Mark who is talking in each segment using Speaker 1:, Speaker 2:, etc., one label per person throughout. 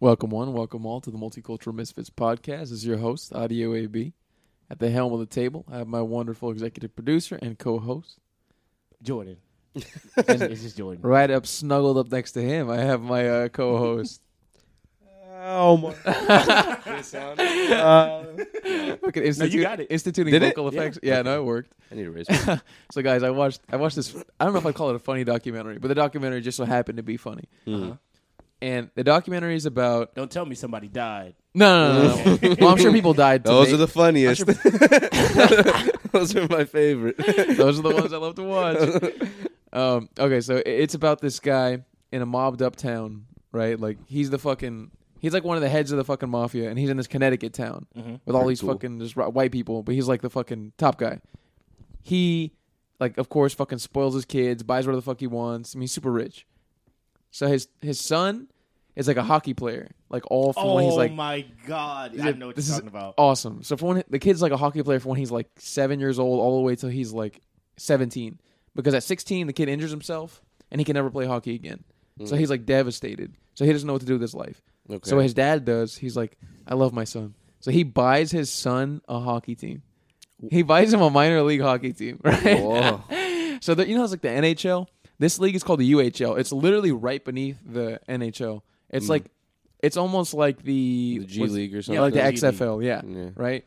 Speaker 1: Welcome one, welcome all to the Multicultural Misfits podcast. This is your host, Audio AB. At the helm of the table, I have my wonderful executive producer and co-host.
Speaker 2: Jordan. it's, it's just Jordan.
Speaker 1: Right up, snuggled up next to him, I have my uh, co-host.
Speaker 3: Oh my!
Speaker 1: Uh, Look at institute,
Speaker 2: you got it.
Speaker 1: instituting
Speaker 3: Did it?
Speaker 1: vocal effects. Yeah, no, it worked.
Speaker 3: I need a raise.
Speaker 1: So, guys, I watched. I watched this. I don't know if I call it a funny documentary, but the documentary just so happened to be funny.
Speaker 3: Mm-hmm.
Speaker 1: And the documentary is about
Speaker 2: Don't tell me somebody died.
Speaker 1: no, no, no. no, no. well, I'm sure people died. To
Speaker 3: Those
Speaker 1: make-
Speaker 3: are the funniest. Those are my favorite.
Speaker 1: Those are the ones I love to watch. Um, okay, so i- it's about this guy in a mobbed up town, right? Like he's the fucking he's like one of the heads of the fucking mafia, and he's in this Connecticut town with all
Speaker 3: Pretty
Speaker 1: these
Speaker 3: cool.
Speaker 1: fucking just ri- white people, but he's like the fucking top guy. He like of course fucking spoils his kids, buys whatever the fuck he wants. I mean, he's super rich. So his his son is like a hockey player, like all from when he's
Speaker 2: oh
Speaker 1: like
Speaker 2: my god!
Speaker 1: He's
Speaker 2: I
Speaker 1: like,
Speaker 2: know what
Speaker 1: this
Speaker 2: you're
Speaker 1: is
Speaker 2: talking about.
Speaker 1: Awesome. So from when the kid's like a hockey player from when he's like seven years old all the way till he's like seventeen. Because at sixteen the kid injures himself and he can never play hockey again. So he's like devastated. So he doesn't know what to do with his life.
Speaker 3: Mm. Okay.
Speaker 1: So what his dad does, he's like, I love my son. So he buys his son a hockey team. He buys him a minor league hockey team, right?
Speaker 3: Whoa.
Speaker 1: So the, you know, how it's like the NHL. This league is called the UHL. It's literally right beneath the NHL. It's like, it's almost like the,
Speaker 3: Mm. The G
Speaker 1: what's-
Speaker 3: League or
Speaker 1: Yeah, like the
Speaker 3: something.
Speaker 2: G League.
Speaker 1: XFL. Yeah,
Speaker 3: Yeah.
Speaker 1: right.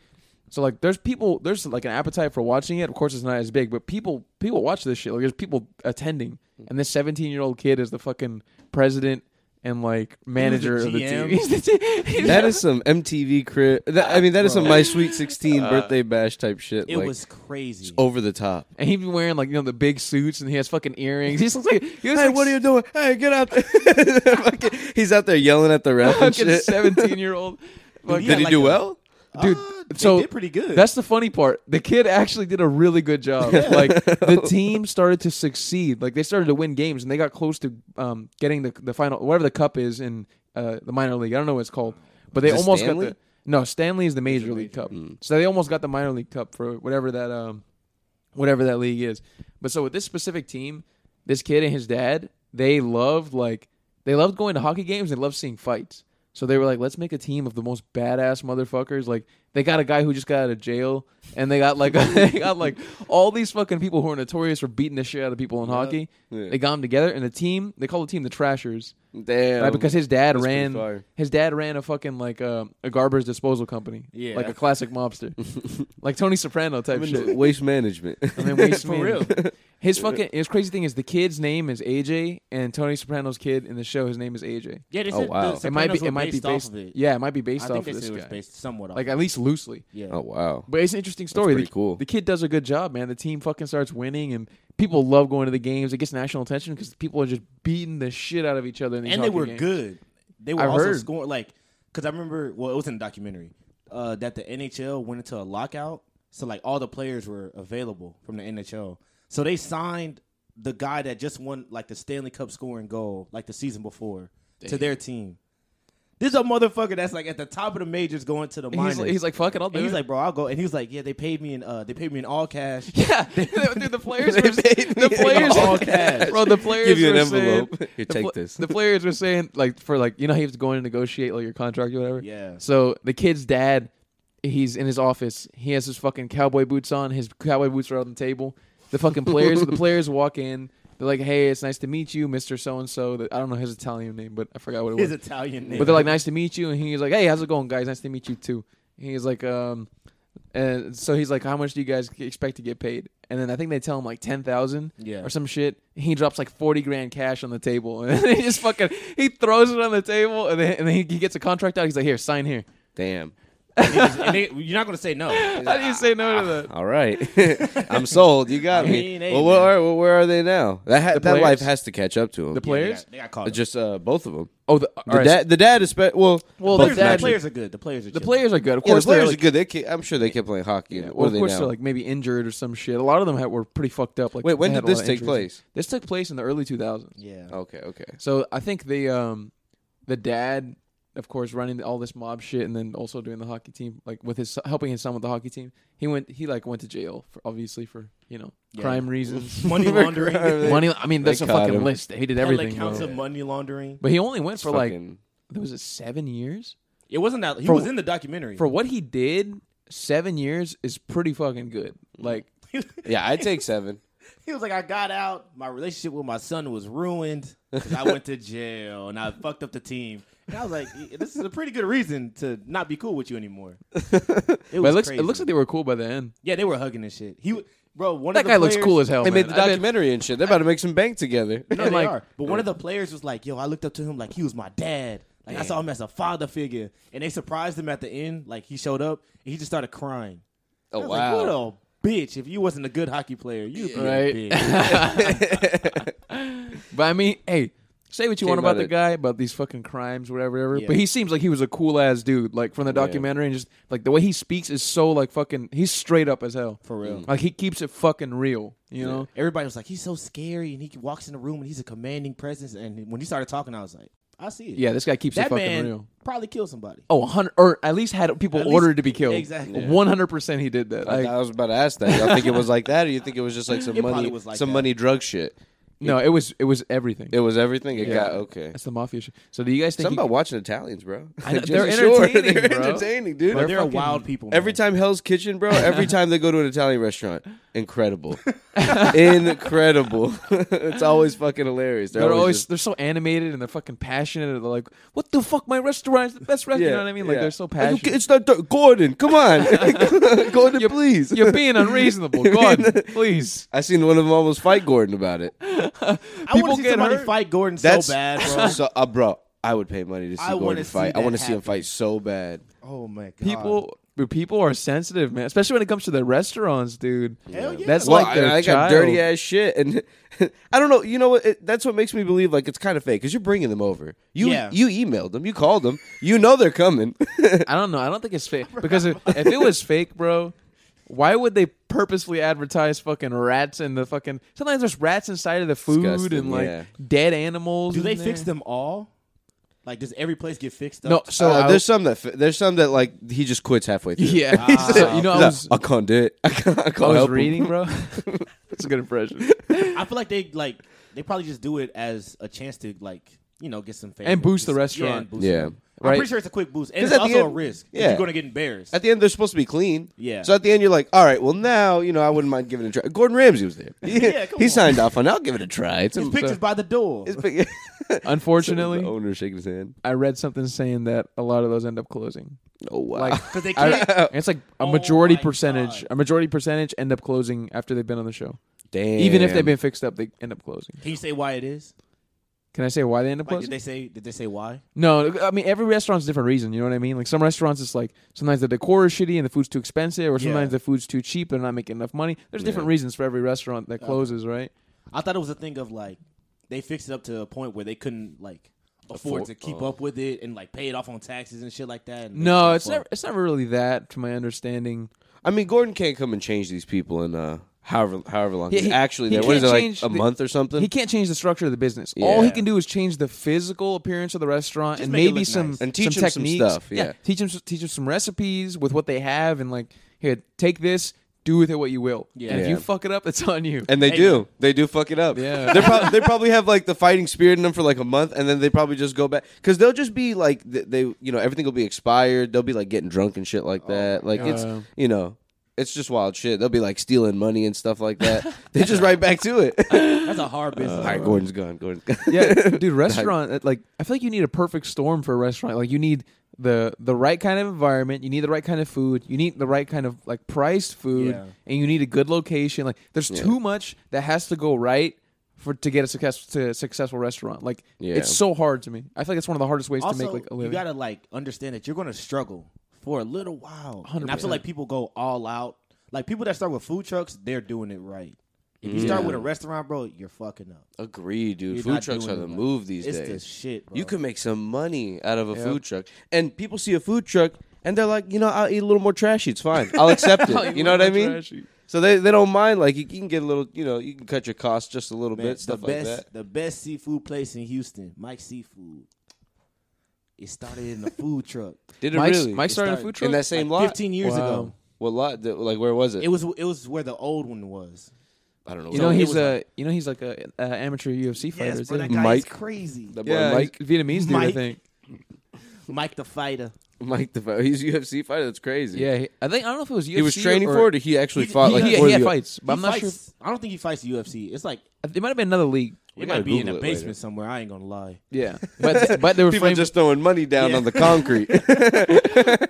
Speaker 1: So like, there's people. There's like an appetite for watching it. Of course, it's not as big, but people people watch this shit. Like, there's people attending,
Speaker 3: Mm.
Speaker 1: and this 17 year old kid is the fucking president and like manager of the team.
Speaker 2: GM.
Speaker 1: He's the t- he's-
Speaker 3: that is some MTV crit. That, I mean, that is some my sweet sixteen birthday bash type shit.
Speaker 2: Uh, It
Speaker 3: like,
Speaker 2: was crazy.
Speaker 3: over the top.
Speaker 1: and he'd be wearing like you know the big suits, and he has fucking earrings. He just looks like he looks
Speaker 3: Hey,
Speaker 1: like
Speaker 3: what are you doing? Hey, get out there! Fucking- He's out there yelling at the ref and
Speaker 1: fucking
Speaker 3: shit.
Speaker 1: 17 year old.
Speaker 2: he
Speaker 3: Did
Speaker 2: had
Speaker 3: he
Speaker 2: like
Speaker 3: do
Speaker 2: a-
Speaker 3: well?
Speaker 1: dude.
Speaker 2: Ah, they
Speaker 1: so
Speaker 2: did pretty good.
Speaker 1: That's the funny part. The kid actually did a really good job. Like the team started to succeed. Like they started to win games, and they got close to um, getting the the final, whatever the cup is in uh, the minor league. I don't know what it's called, but they
Speaker 3: it
Speaker 1: almost
Speaker 3: Stanley? Hmm.
Speaker 1: got the no. Stanley is the major, league cup, so they almost got the minor league cup for whatever that um whatever that league is. But so with this specific team, this kid and his dad, they loved like they loved going to hockey games. They loved seeing fights. So they were like, let's make a team of the most badass motherfuckers. Like they got a guy who just got out of jail, and they got like they got like all these fucking people who are notorious for beating the shit out of people in hockey.
Speaker 3: Yeah.
Speaker 1: They got them together, and the team they call the team the Trashers,
Speaker 3: Damn.
Speaker 2: Um,
Speaker 1: right? Because his dad
Speaker 3: that's pretty
Speaker 1: ran
Speaker 3: fire.
Speaker 1: his dad ran a fucking like uh, a garbage disposal company,
Speaker 2: Yeah.
Speaker 1: like a classic mobster, like Tony Soprano type
Speaker 3: I'm
Speaker 1: shit.
Speaker 3: in waste management.
Speaker 1: I mean, waste
Speaker 2: For
Speaker 1: man.
Speaker 2: real.
Speaker 1: His fucking his crazy thing is the kid's name is AJ, and Tony Soprano's kid in the show, his name is AJ.
Speaker 2: yeah, they
Speaker 3: Oh,
Speaker 2: said
Speaker 3: wow.
Speaker 2: the
Speaker 1: It might
Speaker 2: Sopranos
Speaker 1: be it
Speaker 2: were
Speaker 1: might be
Speaker 2: based off
Speaker 1: based
Speaker 2: of it.
Speaker 1: yeah, it might be based
Speaker 2: I
Speaker 1: off
Speaker 2: think they
Speaker 1: of
Speaker 2: said
Speaker 1: this
Speaker 2: it was
Speaker 1: guy,
Speaker 2: based somewhat off.
Speaker 1: like at least loosely.
Speaker 2: yeah,
Speaker 3: oh wow.
Speaker 1: But it's an interesting story.
Speaker 3: pretty
Speaker 1: the,
Speaker 3: cool.
Speaker 1: The kid does a good job, man. The team fucking starts winning, and people love going to the games. It gets national attention because people are just beating the shit out of each other. In these
Speaker 2: and they
Speaker 1: hockey
Speaker 2: were
Speaker 1: games.
Speaker 2: good. They were
Speaker 1: I
Speaker 2: also
Speaker 1: heard.
Speaker 2: scoring like because I remember. Well, it was in a documentary uh, that the NHL went into a lockout, so like all the players were available from the NHL. So they signed the guy that just won like the Stanley Cup scoring goal like the season before to their team. This is a motherfucker that's like at the top of the majors going to the
Speaker 1: And
Speaker 2: minors.
Speaker 1: He's, he's like, fuck it, I'll do
Speaker 2: and he's
Speaker 1: it.
Speaker 2: like, bro, I'll go. And he's like, yeah, they paid me in uh, they paid me in all cash.
Speaker 1: yeah, dude, the players were
Speaker 3: They paid me
Speaker 1: the players
Speaker 2: all cash.
Speaker 1: bro. The players
Speaker 3: Give you an
Speaker 1: were
Speaker 3: envelope.
Speaker 1: saying-
Speaker 3: Here,
Speaker 1: the
Speaker 3: take
Speaker 1: pl-
Speaker 3: this.
Speaker 1: The players were saying like for like you know how you have to go in and negotiate like your contract or whatever.
Speaker 2: Yeah.
Speaker 1: So the kid's dad, he's in his office. He has his fucking cowboy boots on. His cowboy boots are on the table. The fucking players, the players walk in. They're like, "Hey, it's nice to meet you, Mister So and So." I don't know his Italian name, but I forgot what it was.
Speaker 2: His Italian name.
Speaker 1: But they're like, nice to meet you. And he's like, hey, how's it going, guys? Nice to meet you too. And he's like, um, and so he's like, how much do you guys expect to get paid? And then I think they tell him like ten thousand,
Speaker 2: Yeah.
Speaker 1: or some shit. He drops like forty grand cash on the table, and he just fucking he throws it on the table, and then, and then he, he gets a contract out. He's like, here, sign here.
Speaker 3: Damn.
Speaker 2: And they- you're not gonna say no.
Speaker 1: How do you say
Speaker 3: "Ah,
Speaker 1: no to that?
Speaker 3: All right, I'm sold. You got
Speaker 2: I
Speaker 3: me.
Speaker 2: mean, hey,
Speaker 3: well, where
Speaker 2: man.
Speaker 3: are, well, where are they now? That ha-
Speaker 1: The
Speaker 3: that
Speaker 1: players?
Speaker 3: life has to catch up to them.
Speaker 1: The players?
Speaker 2: they got, they got caught. up.
Speaker 3: just uh, both of them.
Speaker 1: Oh, the,
Speaker 3: The
Speaker 1: all right, so
Speaker 3: dad, the dad is spe- well.
Speaker 1: Well,
Speaker 3: both
Speaker 1: the
Speaker 2: players,
Speaker 1: dad-
Speaker 2: the
Speaker 3: naturally.
Speaker 2: players are good. The players
Speaker 1: the
Speaker 2: are chilling.
Speaker 1: players are good. Of
Speaker 3: Yeah, the
Speaker 1: course, they're
Speaker 3: players
Speaker 1: like,
Speaker 3: are good. They ki- I'm sure they kept playing hockey.
Speaker 1: Yeah,
Speaker 3: what
Speaker 1: well,
Speaker 3: are
Speaker 1: of
Speaker 3: they
Speaker 1: course
Speaker 3: now?
Speaker 1: they're like maybe injured or some shit. A lot of them had, were pretty fucked up. Like,
Speaker 3: Wait, when
Speaker 1: they had
Speaker 3: did
Speaker 1: a lot
Speaker 3: this
Speaker 1: of
Speaker 3: take
Speaker 1: injuries.
Speaker 3: place?
Speaker 1: This took place in the early two thousands.
Speaker 2: Yeah.
Speaker 3: okay, okay.
Speaker 1: So I think the um the dad, of course, running all this mob shit, and then also doing the hockey team, like with his helping his son with the hockey team. He went, he like went to jail for obviously for you know
Speaker 2: Yeah.
Speaker 1: crime reasons,
Speaker 2: Money laundering.
Speaker 3: They-
Speaker 1: money. I mean,
Speaker 3: they
Speaker 1: that's a
Speaker 3: caught
Speaker 1: fucking
Speaker 3: him.
Speaker 1: list. He did
Speaker 2: Had,
Speaker 1: everything,
Speaker 2: like counts
Speaker 1: bro.
Speaker 2: of money laundering.
Speaker 1: but he only went for like
Speaker 3: Fucking-
Speaker 1: There was it seven years
Speaker 2: It wasn't that he
Speaker 1: For-
Speaker 2: was in the documentary.
Speaker 1: for what he did. Seven years is pretty fucking good.
Speaker 2: Mm.
Speaker 1: Like
Speaker 3: Yeah, I'd take seven.
Speaker 2: He was like, I got out. My relationship with my son was ruined. 'cause I went to jail and I fucked up the team. And I was like, this is a pretty good reason to not be cool with you anymore. It
Speaker 1: but
Speaker 2: was
Speaker 1: it looks
Speaker 2: crazy.
Speaker 1: it looks like they were cool by the end.
Speaker 2: yeah, they were hugging and shit. He, w- bro, one
Speaker 1: That
Speaker 2: of the
Speaker 1: guy looks
Speaker 2: players-
Speaker 1: cool as hell.
Speaker 3: They
Speaker 1: man.
Speaker 3: made the
Speaker 1: I've been-
Speaker 3: documentary and shit. They're about to make some bank together.
Speaker 2: No,
Speaker 1: and
Speaker 2: they
Speaker 1: like-
Speaker 2: are. But one of the players was like, yo, I looked up to him like he was my dad. Like I saw him as a father figure, and they surprised him at the end. Like he showed up, and he just started crying.
Speaker 3: Oh
Speaker 2: I was
Speaker 3: wow!
Speaker 2: like, what a bitch! If you wasn't a good hockey player, you'd be
Speaker 1: Right.
Speaker 2: a bitch.
Speaker 1: But I mean, hey, say what you want
Speaker 3: Came out
Speaker 1: about the
Speaker 3: of-
Speaker 1: guy, about these fucking crimes, whatever, whatever.
Speaker 2: Yeah.
Speaker 1: But he seems like he was a cool ass dude, like from the
Speaker 3: Oh,
Speaker 1: documentary, and just like the way he speaks is so like fucking. He's straight up as hell,
Speaker 2: For real.
Speaker 1: Like he keeps it fucking real, you know.
Speaker 2: Everybody was like, he's so scary, and he walks in the room and he's a commanding presence. And when he started talking, I was like, I see it.
Speaker 1: Yeah, this guy keeps it
Speaker 2: that
Speaker 1: fucking
Speaker 2: man
Speaker 1: real.
Speaker 2: probably killed somebody.
Speaker 1: Oh, 100 or at least had people
Speaker 2: At least-
Speaker 1: ordered to be killed.
Speaker 2: Exactly. Yeah.
Speaker 1: one hundred percent. He did that.
Speaker 3: I,
Speaker 1: Like,
Speaker 3: I was about to ask that. Y'all think it was like that, or you think it was just like some
Speaker 2: It probably
Speaker 3: money,
Speaker 2: was like
Speaker 3: some
Speaker 2: that.
Speaker 3: money drug shit?
Speaker 1: no, it was it was everything.
Speaker 3: It was everything. It
Speaker 1: Yeah.
Speaker 3: got okay.
Speaker 1: That's the mafia shit. So do you guys think?
Speaker 3: Something
Speaker 1: he-
Speaker 3: about watching Italians, bro.
Speaker 1: I know,
Speaker 3: Jersey
Speaker 1: they're
Speaker 3: Shore,
Speaker 1: entertaining,
Speaker 3: they're
Speaker 1: bro.
Speaker 3: entertaining, dude.
Speaker 2: But they're
Speaker 1: fucking-
Speaker 2: wild people. man.
Speaker 3: Every time Hell's Kitchen, bro. Every time they go to an Italian restaurant, incredible, incredible. it's always fucking hilarious. They're,
Speaker 1: they're always
Speaker 3: just-
Speaker 1: they're so animated and they're fucking passionate. and They're like, "What the fuck? My restaurant is the best restaurant." You know what I mean? Like
Speaker 3: yeah.
Speaker 1: they're so
Speaker 3: Are you
Speaker 1: passionate.
Speaker 3: ki- it's not Dur- Gordon. Come on, Gordon, please.
Speaker 1: You're being unreasonable. God, please.
Speaker 3: I seen one of them almost fight Gordon about it.
Speaker 2: I want
Speaker 1: people
Speaker 2: to see
Speaker 1: get
Speaker 2: somebody
Speaker 1: hurt.
Speaker 2: fight Gordon
Speaker 3: That's
Speaker 2: so bad, bro.
Speaker 3: So, uh, bro, I would pay money to see
Speaker 2: I wanna
Speaker 3: Gordon
Speaker 2: see
Speaker 3: fight. I
Speaker 2: that
Speaker 3: want to see him
Speaker 2: happen.
Speaker 3: fight so bad.
Speaker 2: oh my god,
Speaker 1: People, but people are sensitive, man. Especially when it comes to the restaurants, dude.
Speaker 2: Hell yeah.
Speaker 1: That's
Speaker 2: Well,
Speaker 1: like their
Speaker 3: I, I got
Speaker 1: child.
Speaker 3: dirty ass shit, and I don't know. You know what? It, that's what makes me believe like it's kind of fake because you're bringing them over. You
Speaker 2: Yeah.
Speaker 3: you emailed them, you called them, you know they're coming.
Speaker 1: I don't know. I don't think it's fake because if, if it was fake, bro, why would they purposely advertise fucking rats in the fucking? Sometimes there's rats inside of the food
Speaker 3: Disgusting,
Speaker 1: and like
Speaker 3: yeah.
Speaker 1: dead animals.
Speaker 2: do
Speaker 1: in
Speaker 2: they
Speaker 1: there.
Speaker 2: fix them all? Like, does every place get fixed up?
Speaker 1: No. So
Speaker 3: Uh,
Speaker 1: I-
Speaker 3: there's some that f- there's some that like he just quits halfway through.
Speaker 1: yeah.
Speaker 2: Ah.
Speaker 1: So, you know, I
Speaker 3: He's
Speaker 1: was
Speaker 3: like, I can't do it. I can't, I can't
Speaker 1: I was
Speaker 3: help him."
Speaker 1: reading, bro. That's a good impression.
Speaker 2: I feel like they like they probably just do it as a chance to like you know get some fame
Speaker 1: And boost the
Speaker 2: Just-
Speaker 1: restaurant.
Speaker 2: Yeah, and boost
Speaker 3: Yeah.
Speaker 2: them.
Speaker 1: Right.
Speaker 2: I'm pretty sure it's a quick boost, and
Speaker 3: 'Cause
Speaker 2: it's
Speaker 3: at the
Speaker 2: also a
Speaker 3: end-
Speaker 2: risk. 'cause
Speaker 3: yeah.
Speaker 2: you're gonna get embarrassed.
Speaker 3: At the end, they're supposed to be clean.
Speaker 2: Yeah.
Speaker 3: So at the end, you're like, all right, well now you know I wouldn't mind giving it a try. Gordon Ramsay was there.
Speaker 2: Yeah, come
Speaker 3: he
Speaker 2: on.
Speaker 3: signed off on. it. I'll give it a try. It's
Speaker 2: His
Speaker 3: a-
Speaker 1: uh,
Speaker 2: pictures by the door.
Speaker 3: it's a pic-
Speaker 1: Unfortunately,
Speaker 3: the owner shaking his hand.
Speaker 1: I read something saying that a lot of those end up closing.
Speaker 3: Oh wow.
Speaker 1: Like,
Speaker 2: Because they
Speaker 1: I-
Speaker 2: can't.
Speaker 1: it's like a
Speaker 2: Oh
Speaker 1: majority
Speaker 2: my
Speaker 1: percentage.
Speaker 2: God.
Speaker 1: A majority percentage end up closing after they've been on the show.
Speaker 3: Damn.
Speaker 1: Even if they've been fixed up, they end up closing.
Speaker 2: Can you say why it is?
Speaker 1: Can I say why they end up
Speaker 2: Like,
Speaker 1: closing?
Speaker 2: did they say? Did they say why?
Speaker 1: no, I mean every restaurant's different reason. You know what I mean? Like some restaurants, it's like sometimes the decor is shitty and the food's too expensive, or sometimes
Speaker 2: Yeah.
Speaker 1: the food's too cheap. They're not making enough money. There's different reasons for every restaurant that closes, right?
Speaker 2: I thought it was a thing of like they fixed it up to a point where they couldn't like afford,
Speaker 3: Afford-
Speaker 2: to keep up with it and like pay it off on taxes and shit like that. and
Speaker 1: oh. No,
Speaker 2: they-
Speaker 1: it's never, it's never really that, to my understanding.
Speaker 3: I mean, Gordon can't come and change these people in uh, however however long
Speaker 1: Yeah,
Speaker 3: he's
Speaker 1: he-
Speaker 3: actually
Speaker 1: he
Speaker 3: there. What is
Speaker 1: can't
Speaker 3: it like
Speaker 1: change
Speaker 3: a
Speaker 1: the-
Speaker 3: month or something?
Speaker 1: He can't change the structure of the business. All he
Speaker 2: Yeah.
Speaker 1: can do is change the physical appearance of the restaurant
Speaker 2: Just
Speaker 1: and
Speaker 2: make it
Speaker 1: maybe
Speaker 2: look
Speaker 1: some
Speaker 2: nice.
Speaker 3: And teach
Speaker 1: some
Speaker 3: him some
Speaker 1: techniques.
Speaker 3: stuff, yeah.
Speaker 1: teach him teach him some recipes with what they have, and like here, take this, do with it what you will.
Speaker 2: Yeah.
Speaker 1: And if
Speaker 3: Yeah.
Speaker 1: you fuck it up, it's on you.
Speaker 3: and they
Speaker 2: Hey,
Speaker 3: do. They do fuck it up.
Speaker 1: Yeah.
Speaker 3: They're prob- they probably have like the fighting spirit in them for like a month, and then they probably just go back because they'll just be like th- they, you know, everything will be expired. They'll be like getting drunk and shit
Speaker 2: Oh
Speaker 3: like that. like
Speaker 1: God.
Speaker 3: it's you know, it's just wild shit. They'll be like stealing money and stuff like that. they just right back to it. All
Speaker 2: That's a
Speaker 1: Uh,
Speaker 2: hard business.
Speaker 3: right,
Speaker 2: bro.
Speaker 3: Gordon's gone. Gordon's gone.
Speaker 1: yeah, dude, restaurant. uh, Like, I feel like you need a perfect storm for a restaurant. Like, you need the the right kind of environment. You need the right kind of food. You need the right kind of like priced food,
Speaker 2: Yeah.
Speaker 1: and you need a good location. Like, there's too much that has to go right for to get a success to a successful restaurant. Like,
Speaker 3: Yeah.
Speaker 1: it's so hard to me. I feel like it's one of the hardest ways
Speaker 2: also,
Speaker 1: to make like a living.
Speaker 2: you gotta like understand that you're gonna struggle for a little while. And I feel
Speaker 1: 100%.
Speaker 2: like people go all out. Like people that start with food trucks, they're doing it right. If you start with a restaurant, bro, you're fucking up.
Speaker 3: Agreed, dude.
Speaker 2: You're
Speaker 3: food
Speaker 2: not
Speaker 3: trucks
Speaker 2: doing
Speaker 3: are the
Speaker 2: it right.
Speaker 3: move these
Speaker 2: It's
Speaker 3: days.
Speaker 2: the shit, bro.
Speaker 3: You can make some money out of a
Speaker 1: Yep.
Speaker 3: food truck. And people see a food truck and they're like, you know, I'll eat a little more trashy. It's fine. I'll accept
Speaker 1: I'll eat
Speaker 3: it.
Speaker 1: a
Speaker 3: you know
Speaker 1: little
Speaker 3: what
Speaker 1: more
Speaker 3: I mean?
Speaker 1: trashy.
Speaker 3: So they, they don't mind. Like, you can get a little, you know, you can cut your costs just a little
Speaker 2: Man,
Speaker 3: bit,
Speaker 2: the
Speaker 3: stuff like
Speaker 2: best,
Speaker 3: that.
Speaker 2: the best seafood place in Houston, Mike Seafood. It started in a food truck.
Speaker 3: Did it
Speaker 1: Mike's-
Speaker 3: really?
Speaker 1: Mike started a
Speaker 2: started-
Speaker 1: food truck.
Speaker 3: in that same
Speaker 2: Like
Speaker 3: lot?
Speaker 2: 15 years
Speaker 1: Wow.
Speaker 2: ago.
Speaker 3: What lot? The- like, where was it?
Speaker 2: It was it was where the old one was.
Speaker 3: I don't know.
Speaker 1: you
Speaker 2: So
Speaker 1: know
Speaker 2: it
Speaker 1: he's
Speaker 2: was
Speaker 1: a
Speaker 2: like-
Speaker 1: you know he's like a, a amateur UFC fighter.
Speaker 2: Yes,
Speaker 1: is
Speaker 2: but that
Speaker 3: guy
Speaker 2: guy
Speaker 3: is Mike.
Speaker 2: is crazy.
Speaker 3: The boy
Speaker 1: yeah,
Speaker 3: Mike.
Speaker 1: he's Vietnamese dude, I
Speaker 2: Mike.
Speaker 1: think.
Speaker 2: Mike the Fighter.
Speaker 3: Mike the fighter. He's a UFC fighter. That's crazy.
Speaker 1: Yeah, he- I think I don't know if it was UFC.
Speaker 3: He was training
Speaker 1: or,
Speaker 3: for it, or he actually fought
Speaker 2: he-
Speaker 3: like
Speaker 1: he, he
Speaker 3: for
Speaker 1: had
Speaker 3: the-
Speaker 1: fights, but
Speaker 2: He
Speaker 1: I'm not sure.
Speaker 2: fights- I don't think he fights UFC. It's like
Speaker 1: If, it might have been another league.
Speaker 2: it
Speaker 3: gotta
Speaker 2: might be in a
Speaker 3: Google it later.
Speaker 2: basement somewhere. I ain't gonna lie.
Speaker 1: Yeah, but but they were
Speaker 3: People
Speaker 1: framed.
Speaker 3: just throwing money down on the concrete.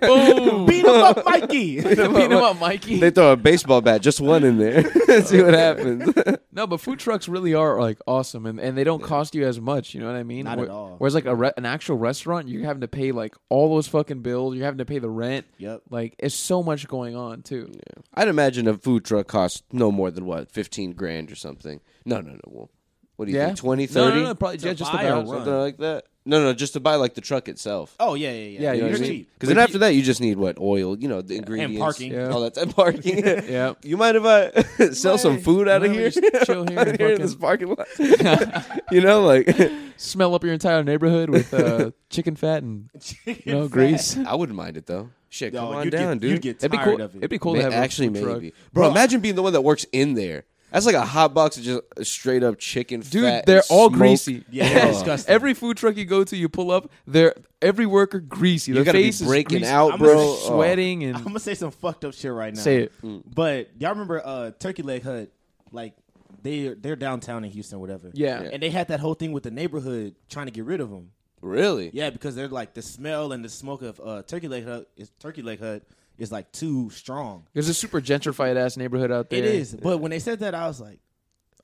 Speaker 1: boom,
Speaker 2: Beat him up, Mikey.
Speaker 1: beat him up, Mikey.
Speaker 3: they throw a baseball bat, just one in there, see what happens.
Speaker 1: No, but food trucks really are like awesome, and, and they don't cost you as much. You know what I mean?
Speaker 2: Not
Speaker 1: Where-
Speaker 2: at all.
Speaker 1: Whereas like a re- an actual restaurant, you're having to pay like all those fucking bills. You're having to pay the rent.
Speaker 2: Yep.
Speaker 1: Like it's so much going on too.
Speaker 3: I'd imagine a food truck costs no more than what fifteen grand or something. No, no, no. Well, what do you think? 20,
Speaker 1: No,
Speaker 3: 30?
Speaker 1: no, no, probably
Speaker 2: To
Speaker 1: ju- just
Speaker 2: buy
Speaker 1: about.
Speaker 2: or run.
Speaker 3: something like that. No, no, just to buy like the truck itself.
Speaker 2: Oh yeah, yeah, yeah.
Speaker 1: Yeah,
Speaker 2: You
Speaker 1: you
Speaker 2: know
Speaker 1: know what
Speaker 2: what
Speaker 1: I
Speaker 2: I
Speaker 1: mean?
Speaker 2: mean?
Speaker 3: Because then after that, you just need what oil, you know, the ingredients,
Speaker 2: parking.
Speaker 1: Yeah.
Speaker 3: all that and parking.
Speaker 1: Yeah.
Speaker 3: You might have uh, sell some food out of
Speaker 1: Why
Speaker 3: here,
Speaker 1: don't we just chill here
Speaker 3: Out
Speaker 1: and
Speaker 3: in this parking lot. you know, like
Speaker 1: Smell up your entire neighborhood with uh, chicken fat and you know, grease.
Speaker 3: I wouldn't mind it though. Shit,
Speaker 2: No,
Speaker 3: come on
Speaker 2: you'd get-
Speaker 3: down, dude.
Speaker 2: you'd get
Speaker 1: It'd be
Speaker 2: tired
Speaker 1: cool.
Speaker 2: of it.
Speaker 1: would be cool
Speaker 3: May-
Speaker 1: to have a
Speaker 3: actually
Speaker 1: food
Speaker 3: maybe,
Speaker 1: truck.
Speaker 3: bro. Imagine being the one that works in there. That's like a hot box of just straight up chicken.
Speaker 1: Dude,
Speaker 3: fat
Speaker 1: they're
Speaker 3: and
Speaker 1: all
Speaker 3: smoke.
Speaker 1: greasy.
Speaker 2: Yeah,
Speaker 3: Yeah.
Speaker 2: disgusting.
Speaker 1: Every food truck you go to, you pull up, they're every worker greasy.
Speaker 3: You
Speaker 1: Their
Speaker 3: gotta be
Speaker 1: face is
Speaker 3: breaking
Speaker 1: greasy.
Speaker 3: out,
Speaker 2: I'm
Speaker 3: bro.
Speaker 2: gonna
Speaker 3: Oh.
Speaker 1: sweating
Speaker 2: I'm
Speaker 1: and
Speaker 2: gonna say some fucked up shit right now.
Speaker 1: Say it.
Speaker 3: Mm.
Speaker 2: But y'all remember uh, Turkey Leg Hut? Like they they're downtown in Houston, whatever.
Speaker 1: Yeah.
Speaker 2: And they had that whole thing with the neighborhood trying to get rid of them.
Speaker 3: Really?
Speaker 2: Yeah, because they're like the smell and the smoke of uh, Turkey Leg Hut is Turkey Leg Hut is like too strong.
Speaker 1: there's a super gentrified ass neighborhood out there.
Speaker 2: It is. But when they said that, I was like,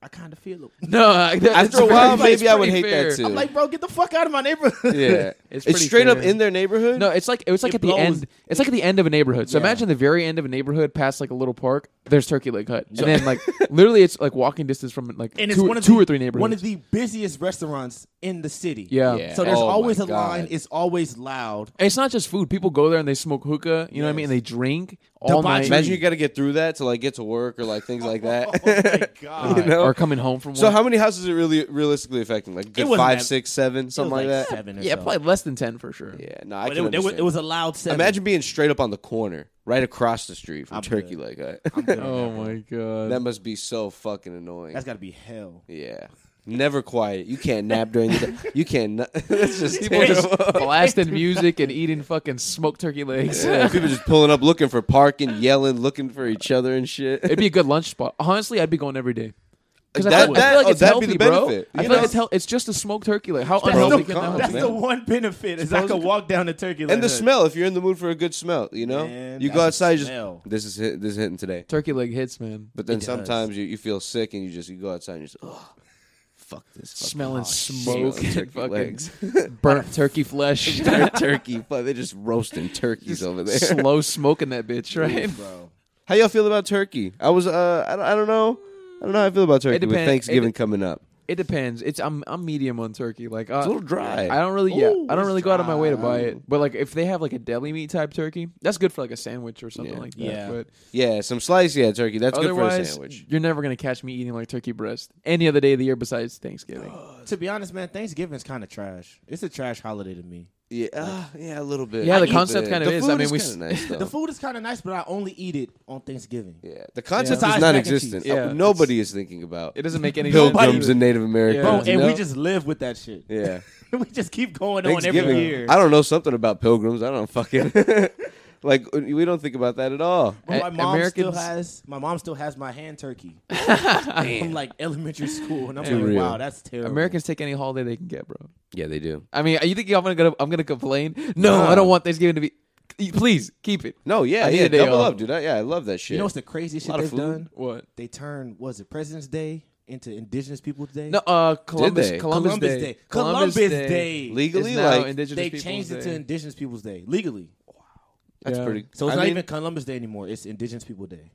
Speaker 2: I kind of feel it.
Speaker 1: No, I- that-
Speaker 3: After
Speaker 1: it's
Speaker 3: a while,
Speaker 1: pretty-
Speaker 3: maybe
Speaker 1: it's
Speaker 3: I would
Speaker 1: pretty
Speaker 3: hate that
Speaker 1: fair.
Speaker 3: too.
Speaker 2: I'm like, bro, get the fuck out of my neighborhood.
Speaker 3: Yeah,
Speaker 1: It's
Speaker 3: it's,
Speaker 1: pretty
Speaker 3: straight up
Speaker 1: fair.
Speaker 3: in their neighborhood.
Speaker 1: No, it's like it's like
Speaker 2: It
Speaker 1: at the
Speaker 2: blows.
Speaker 1: end. It's like at the end of a neighborhood. So
Speaker 2: Yeah.
Speaker 1: imagine the very end of a neighborhood, past like a little park. There's Turkey Leg Hut, and then like literally, it's like walking distance from like
Speaker 2: And it's
Speaker 1: two,
Speaker 2: one of
Speaker 1: two
Speaker 2: the,
Speaker 1: or three neighborhoods.
Speaker 2: One of the busiest restaurants in the city.
Speaker 1: yeah.
Speaker 3: Yeah.
Speaker 2: So there's
Speaker 3: Oh my
Speaker 2: always a
Speaker 3: God.
Speaker 2: line. It's always loud.
Speaker 1: And it's not just food. People go there and they smoke hookah. You know what I mean?
Speaker 2: Yes.
Speaker 1: And they drink all
Speaker 2: Debauchery.
Speaker 1: night,
Speaker 3: Imagine you got to get through that to like get to work or like things like that.
Speaker 2: Oh my god.
Speaker 3: You know?
Speaker 1: or coming home from work.
Speaker 3: so how many houses is it really realistically affecting? Like a good
Speaker 2: wasn't
Speaker 3: five,
Speaker 2: that-
Speaker 3: six, seven,
Speaker 2: It was
Speaker 3: something like, that.
Speaker 2: Seven or
Speaker 1: yeah,
Speaker 2: so.
Speaker 1: probably less than ten for sure.
Speaker 3: Yeah, no, I
Speaker 2: But
Speaker 3: can
Speaker 2: it, it was,
Speaker 3: understand.
Speaker 2: it was a loud seven.
Speaker 3: Imagine being straight up on the corner, right across the street from Turkey Leg Hut.
Speaker 1: Oh my god.
Speaker 3: that must be so fucking annoying.
Speaker 2: That's got to be hell.
Speaker 3: yeah. Never quiet. You can't nap during the day. You can't. Na- That's just
Speaker 1: People
Speaker 3: terrible.
Speaker 1: just blasting music and eating fucking smoked turkey legs.
Speaker 3: Yeah, people just pulling up, looking for parking, yelling, looking for each other and shit.
Speaker 1: It'd be a good lunch spot. Honestly, I'd be going every day. Because I,
Speaker 3: That-
Speaker 1: feel- I
Speaker 3: that-
Speaker 1: feel like
Speaker 3: oh,
Speaker 1: it's
Speaker 3: that'd be
Speaker 1: healthy,
Speaker 3: the
Speaker 1: bro.
Speaker 3: benefit.
Speaker 1: I
Speaker 3: You
Speaker 1: feel
Speaker 3: know?
Speaker 1: like it's, hel- it's just a smoked turkey leg. How
Speaker 3: That's
Speaker 1: unhealthy
Speaker 3: Probably
Speaker 1: can
Speaker 3: no
Speaker 1: that
Speaker 3: comment,
Speaker 1: be?
Speaker 2: That's
Speaker 3: man.
Speaker 2: the one benefit is I
Speaker 1: Supposed
Speaker 2: could
Speaker 1: to-
Speaker 2: walk down to Turkey Leg
Speaker 3: and the
Speaker 2: Hut.
Speaker 3: smell. If you're in the mood for a good smell, you know,
Speaker 2: Man,
Speaker 3: you
Speaker 2: that's
Speaker 3: go
Speaker 2: a
Speaker 3: outside. You
Speaker 2: smell.
Speaker 3: just this is hit, this is hitting today.
Speaker 1: Turkey leg hits, man.
Speaker 3: But then
Speaker 2: does.
Speaker 3: sometimes you, you feel sick and you just you go outside and you just oh, fuck this. fucking
Speaker 1: Smelling
Speaker 3: smell
Speaker 1: smoke
Speaker 3: of turkey
Speaker 1: and fucking
Speaker 3: legs.
Speaker 1: burnt turkey flesh.
Speaker 3: They're turkey. Fuck, they're just roasting turkeys over there.
Speaker 1: Slow smoking that bitch, right?
Speaker 2: bro.
Speaker 3: How y'all feel about turkey? I was uh I don't, I don't know. I don't know how I feel about turkey with
Speaker 1: depend-
Speaker 3: Thanksgiving
Speaker 1: it-
Speaker 3: coming up.
Speaker 1: It depends. It's I'm I'm medium on turkey. Like uh,
Speaker 3: It's a little dry.
Speaker 1: I don't really yeah.
Speaker 2: Ooh,
Speaker 1: I don't
Speaker 2: it's
Speaker 1: really go out of my way to buy
Speaker 2: dry.
Speaker 1: it. But like if they have like a deli meat type turkey, that's good for like a sandwich or something
Speaker 3: Yeah.
Speaker 1: like that.
Speaker 2: Yeah.
Speaker 1: But
Speaker 3: Yeah, some slice, yeah, turkey. That's good for a
Speaker 1: otherwise,
Speaker 3: sandwich.
Speaker 1: you're never gonna catch me eating like turkey breast any other day of the year besides Thanksgiving.
Speaker 2: To be honest, man, Thanksgiving's kind of trash. It's a trash holiday to me.
Speaker 3: Yeah, uh, yeah, a little bit.
Speaker 1: Yeah, the
Speaker 3: A little
Speaker 1: concept
Speaker 3: bit.
Speaker 1: kind of
Speaker 3: The
Speaker 1: is.
Speaker 3: food
Speaker 1: I mean, we
Speaker 3: kinda
Speaker 1: s-
Speaker 3: nice, though.
Speaker 2: The food is kind of nice, but I only eat it on Thanksgiving.
Speaker 3: Yeah, the concept
Speaker 1: Besides
Speaker 3: is
Speaker 2: mac and
Speaker 3: non-existent.
Speaker 1: cheese. Yeah,
Speaker 3: Uh, Nobody is thinking about
Speaker 1: It doesn't make any sense.
Speaker 3: pilgrims
Speaker 1: either.
Speaker 3: and Native Americans.
Speaker 1: Bro,
Speaker 2: Bro,
Speaker 3: you
Speaker 2: and we
Speaker 3: know?
Speaker 2: just live with that shit.
Speaker 3: yeah.
Speaker 2: we just keep going on every
Speaker 3: Thanksgiving.
Speaker 2: year.
Speaker 3: I don't know something about pilgrims. I don't fucking like. uh, We don't think about that at all.
Speaker 2: But my
Speaker 1: A-
Speaker 2: mom still
Speaker 1: Americans-
Speaker 2: has my mom still has my hand turkey from like elementary school, and I'm
Speaker 3: Too
Speaker 2: like,
Speaker 3: real.
Speaker 2: wow, that's terrible.
Speaker 1: Americans take any holiday they can get, bro.
Speaker 3: Yeah, they do.
Speaker 1: I mean, you think I'm gonna go I'm gonna complain? No,
Speaker 3: Nah.
Speaker 1: I don't want Thanksgiving to be. Please keep it.
Speaker 3: No, yeah,
Speaker 1: I need
Speaker 3: yeah,
Speaker 1: a day
Speaker 3: double
Speaker 1: off.
Speaker 3: up, dude. I, yeah, I love that shit.
Speaker 2: you know what's the craziest shit
Speaker 3: Lot of
Speaker 2: they've
Speaker 3: food.
Speaker 2: done?
Speaker 1: What?
Speaker 2: They turned was it President's Day into Indigenous People's Day?
Speaker 1: No, uh, Columbus,
Speaker 3: they?
Speaker 1: Columbus,
Speaker 2: Columbus
Speaker 1: Day.
Speaker 2: Day. Columbus Day.
Speaker 1: is
Speaker 3: Legally,
Speaker 1: now
Speaker 3: like
Speaker 1: Indigenous
Speaker 2: they
Speaker 1: Peoples'
Speaker 2: changed it
Speaker 1: Day.
Speaker 2: to Indigenous People's Day legally.
Speaker 3: that's
Speaker 1: Yeah.
Speaker 3: pretty.
Speaker 2: So it's
Speaker 3: I
Speaker 2: not
Speaker 3: mean,
Speaker 2: even Columbus Day anymore. It's Indigenous People Day.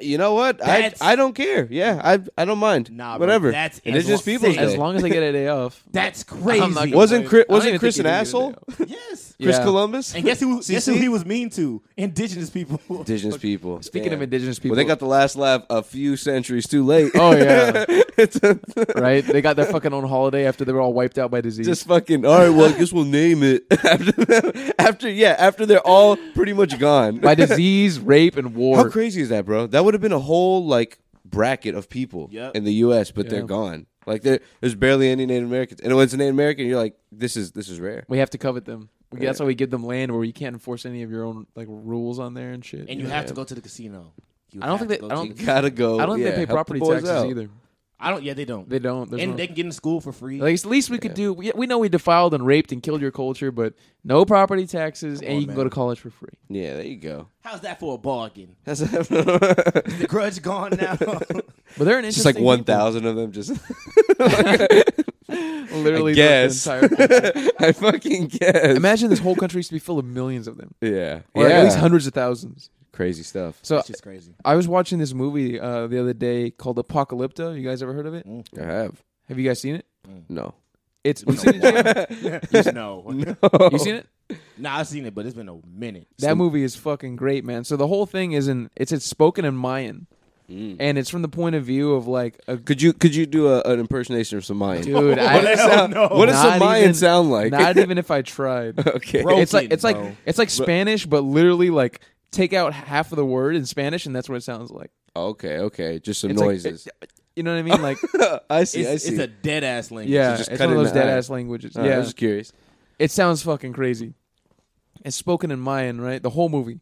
Speaker 3: You know what? I
Speaker 2: That's-
Speaker 3: I don't care. Yeah, I I don't mind.
Speaker 2: Nah, bro,
Speaker 3: whatever.
Speaker 2: that's
Speaker 3: and it's just
Speaker 2: insane.
Speaker 3: people's
Speaker 1: As
Speaker 3: day.
Speaker 1: long as I get a day off.
Speaker 2: That's crazy.
Speaker 1: I'm not gonna
Speaker 3: Wasn't
Speaker 1: complain.
Speaker 3: Chris-
Speaker 1: I don't
Speaker 3: wasn't
Speaker 1: even
Speaker 3: Chris
Speaker 1: think
Speaker 3: an
Speaker 1: he needed a
Speaker 3: asshole?
Speaker 1: day off.
Speaker 2: yes.
Speaker 3: Chris
Speaker 1: Yeah.
Speaker 3: Columbus.
Speaker 2: And guess who?
Speaker 3: See,
Speaker 2: guess who
Speaker 3: see?
Speaker 2: he was mean to? Indigenous people.
Speaker 3: Indigenous people.
Speaker 1: Speaking of
Speaker 3: Damn.
Speaker 1: indigenous people,
Speaker 3: Well, they got the last laugh a few centuries too late.
Speaker 1: Oh, yeah.
Speaker 3: It's a-
Speaker 1: right. They got their fucking own holiday after they were all wiped out by disease.
Speaker 3: just fucking. All right, well, I guess we'll name it after them. After yeah, after they're all pretty much gone.
Speaker 1: by disease, rape, and war.
Speaker 3: How crazy is that, bro? That would have been a whole like bracket of people
Speaker 2: Yep.
Speaker 3: in the U.S., but
Speaker 1: Yeah.
Speaker 3: they're gone. Like there, there's barely any Native Americans, and when it's a Native American, you're like, this is this is rare.
Speaker 1: we have to covet them. We- That's why we give them land where you can't enforce any of your own like rules on there and shit.
Speaker 2: and you
Speaker 1: Yeah.
Speaker 2: have to go to the casino. You
Speaker 1: I don't
Speaker 2: have
Speaker 1: think
Speaker 2: to
Speaker 1: they- I
Speaker 2: go to
Speaker 1: don't-
Speaker 2: the-
Speaker 3: Gotta go.
Speaker 1: I don't
Speaker 3: yeah,
Speaker 1: think they
Speaker 3: help
Speaker 1: pay
Speaker 3: the
Speaker 1: property
Speaker 3: boys
Speaker 1: taxes
Speaker 3: out.
Speaker 1: either.
Speaker 2: I don't. Yeah, they don't.
Speaker 1: They don't. There's
Speaker 2: and
Speaker 1: no-
Speaker 2: they can get in school for free.
Speaker 1: Like, at least we could do. We, we know we defiled and raped and killed your culture, but no property taxes, and
Speaker 2: on,
Speaker 1: you can go
Speaker 2: man.
Speaker 1: to college for free.
Speaker 3: Yeah, there you go.
Speaker 2: How's that for a bargain?
Speaker 3: That's
Speaker 2: The grudge gone now.
Speaker 1: But they're an
Speaker 3: just like
Speaker 1: interesting
Speaker 3: one
Speaker 1: people.
Speaker 3: thousand of them. Just
Speaker 1: Literally,
Speaker 3: I
Speaker 1: the- the
Speaker 3: guess.
Speaker 1: entire culture.
Speaker 3: I fucking guess.
Speaker 1: Imagine this whole country used to be full of millions of them,
Speaker 3: yeah,
Speaker 1: or
Speaker 3: yeah.
Speaker 1: at least hundreds of thousands.
Speaker 3: Crazy stuff.
Speaker 1: So
Speaker 2: It's just crazy.
Speaker 1: I was watching this movie uh, the other day called Apocalypto. You guys ever heard of it?
Speaker 3: I have
Speaker 1: Have you guys seen it?
Speaker 3: Mm. no.
Speaker 1: It's you've seen it. Jay?
Speaker 2: no.
Speaker 1: You've seen it?
Speaker 2: Nah, I've seen it, but it's been a minute.
Speaker 1: That movie is fucking great, man. So the whole thing is in it's it's spoken in Mayan, and it's from the point of view of like a
Speaker 3: Uh, Could you could you do a, an impersonation of some Mayan?
Speaker 1: dude. I,
Speaker 3: What does sound-
Speaker 2: no.
Speaker 3: what does
Speaker 1: Not
Speaker 3: some Mayan
Speaker 1: even-
Speaker 3: sound like?
Speaker 1: Not even if I tried.
Speaker 3: okay.
Speaker 2: Bro.
Speaker 1: it's like
Speaker 2: Broken,
Speaker 1: it's like
Speaker 2: bro.
Speaker 1: it's like Spanish, but literally like take out half of the word in Spanish, and that's what it sounds like.
Speaker 3: Okay. Okay. Just some
Speaker 1: It's like-
Speaker 3: noises.
Speaker 1: you know what I mean? Like
Speaker 3: uh, I see.
Speaker 2: It's,
Speaker 3: I see.
Speaker 2: it's a dead ass language.
Speaker 1: yeah,
Speaker 3: just
Speaker 1: it's
Speaker 3: cut
Speaker 1: one of
Speaker 3: in
Speaker 1: those
Speaker 3: the eye.
Speaker 1: dead ass languages.
Speaker 3: All right, I
Speaker 1: yeah,
Speaker 3: was just curious.
Speaker 1: It sounds fucking crazy. It's spoken in Mayan, right? The whole movie,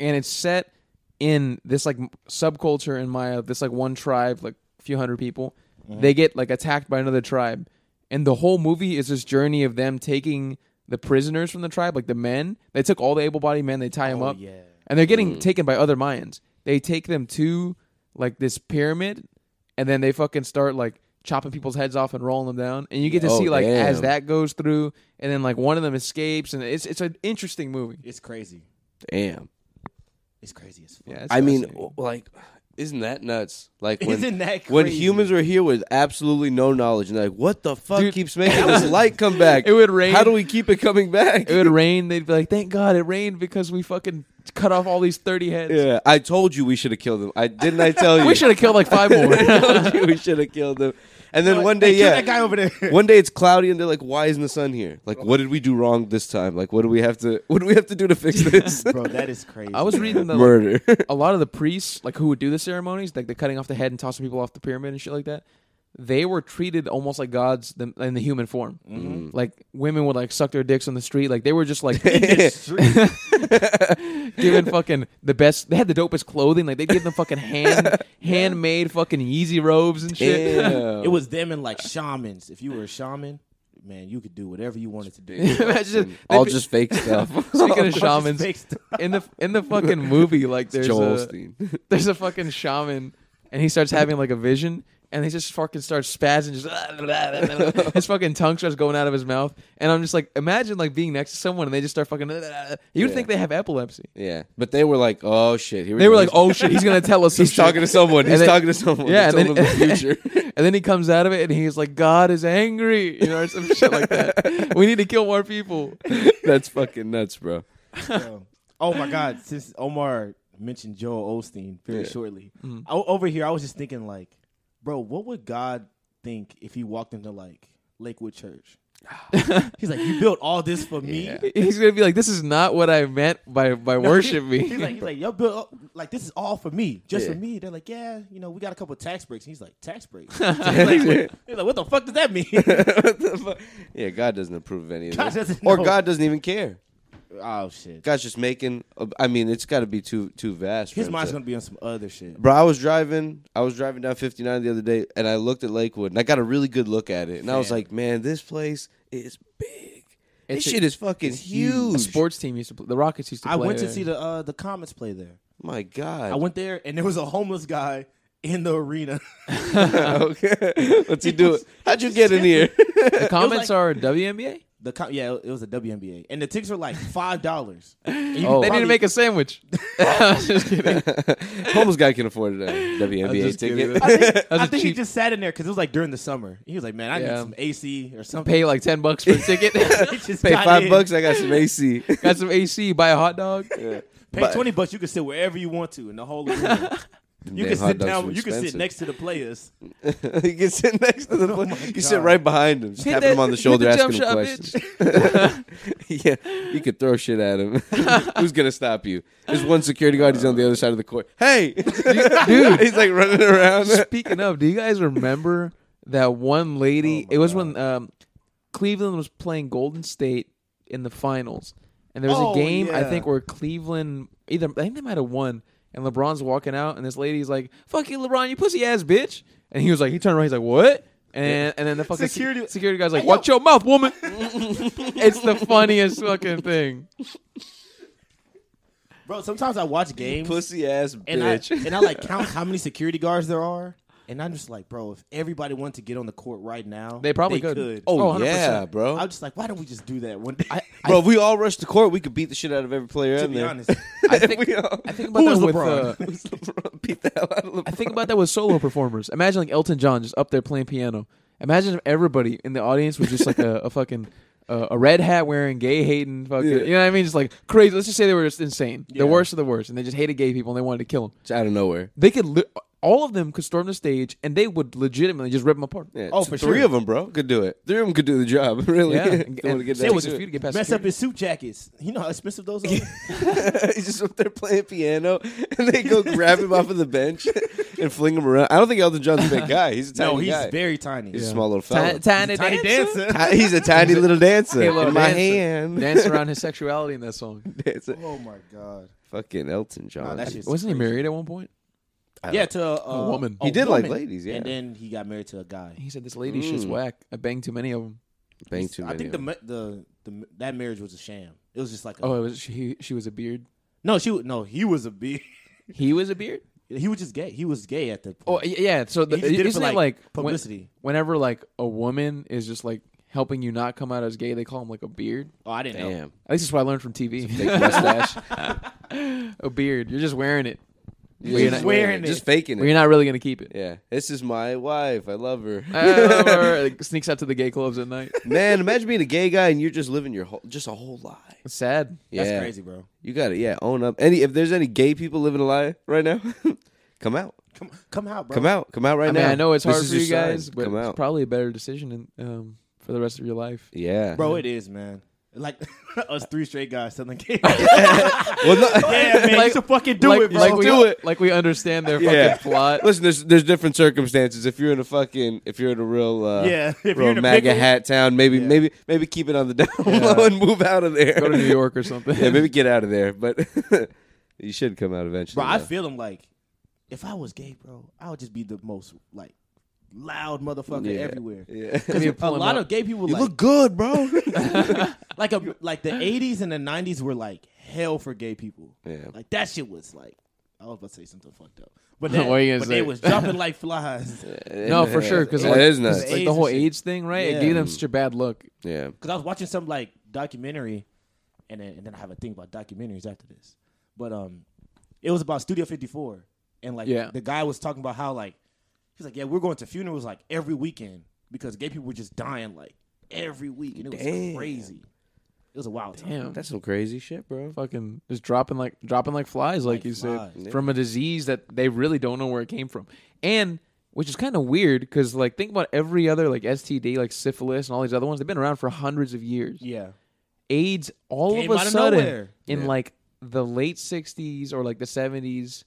Speaker 1: and it's set in this like m- subculture in Maya. This like one tribe, like a few hundred people.
Speaker 3: Mm-hmm.
Speaker 1: They get like attacked by another tribe, and the whole movie is this journey of them taking the prisoners from the tribe, like the men. They took all the able-bodied men. They tie them
Speaker 2: Oh,
Speaker 1: up,
Speaker 2: yeah.
Speaker 1: and they're getting taken by other Mayans. They take them to like this pyramid, and then they fucking start like chopping people's heads off and rolling them down. And you get to
Speaker 3: Oh,
Speaker 1: see like as
Speaker 3: damn.
Speaker 1: that goes through, and then like one of them escapes, and it's it's an interesting movie.
Speaker 2: It's crazy.
Speaker 3: Damn.
Speaker 2: It's crazy as fuck.
Speaker 1: Yeah, it's
Speaker 3: I mean,
Speaker 1: fascinating.
Speaker 3: w- like, isn't that nuts? Like, when,
Speaker 2: Isn't that
Speaker 3: when
Speaker 2: crazy?
Speaker 3: humans were here with absolutely no knowledge, and like, what the fuck
Speaker 1: Dude,
Speaker 3: keeps making this light come back?
Speaker 1: it would rain.
Speaker 3: How do we keep it coming back?
Speaker 1: it would rain. They'd be like, "Thank God it rained because we fucking cut off all these thirty heads.
Speaker 3: yeah, I told you we should have killed them. I didn't. I tell you
Speaker 1: We should have killed like five more."
Speaker 3: I told you we should have killed them. And then
Speaker 2: Like,
Speaker 3: one day,
Speaker 2: hey, kill
Speaker 3: yeah,
Speaker 2: that guy over there.
Speaker 3: one day it's cloudy, and they're like, "Why isn't the sun here? Like, what did we do wrong this time? Like, what do we have to? What do we have to do to fix this
Speaker 2: Bro, that is crazy.
Speaker 1: I was
Speaker 2: man.
Speaker 1: reading the like,
Speaker 3: murder?"
Speaker 1: a lot of the priests like who would do the ceremonies, like the cutting off the head and tossing people off the pyramid and shit like that. They were treated almost like gods them- in the human form.
Speaker 3: Mm-hmm.
Speaker 1: Like women would like suck their dicks on the street. Like they were just like giving fucking the best. They had the dopest clothing. Like they give them fucking hand handmade fucking Yeezy robes and shit.
Speaker 3: Damn.
Speaker 2: It was them and like shamans. If you were a shaman, man, you could do whatever you wanted to do.
Speaker 1: Imagine they'd
Speaker 3: all
Speaker 1: be-
Speaker 3: just fake stuff.
Speaker 1: speaking of
Speaker 2: Just
Speaker 1: shamans
Speaker 2: fake stuff.
Speaker 1: in the in the fucking movie. Like there's
Speaker 3: Joel
Speaker 1: a,
Speaker 3: Osteen.
Speaker 1: there's a fucking shaman and he starts having like a vision and he just fucking starts spazzing just his fucking tongue starts going out of his mouth and i'm just like imagine like being next to someone and they just start fucking you would
Speaker 3: Yeah.
Speaker 1: think they have epilepsy
Speaker 3: Yeah, but they were like, "Oh shit!" Here we
Speaker 1: they
Speaker 3: go.
Speaker 1: were like
Speaker 3: He's-
Speaker 1: oh shit he's gonna tell us some
Speaker 3: he's talking to
Speaker 1: shit.
Speaker 3: someone. He's
Speaker 1: And then-
Speaker 3: talking to someone. Yeah,
Speaker 1: yeah
Speaker 3: told
Speaker 1: and
Speaker 3: him the future.
Speaker 1: then, and then he comes out of it and he's like god is angry you know or some shit like that we need to kill more people
Speaker 3: That's fucking nuts, bro.
Speaker 2: So- oh my God! Since Omar mentioned Joel Osteen very
Speaker 3: Yeah.
Speaker 2: shortly, o- over here I was just thinking like, bro, what would God think if he walked into like Lakewood Church? He's like, you built all this for me.
Speaker 3: Yeah.
Speaker 1: he's gonna be like this is not what i meant by by worship me
Speaker 2: He's like, he's like, yo, Bill, oh, like this is all for me, just
Speaker 3: Yeah.
Speaker 2: for me. They're like, yeah, you know, we got a couple tax breaks. He's like, tax breaks. he's, like, what, he's like, what the fuck does that mean?
Speaker 3: What the fuck? Yeah, God doesn't approve of any of
Speaker 2: God
Speaker 3: this,
Speaker 2: doesn't
Speaker 3: or
Speaker 2: know.
Speaker 3: God doesn't even care.
Speaker 2: oh shit,
Speaker 3: God's just making. uh, I mean, it's got to be too too vast. for
Speaker 2: his
Speaker 3: him
Speaker 2: mind's
Speaker 3: to-
Speaker 2: gonna be on some other shit.
Speaker 3: Bro, I was driving. I was driving down 59 the other day, and I looked at Lakewood, and I got a really good look at it, and I was
Speaker 2: Man.
Speaker 3: like, "Man, this place is big. This
Speaker 1: It's a-
Speaker 3: shit is fucking huge.
Speaker 1: a sports team used to play, the rockets used to
Speaker 2: I
Speaker 1: play
Speaker 2: went to
Speaker 1: there.
Speaker 2: see the uh, the Comets play there.
Speaker 3: My God.
Speaker 2: I went there and there was a homeless guy in the arena.
Speaker 3: okay, what's he
Speaker 2: It
Speaker 3: doing?
Speaker 2: was-
Speaker 3: How'd you get in here?
Speaker 1: The comments
Speaker 2: like-
Speaker 1: are WNBA.
Speaker 2: The co- yeah, it was a WNBA, and the tickets were like five dollars.
Speaker 1: Oh, they need to make a sandwich. just kidding.
Speaker 3: Homeless guy can afford a WNBA
Speaker 1: just kidding.
Speaker 3: ticket.
Speaker 2: I think,
Speaker 1: That's
Speaker 2: I
Speaker 1: a
Speaker 2: think he
Speaker 1: cheap-
Speaker 2: just sat in there because it was like during the summer. He was like, "Man, I need
Speaker 1: Yeah.
Speaker 2: some AC or something."
Speaker 1: Pay like ten bucks for a ticket.
Speaker 2: He just
Speaker 3: Pay
Speaker 2: got
Speaker 3: five
Speaker 2: in.
Speaker 3: bucks, I got some AC.
Speaker 1: Got some AC. Buy a hot dog.
Speaker 2: Pay
Speaker 3: But-
Speaker 2: twenty bucks. You can sit wherever you want to in the whole arena. you
Speaker 3: damn
Speaker 2: can
Speaker 3: hot
Speaker 2: sit
Speaker 3: dogs
Speaker 2: down.
Speaker 3: are
Speaker 2: You can sit
Speaker 3: expensive.
Speaker 2: next to the players.
Speaker 3: you can sit next to the.
Speaker 2: Oh
Speaker 3: pla-
Speaker 2: my
Speaker 3: you sit
Speaker 2: God.
Speaker 3: right behind him, just
Speaker 1: Hit
Speaker 3: tapping
Speaker 1: that-
Speaker 3: him on the
Speaker 1: hit
Speaker 3: shoulder,
Speaker 1: the jump
Speaker 3: asking him
Speaker 1: shot,
Speaker 3: questions. yeah, you could throw shit at him. Who's gonna stop you? There's one security guard. He's on the other side of the court. Hey, dude! He's like running around.
Speaker 1: Speaking of, do you guys remember
Speaker 2: Oh
Speaker 1: that one lady? it was when um, Cleveland was playing Golden State in the finals, and there was
Speaker 2: Oh,
Speaker 1: a game I
Speaker 2: yeah.
Speaker 1: think where Cleveland either I think they might have won, and LeBron's walking out, and this lady's like, "Fuck you, LeBron, you pussy ass bitch," and he was like, he turned around, he's like, "What?" And, and then the fucking security,
Speaker 2: Security-
Speaker 1: security guy's like,
Speaker 2: Hey, yo.
Speaker 1: "Watch your mouth, woman." it's the funniest fucking thing.
Speaker 2: bro. Sometimes I watch games
Speaker 3: Pussy ass bitch.
Speaker 2: and I and I like count how many security guards there are, and I'm just like, bro, if everybody wanted to get on the court right now,
Speaker 1: They probably could.
Speaker 2: Oh,
Speaker 1: Oh,
Speaker 3: oh
Speaker 1: 100%.
Speaker 3: yeah, bro.
Speaker 2: I'm just like, why don't we just do that one day?
Speaker 3: bro, if we all rushed the court, we could beat the shit out of every player
Speaker 2: to
Speaker 3: in
Speaker 2: be
Speaker 3: there.
Speaker 2: honest,
Speaker 1: I think,
Speaker 3: We all-
Speaker 1: I think about
Speaker 2: Who
Speaker 1: that
Speaker 2: is
Speaker 1: with uh,
Speaker 2: LeBron?
Speaker 3: LeBron beat the hell out of
Speaker 1: I
Speaker 3: LeBron.
Speaker 1: think about that with solo performers. Imagine like Elton John just up there playing piano. Imagine if everybody in the audience was just like a, a fucking uh, a red hat wearing gay hating fucking.
Speaker 3: Yeah.
Speaker 1: You know what I mean? Just like crazy. Let's just say they were just insane,
Speaker 2: Yeah.
Speaker 1: the worst of the worst, and they just hated gay people and they wanted to kill them.
Speaker 3: It's out of nowhere.
Speaker 1: They could li- all of them could storm the stage and they would legitimately just rip them apart.
Speaker 3: Yeah,
Speaker 2: Oh,
Speaker 3: t-
Speaker 2: for
Speaker 3: three
Speaker 2: sure.
Speaker 3: of them, bro, could do it. Three of them could do the job, really.
Speaker 1: Yeah,
Speaker 3: If
Speaker 1: and,
Speaker 3: they wanna get
Speaker 1: it
Speaker 3: down
Speaker 1: was
Speaker 3: to
Speaker 1: a
Speaker 3: it.
Speaker 1: few to get past.
Speaker 2: mess up
Speaker 1: security.
Speaker 2: his suit jackets. You know how expensive those are.
Speaker 3: He's just up there playing piano, and they go grab him off of the bench and fling him around. I don't think Elton John's a big guy. He's a tiny
Speaker 2: no, he's
Speaker 3: guy.
Speaker 2: very tiny.
Speaker 3: He's
Speaker 1: Yeah.
Speaker 3: a small little
Speaker 1: Ti-
Speaker 3: fella.
Speaker 1: tiny,
Speaker 2: Tiny
Speaker 1: dancer.
Speaker 2: dancer.
Speaker 3: Ti- he's a tiny little dancer
Speaker 1: Hey, little
Speaker 3: in my
Speaker 1: dancer.
Speaker 3: hand.
Speaker 1: Dance around his sexuality in that song.
Speaker 3: Dancer.
Speaker 2: Oh my god.
Speaker 3: Fucking Elton
Speaker 2: Nah,
Speaker 3: John.
Speaker 2: that shit's
Speaker 1: Wasn't he
Speaker 2: crazy.
Speaker 1: married at one point?
Speaker 2: Yeah, to uh,
Speaker 1: A woman.
Speaker 3: he did like
Speaker 2: woman.
Speaker 3: ladies, yeah.
Speaker 2: and then he got married to a guy.
Speaker 1: He said this lady shit's
Speaker 3: Mm.
Speaker 1: whack. I banged too many of them.
Speaker 3: Bang too many.
Speaker 2: I think
Speaker 3: of
Speaker 2: the,
Speaker 3: them.
Speaker 2: ma- the the that marriage was a sham. It was just like a,
Speaker 1: Oh, it was she. She was a beard.
Speaker 2: no, she no, he was a b.
Speaker 1: He was a beard.
Speaker 2: he was just gay. He was gay at the
Speaker 1: Oh
Speaker 2: point.
Speaker 1: y- yeah, so the,
Speaker 2: he just did it for
Speaker 1: isn't
Speaker 2: like,
Speaker 1: it like when-
Speaker 2: publicity.
Speaker 1: whenever like a woman is just like helping you not come out as gay, they call him like a beard.
Speaker 2: oh, I didn't know.
Speaker 3: Damn.
Speaker 1: At least that's what I learned from
Speaker 3: Fake
Speaker 1: TV.
Speaker 3: mustache.
Speaker 1: a beard, you're just wearing it.
Speaker 3: You're
Speaker 1: you're
Speaker 3: just
Speaker 1: not-
Speaker 3: wearing it. Just faking
Speaker 1: But you're
Speaker 3: it.
Speaker 1: not really gonna keep it.
Speaker 3: Yeah. This is my wife. I love her.
Speaker 1: Uh, or, like, sneaks out to the gay clubs at night.
Speaker 3: Man, imagine being a gay guy and you're just living your whole, just a whole lie.
Speaker 1: It's sad.
Speaker 3: Yeah.
Speaker 2: That's crazy, bro.
Speaker 3: You got to yeah, own up. Any if there's any gay people living a lie right now, come out.
Speaker 2: Come come out, bro.
Speaker 3: Come out. Come out right
Speaker 1: I
Speaker 3: now.
Speaker 1: mean, I know it's
Speaker 3: This
Speaker 1: hard
Speaker 3: is
Speaker 1: for you
Speaker 3: your sign.
Speaker 1: guys, but
Speaker 3: come
Speaker 1: it's
Speaker 3: out.
Speaker 1: probably a better decision in, um, for the rest of your life.
Speaker 3: yeah.
Speaker 2: bro. It is, man. Like us three straight guys selling gay.
Speaker 3: Well, no-
Speaker 2: yeah, man. you
Speaker 1: Like-
Speaker 2: should fucking do
Speaker 1: like,
Speaker 2: it, bro.
Speaker 1: Like we,
Speaker 3: Do it.
Speaker 1: Like we understand their
Speaker 3: Yeah.
Speaker 1: fucking plot.
Speaker 3: Listen, there's there's different circumstances. If you're in a fucking, if you're in a real, uh,
Speaker 2: Yeah, if you're
Speaker 3: real
Speaker 2: in a
Speaker 3: MAGA
Speaker 2: pickle.
Speaker 3: hat town, maybe
Speaker 2: Yeah.
Speaker 3: maybe maybe keep it on the down
Speaker 1: Yeah.
Speaker 3: low and move out of there.
Speaker 1: Go to New York or something.
Speaker 3: yeah, maybe get out of there. But you should come out eventually.
Speaker 2: bro, I
Speaker 3: though.
Speaker 2: feel him. Like if I was gay, bro, I would just be the most like loud motherfucker
Speaker 3: Yeah.
Speaker 2: everywhere.
Speaker 3: Yeah.
Speaker 2: Because
Speaker 1: Yeah,
Speaker 2: a
Speaker 1: pull him
Speaker 2: lot
Speaker 1: up.
Speaker 2: of gay people
Speaker 3: You
Speaker 2: like
Speaker 3: look good, bro.
Speaker 2: like a, like the eighties and the nineties were like hell for gay people.
Speaker 3: Yeah.
Speaker 2: Like that shit was like I was about to say something fucked up. But
Speaker 1: What
Speaker 2: that,
Speaker 1: are you gonna
Speaker 2: but they
Speaker 1: say?
Speaker 2: was dropping like flies.
Speaker 1: No, for sure, because
Speaker 3: Yeah,
Speaker 1: like,
Speaker 3: it is
Speaker 1: 'cause,
Speaker 3: nuts.
Speaker 1: like
Speaker 2: AIDS
Speaker 1: the
Speaker 2: and
Speaker 1: whole
Speaker 2: shit.
Speaker 1: AIDS thing, right?
Speaker 2: Yeah.
Speaker 1: It gave them such a bad look.
Speaker 3: Yeah,
Speaker 2: Because I was watching some like documentary, and then, and then I have a thing about documentaries after this. But um, it was about Studio Fifty Four, and like
Speaker 1: Yeah.
Speaker 2: the guy was talking about how like he's like, yeah, we're going to funerals like every weekend because gay people were just dying like every week, and it was
Speaker 3: Damn.
Speaker 2: crazy. It was a wild time.
Speaker 1: Damn,
Speaker 3: that's some crazy shit, bro.
Speaker 1: fucking just dropping like dropping like flies, like,
Speaker 2: Like
Speaker 1: you
Speaker 2: flies.
Speaker 1: said, from a disease that they really don't know where it came from, and which is kind of weird because like think about every other like STD, like syphilis, and all these other ones. They've been around for hundreds of years.
Speaker 2: Yeah,
Speaker 1: AIDS all
Speaker 2: Came
Speaker 1: of
Speaker 2: out
Speaker 1: a
Speaker 2: of
Speaker 1: sudden
Speaker 2: nowhere.
Speaker 1: in
Speaker 3: Yeah.
Speaker 1: like the late '60s or like the '70s.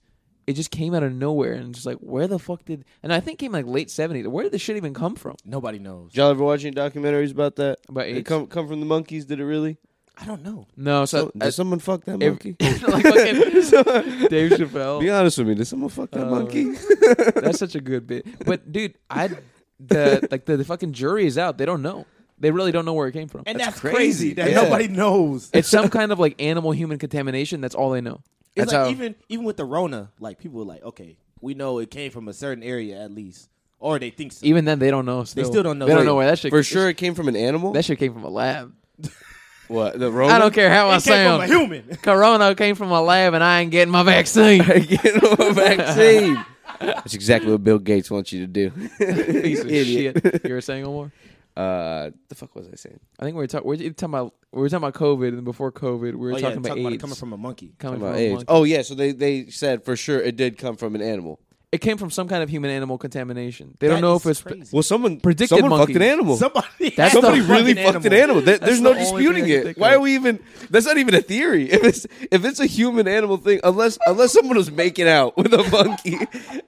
Speaker 1: It just came out of nowhere and just like where the fuck did and I think it came like late '70s. Where did this shit even come from?
Speaker 2: nobody knows.
Speaker 3: Did y'all ever watch any documentaries about that?
Speaker 1: About
Speaker 3: It
Speaker 1: AIDS?
Speaker 3: come come from the monkeys? Did it really?
Speaker 2: I don't know.
Speaker 1: No, so
Speaker 3: So, did someone fuck that
Speaker 1: uh, if-
Speaker 3: monkey?
Speaker 1: like fucking Dave Chappelle.
Speaker 3: Be honest with me. Did someone fuck that
Speaker 1: Uh,
Speaker 3: monkey?
Speaker 1: That's such a good bit. But dude, I the like the, the fucking jury is out. They don't know. They really don't know where it came from.
Speaker 2: And
Speaker 3: That's
Speaker 2: that's, crazy.
Speaker 3: crazy.
Speaker 2: that
Speaker 3: Yeah.
Speaker 2: nobody knows.
Speaker 1: it's some kind of like animal human contamination. That's all they know.
Speaker 2: It's
Speaker 1: That's
Speaker 2: like
Speaker 1: how.
Speaker 2: even even with the Rona, like people were like, okay, we know it came from a certain area at least, or they think so.
Speaker 1: even then, they don't know. Still.
Speaker 2: still don't know.
Speaker 1: They don't
Speaker 2: Wait,
Speaker 1: know where that shit.
Speaker 3: For sure, it came from an animal.
Speaker 1: that shit came from a lab.
Speaker 3: what the Roman?
Speaker 1: I don't care how I
Speaker 2: it came from a
Speaker 1: sound.
Speaker 2: human. Oh,
Speaker 1: Corona came from a lab, and I ain't getting my vaccine.
Speaker 3: Get him a vaccine. That's exactly what Bill Gates wants you to do.
Speaker 1: Piece of
Speaker 3: Idiot.
Speaker 1: shit. You were saying more.
Speaker 3: Uh, the fuck was I saying?
Speaker 1: I think we were talking. We were talking about we were talking about COVID, and before COVID, we were
Speaker 2: Oh, yeah,
Speaker 1: talking about
Speaker 2: talk
Speaker 1: AIDS
Speaker 2: it coming from a monkey.
Speaker 1: Coming
Speaker 3: About
Speaker 1: from a
Speaker 3: AIDS.
Speaker 1: monkey.
Speaker 3: Oh yeah, so they they said for sure it did come from an animal.
Speaker 1: It came from some kind of human animal contamination. They don't
Speaker 2: That
Speaker 1: know if
Speaker 2: is
Speaker 1: it's
Speaker 2: crazy.
Speaker 3: Well, someone
Speaker 1: Predicted
Speaker 3: someone
Speaker 1: monkeys.
Speaker 3: fucked an animal.
Speaker 2: Somebody.
Speaker 1: That's the
Speaker 3: Somebody really
Speaker 1: fucking
Speaker 3: fucked an
Speaker 1: animal.
Speaker 3: animal. There-
Speaker 1: That's
Speaker 3: there's no
Speaker 1: the only thing
Speaker 3: disputing
Speaker 1: I can
Speaker 3: it.
Speaker 1: think
Speaker 3: Why are
Speaker 1: of.
Speaker 3: we even? That's not even a theory. If it's if it's a human animal thing, unless unless someone was making out with a monkey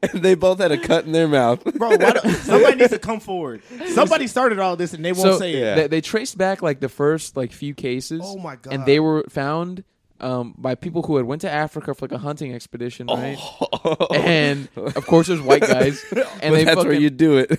Speaker 3: and they both had a cut in their mouth.
Speaker 2: Bro, why do, somebody needs to come forward. Somebody started all this and they won't
Speaker 1: so
Speaker 2: say it.
Speaker 3: Yeah.
Speaker 1: they, they traced back like the first like few cases.
Speaker 2: Oh my God.
Speaker 1: And they were found um, by people who had went to Africa for like a hunting expedition,
Speaker 3: Oh.
Speaker 1: right? And of course, there's white guys, and
Speaker 3: But
Speaker 1: they
Speaker 3: that's where
Speaker 1: fucking
Speaker 3: you do it.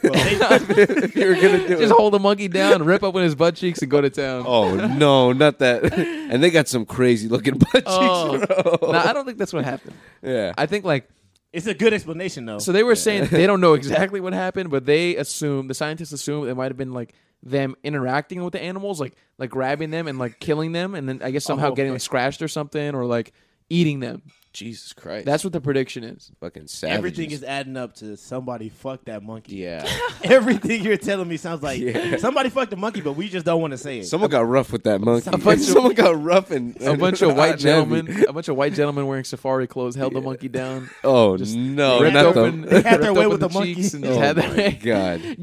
Speaker 3: If You're gonna do
Speaker 1: just
Speaker 3: it.
Speaker 1: hold the monkey down, rip up on his butt cheeks, and go to town.
Speaker 3: Oh no, not that. And they got some crazy looking butt cheeks,
Speaker 1: Oh.
Speaker 3: bro.
Speaker 1: No, I don't think that's what happened.
Speaker 3: Yeah.
Speaker 1: I think like
Speaker 2: It's a good explanation though.
Speaker 1: so they were saying they don't know exactly what happened, but they assume the scientists assume it might have been like them interacting with the animals, like like grabbing them and like killing them, and then I guess somehow
Speaker 2: Oh,
Speaker 1: getting
Speaker 2: okay.
Speaker 1: like, scratched or something, or like eating them.
Speaker 3: Jesus Christ.
Speaker 1: That's what the prediction is.
Speaker 3: fucking savage.
Speaker 2: Everything is adding up to somebody fuck that monkey.
Speaker 3: Yeah.
Speaker 2: Everything you're telling me sounds like
Speaker 3: Yeah.
Speaker 2: somebody fucked the monkey, but we just don't want to say it.
Speaker 3: Someone got rough with that monkey.
Speaker 1: bunch of-
Speaker 3: Someone got rough and
Speaker 1: A bunch of
Speaker 3: hot
Speaker 1: white
Speaker 3: and heavy.
Speaker 1: gentlemen, a bunch of white gentlemen wearing safari clothes held the monkey down,
Speaker 3: Oh
Speaker 1: Just
Speaker 3: no,
Speaker 1: ripped
Speaker 3: not
Speaker 1: open,
Speaker 3: them.
Speaker 2: They had their
Speaker 1: ripped
Speaker 2: way
Speaker 1: open
Speaker 2: with
Speaker 1: the,
Speaker 2: the monkey.
Speaker 1: cheeks, and just
Speaker 3: Oh
Speaker 1: had
Speaker 3: my
Speaker 1: their
Speaker 3: God.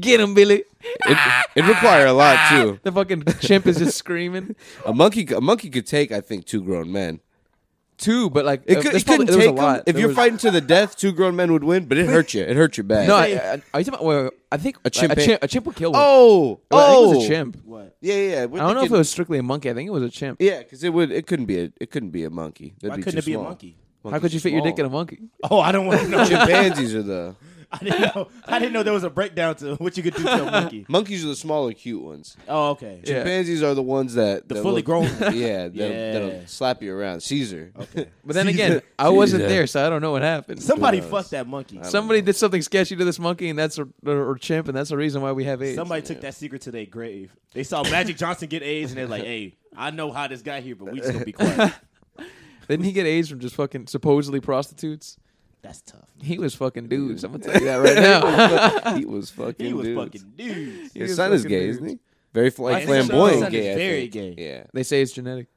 Speaker 1: Get him, Billy. Ah,
Speaker 3: It, it require a lot too.
Speaker 1: The fucking chimp is just screaming.
Speaker 3: A monkey, a monkey could take, I think, two grown men.
Speaker 1: Two, but like
Speaker 3: It,
Speaker 1: uh,
Speaker 3: could,
Speaker 1: there's
Speaker 3: it
Speaker 1: probably-
Speaker 3: couldn't
Speaker 1: there was
Speaker 3: take
Speaker 1: a lot.
Speaker 3: 'em. If
Speaker 1: There
Speaker 3: you're
Speaker 1: was-
Speaker 3: fighting to the death, two grown men would win, but it hurt you. It hurt you bad.
Speaker 1: no, I, I, are you talking about? Wait, wait, I think a
Speaker 3: chimp-
Speaker 1: chimp. A, chimp, a chimp would kill one.
Speaker 3: oh,
Speaker 1: Well, I
Speaker 3: oh,
Speaker 1: think it was a chimp.
Speaker 2: what?
Speaker 3: Yeah, yeah. yeah.
Speaker 1: I don't know if it was strictly a monkey. I think it was a chimp.
Speaker 3: Yeah, because it would. It couldn't be a. It couldn't be a monkey. That'd
Speaker 2: Why
Speaker 3: be
Speaker 2: couldn't
Speaker 3: too
Speaker 2: it be
Speaker 3: small.
Speaker 2: a monkey?
Speaker 1: How could
Speaker 3: Monkeys
Speaker 1: you
Speaker 3: are
Speaker 1: fit your dick in
Speaker 3: small.
Speaker 1: a monkey?
Speaker 2: Oh, I don't want to know.
Speaker 3: Chimpanzees are the
Speaker 2: I didn't know. I didn't know there was a breakdown to what you could do to a monkey.
Speaker 3: monkeys are the smaller, cute ones.
Speaker 2: Oh, okay.
Speaker 1: Yeah.
Speaker 3: Chimpanzees are the ones that
Speaker 2: The
Speaker 3: that
Speaker 2: fully
Speaker 3: look-
Speaker 2: grown.
Speaker 3: Yeah, that'll,
Speaker 2: Yeah. Oh.
Speaker 3: that'll slap you around. Caesar.
Speaker 1: But then
Speaker 3: See
Speaker 1: again,
Speaker 3: that?
Speaker 1: I
Speaker 3: See
Speaker 1: wasn't
Speaker 3: that?
Speaker 1: there, so I don't know what happened.
Speaker 2: Somebody
Speaker 3: Who knows?
Speaker 2: fucked that monkey.
Speaker 1: Somebody did something sketchy to this monkey, and that's a, or, or chimp, and that's the reason why we have AIDS.
Speaker 2: Somebody took that secret to their grave. They saw Magic Johnson get AIDS, and they're like, "Hey, I know how this guy here, but we just gonna be quiet."
Speaker 1: Didn't he get AIDS from just fucking supposedly prostitutes?
Speaker 2: That's tough.
Speaker 1: He was fucking dudes. I'm gonna tell you that right now.
Speaker 3: he was fucking.
Speaker 2: He was
Speaker 3: dudes.
Speaker 2: fucking dudes.
Speaker 1: He
Speaker 3: His
Speaker 1: was
Speaker 3: son is
Speaker 1: fucking
Speaker 3: gay,
Speaker 1: dudes.
Speaker 3: isn't he? Very fl-
Speaker 2: think
Speaker 3: like flamboyant
Speaker 2: so. His son
Speaker 3: gay.
Speaker 2: is
Speaker 3: I
Speaker 2: very gay.
Speaker 3: think. Yeah.
Speaker 1: they say it's genetic.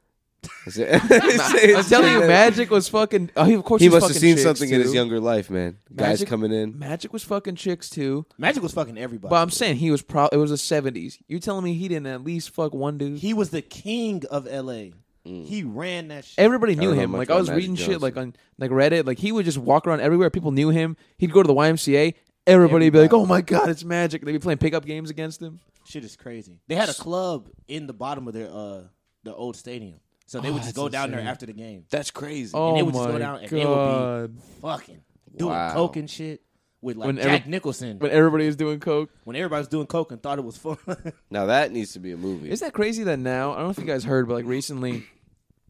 Speaker 3: Is it- It's-
Speaker 1: I'm telling you,
Speaker 3: it's-
Speaker 1: Magic was fucking. Oh, he, of course
Speaker 3: He
Speaker 1: he's
Speaker 3: must have
Speaker 1: fucking
Speaker 3: seen
Speaker 1: chicks,
Speaker 3: something in his
Speaker 1: too.
Speaker 3: younger life, man. Guys
Speaker 1: Magic-
Speaker 3: coming in.
Speaker 1: Magic was fucking chicks too,
Speaker 2: Magic was fucking everybody.
Speaker 1: but I'm saying he was pro. It was the '70s. You telling me he didn't at least fuck one dude?
Speaker 2: he was the king of L.A.
Speaker 3: Mm.
Speaker 2: He ran that shit.
Speaker 1: Everybody knew
Speaker 3: don't know
Speaker 1: him.
Speaker 3: much
Speaker 1: Like I
Speaker 3: about
Speaker 1: was
Speaker 3: Magic
Speaker 1: reading shit
Speaker 3: Johnson.
Speaker 1: like on like Reddit. Like he would just walk around everywhere. People knew him. He'd go to the YMCA. Everybody would be like,
Speaker 2: Everybody.
Speaker 1: "Oh my god, it's Magic!" They'd be playing pickup games against him.
Speaker 2: shit is crazy. They had a club in the bottom of their uh the old stadium, so they would just
Speaker 1: Oh, that's
Speaker 2: go down there
Speaker 1: insane.
Speaker 2: after the game.
Speaker 3: That's crazy.
Speaker 1: Oh
Speaker 2: and they would
Speaker 1: my
Speaker 2: just go down and they
Speaker 1: god!
Speaker 2: would be fucking doing
Speaker 3: Wow.
Speaker 2: coke and shit with like
Speaker 1: When
Speaker 2: Jack
Speaker 1: every-
Speaker 2: Nicholson
Speaker 1: When everybody is doing coke,
Speaker 2: when everybody was doing coke and thought it was fun.
Speaker 3: Now that needs to be a movie.
Speaker 1: Isn't that crazy that now? I don't know if you guys heard, but like recently,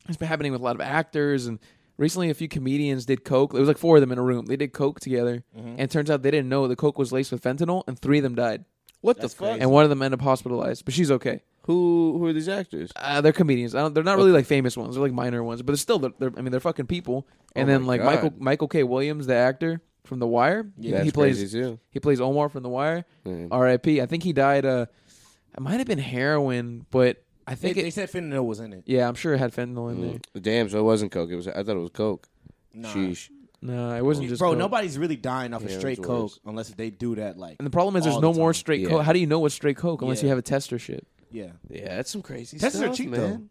Speaker 1: it's been happening with a lot of actors, and recently a few comedians did coke. It was like four of them in a room. They did coke together,
Speaker 3: Mm-hmm.
Speaker 1: and it turns out they didn't know the coke was laced with fentanyl, and three of them died,
Speaker 3: what the
Speaker 2: That's
Speaker 3: fuck?
Speaker 2: crazy.
Speaker 1: and one of them ended up hospitalized, but she's okay.
Speaker 3: Who who are these actors?
Speaker 1: Uh, they're comedians. I don't, they're not really like famous ones. They're like minor ones, but they're still. They're, they're- I mean, they're fucking people. And
Speaker 3: Oh
Speaker 1: then
Speaker 3: my
Speaker 1: like
Speaker 3: God.
Speaker 1: Michael Michael K. Williams, the actor from The Wire,
Speaker 3: Yeah,
Speaker 1: he
Speaker 3: that's
Speaker 1: plays
Speaker 3: crazy too.
Speaker 1: he plays Omar from The Wire.
Speaker 3: Mm.
Speaker 1: R.I.P. I think he died. Uh, it might have been heroin, but I
Speaker 2: they,
Speaker 1: think
Speaker 2: they
Speaker 1: it.
Speaker 2: said fentanyl was in it.
Speaker 1: Yeah, I'm sure it had fentanyl in there.
Speaker 3: Damn, so it wasn't coke. It was I thought it was coke.
Speaker 2: Nah.
Speaker 3: Sheesh.
Speaker 1: No, it wasn't just
Speaker 2: Bro,
Speaker 1: coke.
Speaker 2: nobody's really dying off of
Speaker 3: Yeah,
Speaker 2: straight
Speaker 3: it's
Speaker 2: coke
Speaker 3: worse.
Speaker 2: unless they do that. Like,
Speaker 1: And the problem is, there's
Speaker 2: all
Speaker 1: no
Speaker 2: the
Speaker 1: more
Speaker 2: time.
Speaker 1: straight
Speaker 3: Yeah.
Speaker 1: coke. How do you know what's straight coke unless
Speaker 2: Yeah.
Speaker 1: you have a tester shit?
Speaker 2: yeah,
Speaker 3: Yeah, that's some crazy
Speaker 2: tests
Speaker 3: stuff.
Speaker 2: are cheap
Speaker 3: man.
Speaker 2: though.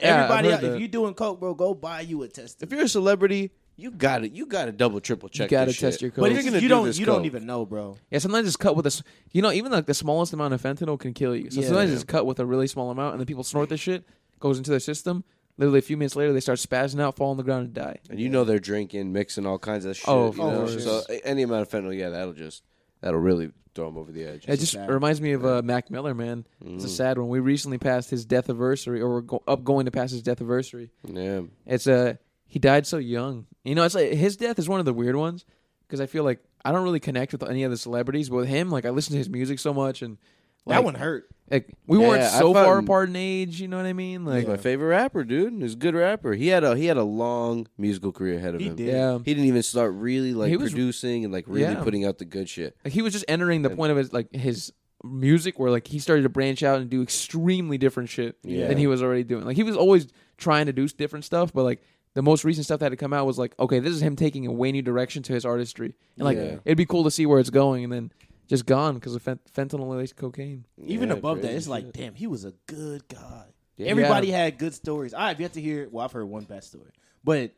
Speaker 1: I've
Speaker 2: Everybody,
Speaker 1: heard
Speaker 2: out,
Speaker 1: that.
Speaker 2: if you doing coke, bro, go buy you a test.
Speaker 3: If you're a celebrity, you got to You got to double triple check.
Speaker 1: gotta
Speaker 3: this
Speaker 1: test
Speaker 3: shit.
Speaker 1: your coke.
Speaker 2: but
Speaker 1: But
Speaker 2: it's
Speaker 3: you're
Speaker 2: just-
Speaker 3: gonna
Speaker 2: you
Speaker 3: do
Speaker 2: not
Speaker 3: this
Speaker 2: you
Speaker 3: coke.
Speaker 2: don't even know, bro.
Speaker 1: Yeah, sometimes it's cut with a, s- you know, even like the smallest amount of fentanyl can kill you. So
Speaker 2: Yeah.
Speaker 1: sometimes it's cut with a really small amount, and then people snort this shit, goes into their system. Literally a few minutes later, they start spazzing out, fall on the ground, and die.
Speaker 3: And you know they're drinking, mixing all kinds of shit.
Speaker 1: Oh,
Speaker 3: you
Speaker 1: of
Speaker 3: know?
Speaker 1: course.
Speaker 3: So a- any amount of fentanyl, yeah, that'll just that'll really throw them over the edge.
Speaker 1: It just
Speaker 2: sad.
Speaker 1: reminds me of uh, Mac Miller, man. It's a sad one. We recently passed his death anniversary, or we're go- up going to pass his death anniversary.
Speaker 3: yeah,
Speaker 1: It's uh, he died so young. You know, it's like his death is one of the weird ones because I feel like I don't really connect with any of the celebrities, but with him, like I listen to his music so much, and
Speaker 2: that
Speaker 1: like,
Speaker 2: one hurt.
Speaker 1: Like we weren't
Speaker 3: Yeah, I
Speaker 1: so far
Speaker 3: found-
Speaker 1: apart in age, you know what I mean? Like
Speaker 3: he's my favorite rapper, dude. He's a good rapper. He had a he had a long musical career ahead of
Speaker 2: He
Speaker 3: him.
Speaker 2: did.
Speaker 1: yeah.
Speaker 3: He didn't even start really like
Speaker 1: He was-
Speaker 3: producing and like really
Speaker 1: Yeah.
Speaker 3: putting out the good shit.
Speaker 1: Like he was just entering the point of his like his music where like he started to branch out and do extremely different shit
Speaker 3: Yeah.
Speaker 1: than he was already doing. Like he was always trying to do different stuff, but like the most recent stuff that had come out was like, okay, this is him taking a way new direction to his artistry, and like
Speaker 3: Yeah.
Speaker 1: it'd be cool to see where it's going, and then just gone because of fent- fentanyl laced cocaine.
Speaker 2: Even
Speaker 3: Yeah,
Speaker 2: above that,
Speaker 3: crazy
Speaker 2: it's like,
Speaker 3: shit.
Speaker 2: damn, he was a good guy.
Speaker 3: Yeah.
Speaker 2: Everybody had good stories. I've yet to hear. Well, I've heard one bad story, but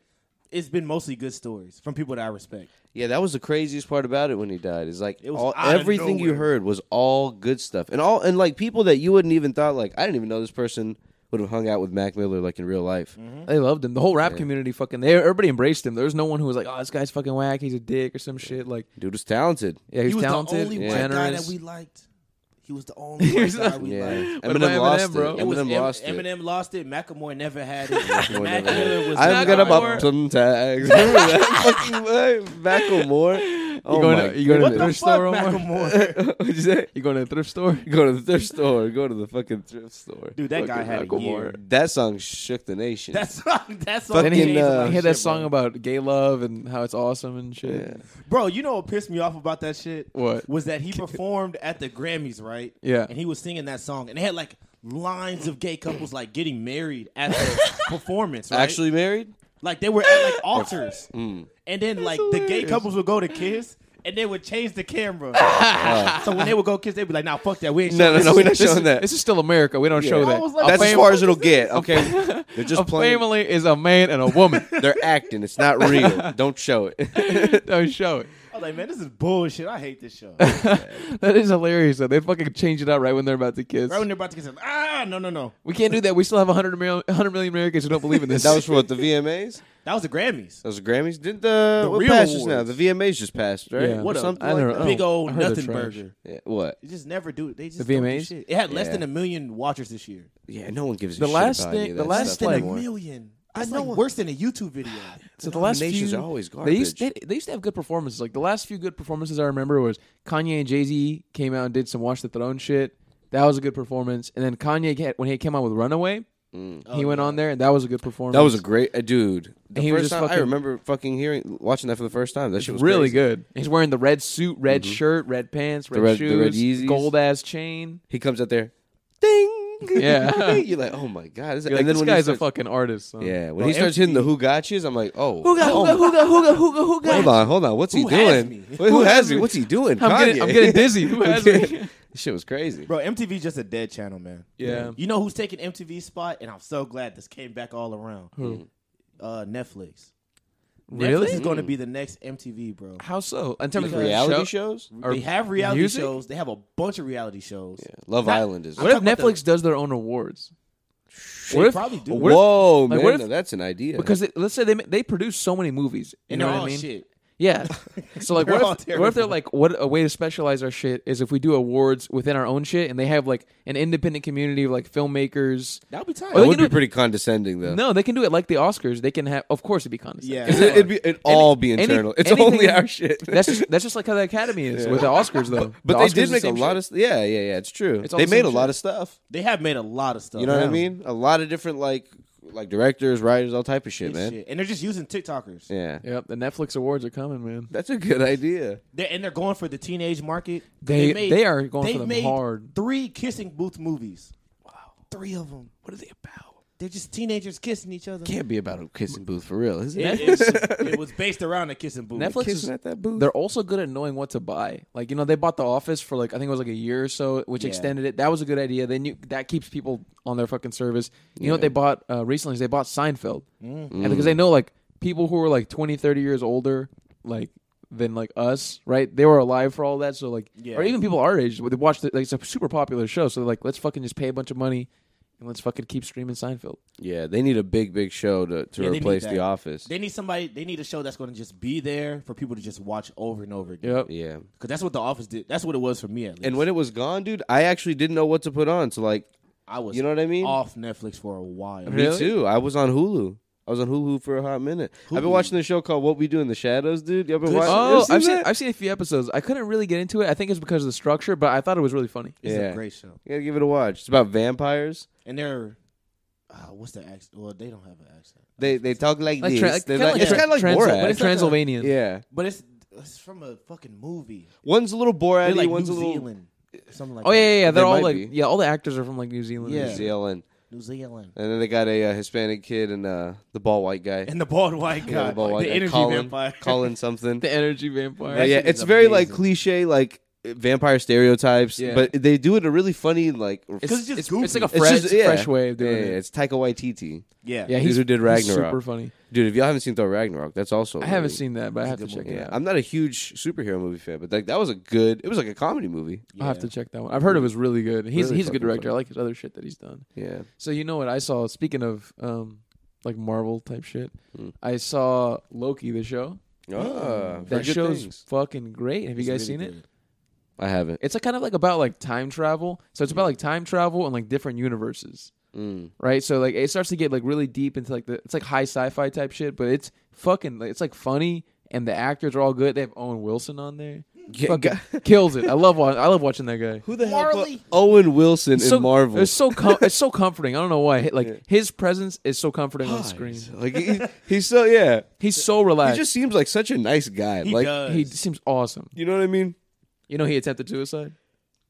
Speaker 2: it's been mostly good stories from people that I respect.
Speaker 3: Yeah, that was the craziest part about it when he died. Is like
Speaker 2: It was
Speaker 3: all,
Speaker 2: out of
Speaker 3: everything you
Speaker 2: nowhere.
Speaker 3: heard was all good stuff, and all and like people that you wouldn't even thought like I didn't even know this person would have hung out with Mac Miller like in real life.
Speaker 1: They loved him. The whole rap community fucking they everybody embraced him. There was no one who was like, "Oh, this guy's fucking whack. He's a dick" or some shit. Like,
Speaker 3: Dude was talented.
Speaker 1: yeah, he's
Speaker 2: he was
Speaker 1: talented,
Speaker 2: the only
Speaker 1: generous.
Speaker 2: white guy that we liked. He was the only white guy we
Speaker 3: Yeah,
Speaker 2: liked.
Speaker 3: Eminem,
Speaker 1: What about Eminem,
Speaker 3: lost
Speaker 1: bro?
Speaker 3: it.
Speaker 1: It
Speaker 2: It was
Speaker 3: Eminem
Speaker 2: Em-
Speaker 3: lost it.
Speaker 2: Eminem lost it. Macklemore never had it.
Speaker 3: Macklemore
Speaker 2: Mac
Speaker 3: never had
Speaker 2: Miller was
Speaker 1: Macklemore.
Speaker 3: I'm gonna bump some tags. Remember that fucking line? Macklemore. Oh
Speaker 1: You going
Speaker 3: my
Speaker 1: to- you going to
Speaker 2: What
Speaker 3: goodness.
Speaker 2: the
Speaker 1: Thrift
Speaker 2: fuck,
Speaker 1: store, Omar?
Speaker 2: Macklemore?
Speaker 3: What'd you say?
Speaker 1: You going to the thrift store?
Speaker 3: Go to the thrift store. Go to the fucking thrift store.
Speaker 2: Dude, that guy
Speaker 1: Fucking
Speaker 2: had a
Speaker 1: Macklemore.
Speaker 2: year.
Speaker 3: That song shook the nation.
Speaker 2: That song, that song
Speaker 1: Then he,
Speaker 3: Fucking,
Speaker 2: changed a lot
Speaker 3: uh,
Speaker 2: of
Speaker 1: he had that
Speaker 2: shit,
Speaker 1: song
Speaker 2: bro.
Speaker 1: about gay love and how it's awesome and shit.
Speaker 3: Yeah.
Speaker 2: Bro, you know what pissed me off about that shit?
Speaker 1: What?
Speaker 2: Was that he performed at the Grammys, right?
Speaker 1: Yeah.
Speaker 2: And he was singing that song, and they had like lines of gay couples like getting married at the performance, right?
Speaker 3: Actually married?
Speaker 2: Like they were at like altars,
Speaker 1: Mm.
Speaker 2: and then like the gay couples would go to kiss, and they would change the camera. so when they would go kiss, they'd be like, "Nah, fuck that, we ain't
Speaker 3: No,
Speaker 2: showing
Speaker 3: no, no. We're not
Speaker 1: This is-
Speaker 3: showing that.
Speaker 1: This is still America. We don't show
Speaker 2: I
Speaker 1: that.
Speaker 2: was like,
Speaker 1: a
Speaker 3: That's as
Speaker 1: fam-
Speaker 3: far as it'll get. Okay, they're
Speaker 1: a
Speaker 3: just playing.
Speaker 1: family is a man and a woman.
Speaker 3: They're acting. It's not real. Don't show it.
Speaker 1: don't show it.
Speaker 2: I was like, man, this is bullshit. I hate this show.
Speaker 1: That is hilarious. Though. They fucking change it up right when they're about to kiss.
Speaker 2: right when they're about to kiss, I'm, ah, no, no, no.
Speaker 1: we can't do that. We still have 100 million, 100 million Americans who don't believe in this.
Speaker 3: That was for what the VMAs.
Speaker 2: That was the Grammys.
Speaker 3: That was the Grammys. Did the,
Speaker 2: The
Speaker 3: what
Speaker 2: real
Speaker 3: passed just now?
Speaker 2: awards.
Speaker 3: The VMAs just passed, right?
Speaker 1: Yeah.
Speaker 3: Or
Speaker 2: What a
Speaker 3: something
Speaker 1: Oh, I
Speaker 3: like
Speaker 1: don't
Speaker 3: that?
Speaker 1: know.
Speaker 2: big old
Speaker 1: I heard they're
Speaker 2: nothing
Speaker 1: trash.
Speaker 2: burger.
Speaker 3: Yeah, what?
Speaker 2: They just never do. They just
Speaker 1: The
Speaker 2: don't do
Speaker 1: VMAs?
Speaker 2: shit. It had less
Speaker 3: Yeah.
Speaker 2: than a million watchers this year.
Speaker 3: Yeah, no one gives a
Speaker 1: The
Speaker 3: shit
Speaker 1: last
Speaker 3: about
Speaker 1: thing-
Speaker 3: any of
Speaker 1: the
Speaker 3: that
Speaker 1: last
Speaker 3: stuff
Speaker 2: Less than a
Speaker 1: like-
Speaker 3: anymore.
Speaker 2: million. That's
Speaker 3: I know.
Speaker 2: like worse than a YouTube video.
Speaker 1: So the last
Speaker 3: Nominations
Speaker 1: few,
Speaker 3: are always
Speaker 1: They used, they,
Speaker 3: garbage.
Speaker 1: they used to have good performances. Like the last few good performances I remember was Kanye and Jay Z came out and did some Watch the Throne shit. That was a good performance. And then Kanye had- when he came out with Runaway, he went on there and that was a good performance.
Speaker 3: Mm. That was a great uh, dude. The
Speaker 1: And he was
Speaker 3: first
Speaker 1: just
Speaker 3: time I
Speaker 1: fucking-
Speaker 3: remember fucking hearing, watching that for the first time. That shit was
Speaker 1: really
Speaker 3: crazy.
Speaker 1: good. He's wearing the red suit, red shirt, red pants, red,
Speaker 3: red- the red
Speaker 1: shoes,
Speaker 3: Yeezys.
Speaker 1: gold ass chain.
Speaker 3: He comes out there, ding.
Speaker 1: Yeah.
Speaker 3: you're like, oh my god. This,
Speaker 1: You're like,
Speaker 3: and then
Speaker 1: this
Speaker 3: when
Speaker 1: guy's
Speaker 3: he
Speaker 1: a
Speaker 3: starts,
Speaker 1: fucking artist. son.
Speaker 3: Yeah, when he starts hitting the who got yous, I'm like, oh,
Speaker 1: Hooga, hooga, hooga, hooga, hooga.
Speaker 3: Hold on, hold on. What's he
Speaker 2: Who has
Speaker 3: doing?
Speaker 2: me?
Speaker 3: Wait, who has me? What's he doing?
Speaker 1: I'm
Speaker 3: Kanye.
Speaker 1: getting- I'm getting dizzy. Who has me?
Speaker 3: This shit was crazy.
Speaker 2: Bro, MTV's just a dead channel, man.
Speaker 1: Yeah.
Speaker 2: You know who's taking MTV's spot? And I'm so glad this came back all around. Uh, Netflix.
Speaker 1: Really? Mm.
Speaker 2: Netflix is going to be the next MTV, bro.
Speaker 1: Mm-hmm. How so? In terms of
Speaker 2: Because-
Speaker 3: Reality
Speaker 1: show-
Speaker 3: shows?
Speaker 1: Or
Speaker 2: they have reality
Speaker 1: music?
Speaker 2: shows. They have a bunch of reality shows.
Speaker 3: Love
Speaker 2: Not-
Speaker 3: Island is.
Speaker 2: I'm
Speaker 1: What if
Speaker 2: talking about
Speaker 1: Netflix does their own awards?
Speaker 2: They
Speaker 1: What if-
Speaker 2: probably do.
Speaker 1: what if-
Speaker 3: Whoa,
Speaker 1: like,
Speaker 3: man,
Speaker 1: what if-
Speaker 3: no, that's an idea.
Speaker 1: Because it, let's say they ma- they produce so many movies, you
Speaker 2: and
Speaker 1: know
Speaker 2: they're
Speaker 1: what
Speaker 2: all
Speaker 1: I mean?
Speaker 2: Oh, shit.
Speaker 1: Yeah. So like,
Speaker 2: They're all
Speaker 1: what if, what if they're
Speaker 2: terrible.
Speaker 1: like, what a way to specialize our shit is if we do awards within our own shit, and they have like an independent community of like filmmakers.
Speaker 2: That would be tight.
Speaker 1: Or they
Speaker 3: it would
Speaker 1: can
Speaker 3: be
Speaker 1: do it-
Speaker 3: pretty condesconding though.
Speaker 1: No, they can do it like the Oscars. They can have, of course, it'd be condescending.
Speaker 2: Yeah.
Speaker 3: 'Cause it, would be it'd all be
Speaker 1: Any-
Speaker 3: internal. it's
Speaker 1: anything-
Speaker 3: only our shit.
Speaker 1: That's just, that's just like how the Academy is with the Oscars though. The
Speaker 3: but they
Speaker 1: Oscars is
Speaker 3: did
Speaker 1: the
Speaker 3: make a
Speaker 1: same
Speaker 3: lot
Speaker 1: shit.
Speaker 3: of. Yeah, yeah, yeah. It's true.
Speaker 1: It's all
Speaker 3: they
Speaker 1: the
Speaker 3: made
Speaker 1: same
Speaker 3: a lot
Speaker 1: shit. Oh,
Speaker 3: of stuff.
Speaker 2: They have made a lot of stuff.
Speaker 3: You know what I
Speaker 1: Yeah.
Speaker 3: mean? A lot of different like like directors, writers, all type of shit,
Speaker 2: It's
Speaker 3: man.
Speaker 2: shit. And they're just using TikTokers.
Speaker 3: Yeah.
Speaker 1: Yep, the Netflix awards are coming, man.
Speaker 3: That's a good idea.
Speaker 2: They're, and they're going for the teenage market.
Speaker 1: They-
Speaker 2: made-
Speaker 1: they are going for
Speaker 2: they've
Speaker 1: them
Speaker 2: made
Speaker 1: hard.
Speaker 2: Three kissing booth movies. Wow, three of them. What are they about? They're just teenagers kissing each other.
Speaker 3: Can't be about a kissing booth for real, is
Speaker 2: It,
Speaker 3: it?
Speaker 2: it was, it was based around a kissing booth.
Speaker 1: Netflix
Speaker 3: Kissing
Speaker 1: is
Speaker 3: at that booth?
Speaker 1: They're also good at knowing what to buy. Like you know, they bought The Office for like I think it was like a year or so, which
Speaker 2: Yeah.
Speaker 1: extended it. That was a good idea. They knew that keeps people on their fucking service. You know what they bought uh, recently? Is they bought Seinfeld, and because they know like people who are like 20, 30 years older, like than like us, right? They were alive for all that, so like,
Speaker 2: Yeah.
Speaker 1: or even people our age, they watched it. Like, it's a super popular show, so they're like, let's fucking just pay a bunch of money and let's fucking keep streaming Seinfeld.
Speaker 3: Yeah, they need a big, big show to, to
Speaker 2: Yeah, they need
Speaker 3: replace
Speaker 2: that.
Speaker 3: The Office.
Speaker 2: They need somebody. They need a show that's going to just be there for people to just watch over and over again.
Speaker 1: Yep.
Speaker 3: yeah.
Speaker 2: Because that's what The Office did. That's what it was for me at least.
Speaker 3: And when it was gone, dude, I actually didn't know what to put on. So like,
Speaker 2: I was,
Speaker 3: you know what I mean?
Speaker 2: off Netflix for a while.
Speaker 1: Really?
Speaker 3: me too. I was on Hulu. I was on Hulu for a hot minute. I've been watching the show called What We Do in the Shadows, dude. Y'all been
Speaker 2: Good
Speaker 3: watching?
Speaker 2: shit.
Speaker 1: Oh,
Speaker 3: Ever
Speaker 1: I've seen
Speaker 3: that?
Speaker 1: I've seen a few episodes. I couldn't really get into it. I think it's because of the structure, but I thought it was really funny.
Speaker 2: It's
Speaker 3: Yeah.
Speaker 2: a great show.
Speaker 3: You gotta give it a watch. It's about vampires.
Speaker 2: And they're uh, what's the accent? Well, they don't have an accent,
Speaker 3: They they talk like,
Speaker 1: Like
Speaker 3: this.
Speaker 1: tra-
Speaker 3: They're
Speaker 1: kinda
Speaker 3: like-
Speaker 1: like
Speaker 3: it's
Speaker 1: tra-
Speaker 3: kind of like
Speaker 1: trans-
Speaker 3: Borat.
Speaker 1: but it's Transylvanian.
Speaker 3: yeah,
Speaker 2: but it's it's from a fucking movie.
Speaker 3: one's a little Borat.
Speaker 2: They're like
Speaker 3: one's
Speaker 2: New
Speaker 3: a little
Speaker 2: Zealand, something like
Speaker 1: Oh yeah,
Speaker 2: that.
Speaker 1: yeah, yeah.
Speaker 3: They
Speaker 1: They're all
Speaker 3: might
Speaker 1: like
Speaker 3: be.
Speaker 1: yeah, all the actors are from like New Zealand.
Speaker 2: Yeah.
Speaker 3: New Zealand.
Speaker 2: New Zealand.
Speaker 3: And then they got a uh, Hispanic kid and uh, the bald white guy.
Speaker 2: And the bald white guy,
Speaker 3: Yeah, the bald white guy.
Speaker 2: energy
Speaker 3: Colin,
Speaker 2: vampire.
Speaker 3: Colin something.
Speaker 1: The energy
Speaker 3: But
Speaker 1: vampire.
Speaker 2: That
Speaker 3: yeah,
Speaker 2: shit is
Speaker 3: it's very like
Speaker 2: amazing.
Speaker 3: cliche, like vampire stereotypes.
Speaker 1: Yeah.
Speaker 3: But they do it a really funny, like
Speaker 1: It's,
Speaker 2: 'Cause it's just
Speaker 1: it's, it's like a
Speaker 2: goofy.
Speaker 3: it's
Speaker 1: fresh,
Speaker 3: just- yeah.
Speaker 1: fresh way of doing
Speaker 3: Yeah, yeah,
Speaker 1: it.
Speaker 3: It's Taika Waititi,
Speaker 2: Yeah.
Speaker 1: Yeah,
Speaker 3: Dude
Speaker 1: he's
Speaker 3: who did
Speaker 1: He's
Speaker 3: Ragnarok.
Speaker 1: super funny.
Speaker 3: dude. If y'all haven't seen Thor Ragnarok, that's also
Speaker 1: I haven't
Speaker 3: really-
Speaker 1: seen that, but I have to
Speaker 2: good
Speaker 1: check
Speaker 2: movie.
Speaker 1: it
Speaker 3: Yeah,
Speaker 1: out.
Speaker 3: I'm not a huge superhero movie fan, but like that was a good. It was like a comedy movie.
Speaker 1: I'll have to check that one. I've heard it was really good. He's
Speaker 3: Really
Speaker 1: he's a good
Speaker 3: fucking
Speaker 1: director.
Speaker 3: funny.
Speaker 1: I like his other shit that he's done.
Speaker 3: Yeah,
Speaker 1: So you know what I saw? Speaking of um, like Marvel type shit,
Speaker 3: Mm.
Speaker 1: I saw Loki the show.
Speaker 3: ah,
Speaker 1: Oh, That
Speaker 3: very good
Speaker 1: show's
Speaker 3: things.
Speaker 1: fucking great. Have you guys seen it?
Speaker 3: I haven't.
Speaker 1: It's a kind of like about like time travel. So it's about like time travel and like different universes,
Speaker 3: Mm.
Speaker 1: right? So like it starts to get like really deep into like the it's like high sci-fi type shit, but it's fucking like, it's like funny and the actors are all good. They have Owen Wilson on there.
Speaker 3: Yeah,
Speaker 1: Fucking
Speaker 3: God.
Speaker 1: kills it. I love wa- I love watching that guy.
Speaker 2: Who the
Speaker 3: Marley. Owen Wilson in Marvel.
Speaker 1: It's so com- it's so comforting. I don't know why. Like his presence is so comforting on screen.
Speaker 3: Like he, he's so yeah.
Speaker 1: He's so
Speaker 3: He
Speaker 1: relaxed. He,
Speaker 3: just seems like such a nice guy.
Speaker 2: He
Speaker 3: like
Speaker 2: does.
Speaker 1: seems awesome.
Speaker 3: you know what I mean?
Speaker 1: You know he attempted suicide.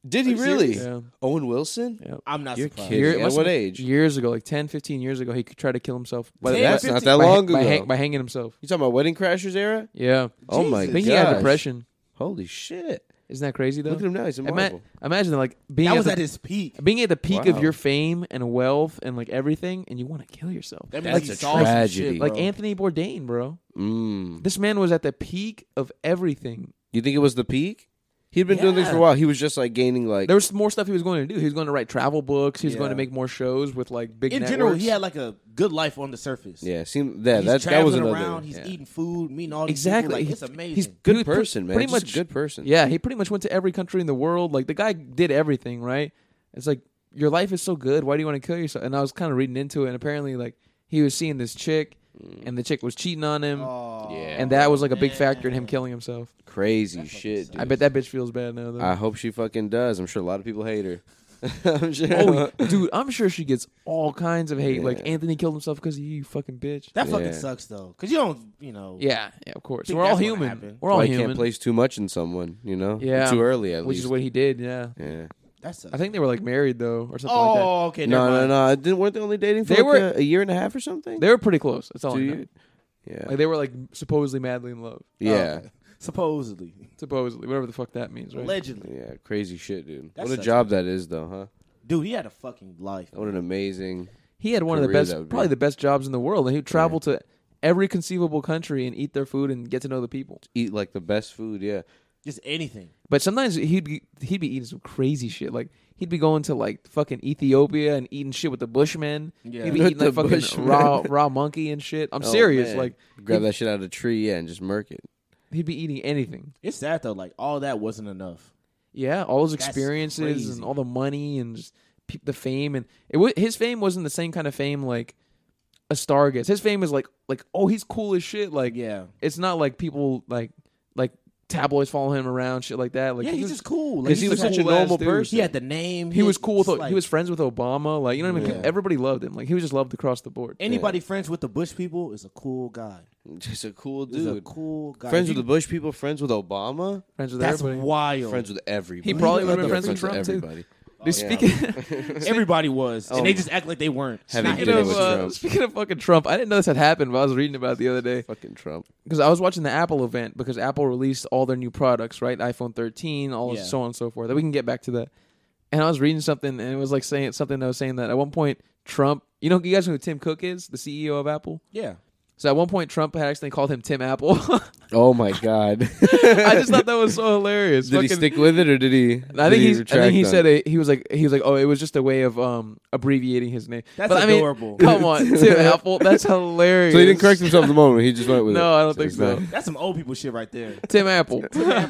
Speaker 3: Did he really?
Speaker 1: Yeah.
Speaker 3: Owen Wilson?
Speaker 1: Yeah.
Speaker 2: I'm not
Speaker 3: You're
Speaker 2: surprised.
Speaker 3: kidding.
Speaker 1: Year-
Speaker 3: At
Speaker 1: it must
Speaker 3: what
Speaker 1: have been
Speaker 3: age?
Speaker 1: Years ago, like 10, 15 years ago, he could try to kill himself. By,
Speaker 3: But
Speaker 2: Damn,
Speaker 3: that's
Speaker 1: by,
Speaker 3: not
Speaker 2: 50
Speaker 3: that
Speaker 1: by,
Speaker 3: long
Speaker 1: by,
Speaker 3: ago.
Speaker 1: hang- by hanging himself.
Speaker 3: you talking about Wedding Crashers era?
Speaker 1: Yeah.
Speaker 3: Oh my
Speaker 1: I
Speaker 3: god!
Speaker 1: think he had depression.
Speaker 3: Holy shit!
Speaker 1: Isn't that crazy though?
Speaker 3: Look at him now. He's in
Speaker 1: Ima-
Speaker 3: Marvel.
Speaker 1: imagine like being
Speaker 2: That
Speaker 1: at
Speaker 2: was
Speaker 1: the,
Speaker 2: at his peak.
Speaker 1: being at the peak of
Speaker 3: Wow.
Speaker 1: your fame and wealth and like everything, and you want to kill yourself.
Speaker 2: That
Speaker 3: That's
Speaker 2: he
Speaker 3: a
Speaker 2: saw some
Speaker 3: tragedy.
Speaker 2: shit,
Speaker 1: like
Speaker 2: bro.
Speaker 1: Anthony Bourdain, bro.
Speaker 3: Mm.
Speaker 1: This man was at the peak of everything.
Speaker 3: You think it was the peak? He'd been doing things for a
Speaker 1: Yeah.
Speaker 3: while. He was just like gaining like
Speaker 1: There was more stuff he was going to do. He was going to write travel books. He was going to
Speaker 2: Yeah.
Speaker 1: make more shows with like big.
Speaker 2: in
Speaker 1: networks.
Speaker 2: general, he had like a good life on the surface.
Speaker 3: yeah. Seemed yeah.
Speaker 2: He's
Speaker 3: That that was
Speaker 2: traveling
Speaker 3: another.
Speaker 2: around. He's
Speaker 1: yeah.
Speaker 2: eating food, meeting all these
Speaker 1: exactly.
Speaker 2: People. Like,
Speaker 1: He-
Speaker 2: it's amazing.
Speaker 1: He's
Speaker 3: good
Speaker 1: he was pre-
Speaker 3: person, man.
Speaker 1: Pretty
Speaker 3: Just a
Speaker 1: much
Speaker 3: good person.
Speaker 1: Yeah, he pretty much went to every country in the world. Like the guy did everything right. It's like your life is so good. Why do you want to kill yourself? And I was kind of reading into it, and apparently, like he was seeing this chick,
Speaker 3: Mm.
Speaker 1: and the chick was cheating on him,
Speaker 2: Aw.
Speaker 3: Yeah.
Speaker 1: and that was like a big factor in him killing himself.
Speaker 3: crazy shit. Dude.
Speaker 1: I bet that bitch feels bad now, though.
Speaker 3: I hope she fucking does. I'm sure a lot of people hate her. I'm sure.
Speaker 1: oh, dude, I'm sure she gets all kinds of hate.
Speaker 3: Yeah.
Speaker 1: Like Anthony killed himself because of you, you fucking bitch.
Speaker 2: That fucking
Speaker 3: Yeah.
Speaker 2: sucks though, because you don't, you know.
Speaker 1: yeah, yeah, of course.
Speaker 2: Think
Speaker 1: We're all
Speaker 2: that's what
Speaker 1: human.
Speaker 2: happened.
Speaker 1: We're all
Speaker 3: Why you
Speaker 1: human.
Speaker 3: can't place too much in someone, you know?
Speaker 1: Yeah.
Speaker 3: Too early, at
Speaker 1: which
Speaker 3: least.
Speaker 1: is what he did. Yeah,
Speaker 3: yeah.
Speaker 2: That sucks.
Speaker 1: I think they were like married though, or something like that.
Speaker 2: Oh, okay.
Speaker 3: No,
Speaker 2: never mind.
Speaker 3: no, no. Didn't, weren't they only dating for
Speaker 1: They
Speaker 3: like,
Speaker 1: were-
Speaker 3: a, a year and a half or something?
Speaker 1: They were pretty close. That's all
Speaker 3: Two
Speaker 1: I know.
Speaker 3: year- Yeah.
Speaker 1: Like they were like supposedly madly in love.
Speaker 3: yeah.
Speaker 2: Oh, supposedly,
Speaker 1: Supposedly, whatever the fuck that means, right?
Speaker 2: allegedly,
Speaker 3: Yeah. Crazy shit, dude.
Speaker 2: That
Speaker 3: what a
Speaker 2: sucks,
Speaker 3: job that is, though, huh?
Speaker 2: dude, he had a fucking life.
Speaker 3: What an amazing.
Speaker 1: He had one of the
Speaker 3: Career
Speaker 1: best,
Speaker 3: that would be.
Speaker 1: probably the best jobs in the world, and he would travel to every conceivable country and eat their food and get to know the people.
Speaker 3: Eat like the best food, yeah.
Speaker 2: Just anything.
Speaker 1: But sometimes he'd be, he'd be eating some crazy shit. Like he'd be going to like fucking Ethiopia and eating shit with the Bushmen.
Speaker 2: Yeah.
Speaker 1: He'd be
Speaker 3: With
Speaker 1: eating like
Speaker 3: the
Speaker 1: fucking
Speaker 3: Bushmen.
Speaker 1: raw raw monkey and shit. I'm
Speaker 3: Oh,
Speaker 1: serious.
Speaker 3: man.
Speaker 1: Like
Speaker 3: grab
Speaker 1: he'd,
Speaker 3: that shit out of a tree, yeah, and just murk it.
Speaker 1: he'd be eating anything.
Speaker 2: It's sad though. Like all that wasn't enough.
Speaker 1: Yeah, all those
Speaker 2: That's
Speaker 1: experiences
Speaker 2: crazy.
Speaker 1: and all the money and just pe- the fame and it wa his fame wasn't the same kind of fame like a star gets. His fame is like like oh he's cool as shit. Like
Speaker 2: Yeah.
Speaker 1: it's not like people like like tabloids follow him around shit like that. Like
Speaker 2: yeah,
Speaker 1: he
Speaker 2: he's
Speaker 1: was-
Speaker 2: just cool. Like,
Speaker 1: 'cause
Speaker 2: he's
Speaker 1: he was
Speaker 2: just
Speaker 1: such
Speaker 2: cool.
Speaker 1: a normal
Speaker 3: dude.
Speaker 1: person.
Speaker 2: He had the name.
Speaker 1: He was cool with
Speaker 2: just,
Speaker 1: he
Speaker 2: like,
Speaker 1: was friends with Obama. Like you know what I mean.
Speaker 2: Yeah.
Speaker 1: Everybody loved him. Like he was just loved across the board.
Speaker 2: Anybody friends with the Bush people is a cool guy.
Speaker 3: Just a cool
Speaker 2: He's a
Speaker 3: dude.
Speaker 2: cool guy.
Speaker 3: friends
Speaker 2: He-
Speaker 3: with the Bush people, friends with Obama,
Speaker 1: friends with
Speaker 2: That's
Speaker 1: everybody.
Speaker 2: wild.
Speaker 3: friends with everybody.
Speaker 1: probably
Speaker 3: What
Speaker 1: would've
Speaker 3: the
Speaker 1: been friends with
Speaker 3: fuck's
Speaker 1: Trump, too.
Speaker 3: everybody.
Speaker 2: Oh,
Speaker 1: Dude,
Speaker 3: yeah.
Speaker 1: Speaking,
Speaker 2: Everybody was,
Speaker 3: Oh.
Speaker 2: and they just act like they weren't.
Speaker 3: Having
Speaker 1: speaking
Speaker 3: dinner
Speaker 1: of
Speaker 3: with
Speaker 1: uh,
Speaker 3: Trump.
Speaker 1: speaking of fucking Trump, I didn't know this had happened, but I was reading about it the other day.
Speaker 3: Fucking Trump.
Speaker 1: because I was watching the Apple event because Apple released all their new products, right? iPhone 13, all
Speaker 2: Yeah.
Speaker 1: so on and so forth. That we can get back to that. And I was reading something, and it was like saying something that was saying that at one point Trump, you know, you guys know who Tim Cook is, the CEO of Apple.
Speaker 2: Yeah,
Speaker 1: So at one point Trump had accidentally called him Tim Apple.
Speaker 3: Oh my god.
Speaker 1: I just thought that was so hilarious.
Speaker 3: did he
Speaker 1: Fucking-
Speaker 3: stick with it or did he?
Speaker 1: I
Speaker 3: did
Speaker 1: think he's, I
Speaker 3: retract
Speaker 1: think he
Speaker 3: on
Speaker 1: said
Speaker 3: it.
Speaker 1: it, he was like he was like oh it was just a way of um abbreviating his name.
Speaker 2: That's
Speaker 1: but, I mean,
Speaker 2: adorable.
Speaker 1: come on, Tim Apple, that's hilarious.
Speaker 3: So he didn't correct himself in the moment. He just went with it.
Speaker 1: No, I don't
Speaker 3: So
Speaker 1: think
Speaker 3: it's
Speaker 1: so.
Speaker 3: not-
Speaker 2: that's some old people shit right there.
Speaker 1: Tim Apple.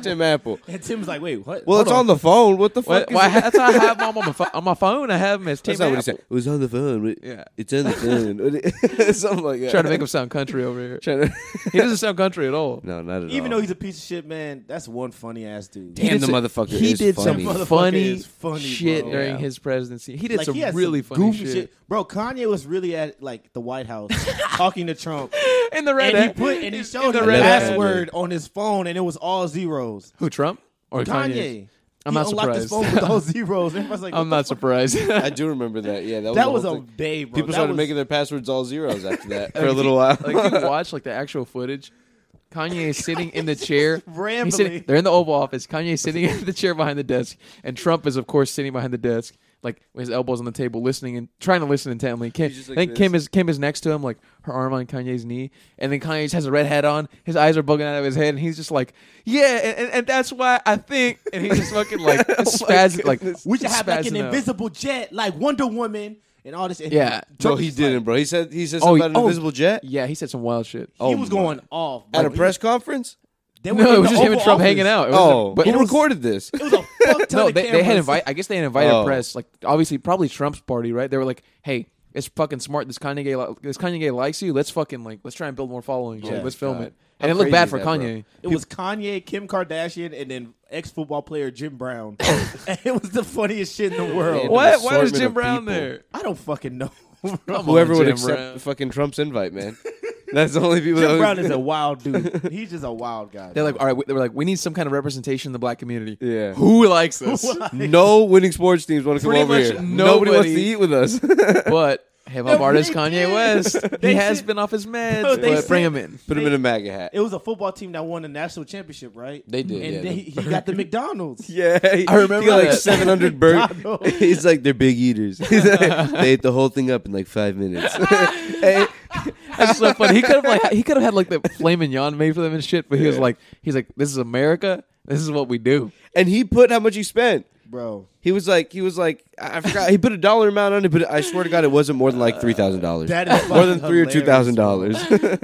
Speaker 3: Tim Apple.
Speaker 2: And Tim's like, wait, what?
Speaker 3: Well,
Speaker 2: Hold
Speaker 3: it's on. the phone. What the
Speaker 1: Why,
Speaker 3: fuck? is
Speaker 1: why,
Speaker 3: that?
Speaker 1: that's how I have him on my, pho- on my phone. I have him as Tim
Speaker 3: That's not what
Speaker 1: Apple.
Speaker 3: he said. It was on the phone. It-
Speaker 1: Yeah.
Speaker 3: It's on the phone. Something like that.
Speaker 1: Trying to make him sound country over here.
Speaker 3: Trying to-
Speaker 1: He doesn't sound country at all.
Speaker 3: no, not at
Speaker 2: Even
Speaker 3: all.
Speaker 2: though he's a piece of shit, man, that's one funny ass dude.
Speaker 3: Damn,
Speaker 1: He did
Speaker 3: the
Speaker 1: some-
Speaker 3: motherfucker
Speaker 1: He
Speaker 3: is
Speaker 1: did
Speaker 3: funny.
Speaker 1: some
Speaker 2: Motherfucker
Speaker 1: funny,
Speaker 2: is funny,
Speaker 1: shit
Speaker 2: bro.
Speaker 1: during
Speaker 3: Yeah.
Speaker 1: his presidency. He did
Speaker 2: Like,
Speaker 1: some
Speaker 2: he had
Speaker 1: really
Speaker 2: some
Speaker 1: funny
Speaker 2: goofy
Speaker 1: shit.
Speaker 2: Bro, Kanye was really at like the White House talking to Trump,
Speaker 1: In the red
Speaker 2: and he
Speaker 1: hat.
Speaker 2: put and he
Speaker 1: In
Speaker 2: showed
Speaker 1: the
Speaker 2: the
Speaker 1: red hat.
Speaker 2: password on his phone, and it was all zeros.
Speaker 1: Who Trump or
Speaker 2: Kanye.
Speaker 1: Kanye? I'm
Speaker 2: he
Speaker 1: not
Speaker 2: unlocked
Speaker 1: surprised.
Speaker 2: his phone with all zeros. Everybody's like,
Speaker 1: I'm
Speaker 2: what
Speaker 1: not surprised.
Speaker 3: I do remember that. Yeah, that
Speaker 2: the-
Speaker 3: was, the
Speaker 2: That was
Speaker 3: whole
Speaker 2: a
Speaker 3: thing.
Speaker 2: day, bro.
Speaker 3: People
Speaker 2: That
Speaker 3: started
Speaker 2: was-
Speaker 3: making their passwords all zeros after that for
Speaker 1: Like,
Speaker 3: a
Speaker 1: if
Speaker 3: little
Speaker 1: you-
Speaker 3: while.
Speaker 1: like if you watch like the actual footage, Kanye is sitting in the chair. He's sitting,
Speaker 2: Rambling.
Speaker 1: they're in the Oval Office. Kanye is sitting in the chair behind the desk, and Trump is of course sitting behind the desk, like with his elbows on the table, listening and trying to listen intently. Kim,
Speaker 3: He's just
Speaker 1: I
Speaker 3: like
Speaker 1: think
Speaker 3: this.
Speaker 1: Kim is Kim is next to him, like her arm on Kanye's knee, and then Kanye just has a red hat on. His eyes are bugging out of his head, and he's just like, "Yeah," and, and, and that's why I think. And he's just fucking like spazzing, like
Speaker 2: We should have like an
Speaker 1: spazzing out.
Speaker 2: invisible jet, like Wonder Woman, and all this. And
Speaker 1: Yeah.
Speaker 3: No,
Speaker 2: Trump
Speaker 3: he
Speaker 2: was like-
Speaker 3: didn't, bro. He said he said
Speaker 1: Oh,
Speaker 3: something
Speaker 1: he-
Speaker 3: about an
Speaker 1: oh.
Speaker 3: invisible jet
Speaker 1: Yeah, he said some wild shit. Oh,
Speaker 2: He was going off
Speaker 3: at a
Speaker 2: like,
Speaker 3: press conference.
Speaker 2: They were
Speaker 1: No,
Speaker 2: in
Speaker 1: it was
Speaker 2: the
Speaker 1: just him and
Speaker 2: Oval
Speaker 1: Trump
Speaker 2: Office.
Speaker 1: hanging out. It wasn't-
Speaker 3: Oh,
Speaker 1: but
Speaker 3: who
Speaker 1: it was-
Speaker 3: recorded this?
Speaker 2: It was a fuck ton
Speaker 1: no,
Speaker 2: of
Speaker 1: they, they had
Speaker 2: cameras.
Speaker 1: invite. I guess they had invited
Speaker 3: Oh.
Speaker 1: press. Like obviously, probably Trump's party, right? They were like, "Hey, it's fucking smart. This Kanye, guy li- this Kanye guy likes you. Let's fucking like, let's try and build more following.
Speaker 3: Yeah,
Speaker 1: let's film
Speaker 3: God.
Speaker 1: it." And
Speaker 3: How
Speaker 1: it looked
Speaker 3: crazy
Speaker 1: bad
Speaker 3: is
Speaker 1: for
Speaker 3: that,
Speaker 1: Kanye.
Speaker 2: It was Kanye, Kim Kardashian, and then ex football player Jim Brown. it was the funniest shit in the world.
Speaker 3: Yeah.
Speaker 1: What?
Speaker 3: What?
Speaker 1: Why
Speaker 3: Why
Speaker 1: was
Speaker 3: assortment was Jim
Speaker 1: Jim
Speaker 3: of
Speaker 1: Brown
Speaker 3: Brown people.
Speaker 1: there?
Speaker 3: there?
Speaker 2: I don't fucking know. bro.
Speaker 3: Whoever would
Speaker 1: Jim
Speaker 3: accept
Speaker 1: Brown.
Speaker 3: fucking Trump's invite, man. That's the only people. that
Speaker 2: Jim
Speaker 3: would-
Speaker 2: Brown is a wild dude. He's just a wild guy.
Speaker 1: They're like, all right. we- They were like, we need some kind of representation in the black community.
Speaker 3: Yeah.
Speaker 1: Who likes us?
Speaker 3: no winning sports teams want to come
Speaker 1: Pretty
Speaker 3: over
Speaker 1: much
Speaker 3: here. Nobody wants to
Speaker 1: nobody-
Speaker 3: eat with us.
Speaker 1: but hip hop
Speaker 2: They
Speaker 1: artist
Speaker 2: did.
Speaker 1: Kanye West, he
Speaker 2: They
Speaker 1: has
Speaker 2: said-
Speaker 1: been off his meds.
Speaker 2: Bro, they
Speaker 1: but bring
Speaker 2: said-
Speaker 1: him in.
Speaker 3: Put him in a MAGA hat.
Speaker 2: it was a football team that won the national championship, right?
Speaker 3: They did,
Speaker 2: And
Speaker 3: yeah,
Speaker 2: they,
Speaker 3: the
Speaker 2: he got the McDonald's.
Speaker 3: Yeah, he-
Speaker 1: I remember
Speaker 3: he got like
Speaker 1: that.
Speaker 3: seven hundred burgers.
Speaker 2: McDonald's.
Speaker 3: He's like they're big eaters. He's like, they ate the whole thing up in like five minutes. Hey,
Speaker 1: That's so funny. He could have like he could have had like the flame and yawn made for them and shit. But he was like, he's like, this is America. This is what we do.
Speaker 3: and he put how much he spent.
Speaker 2: Bro,
Speaker 3: He was like, he was like, I I forgot. He put a dollar amount on it, but I swear to God, it wasn't more than like three thousand dollars.
Speaker 2: that is
Speaker 3: More than
Speaker 2: fucking
Speaker 3: three or two thousand dollars.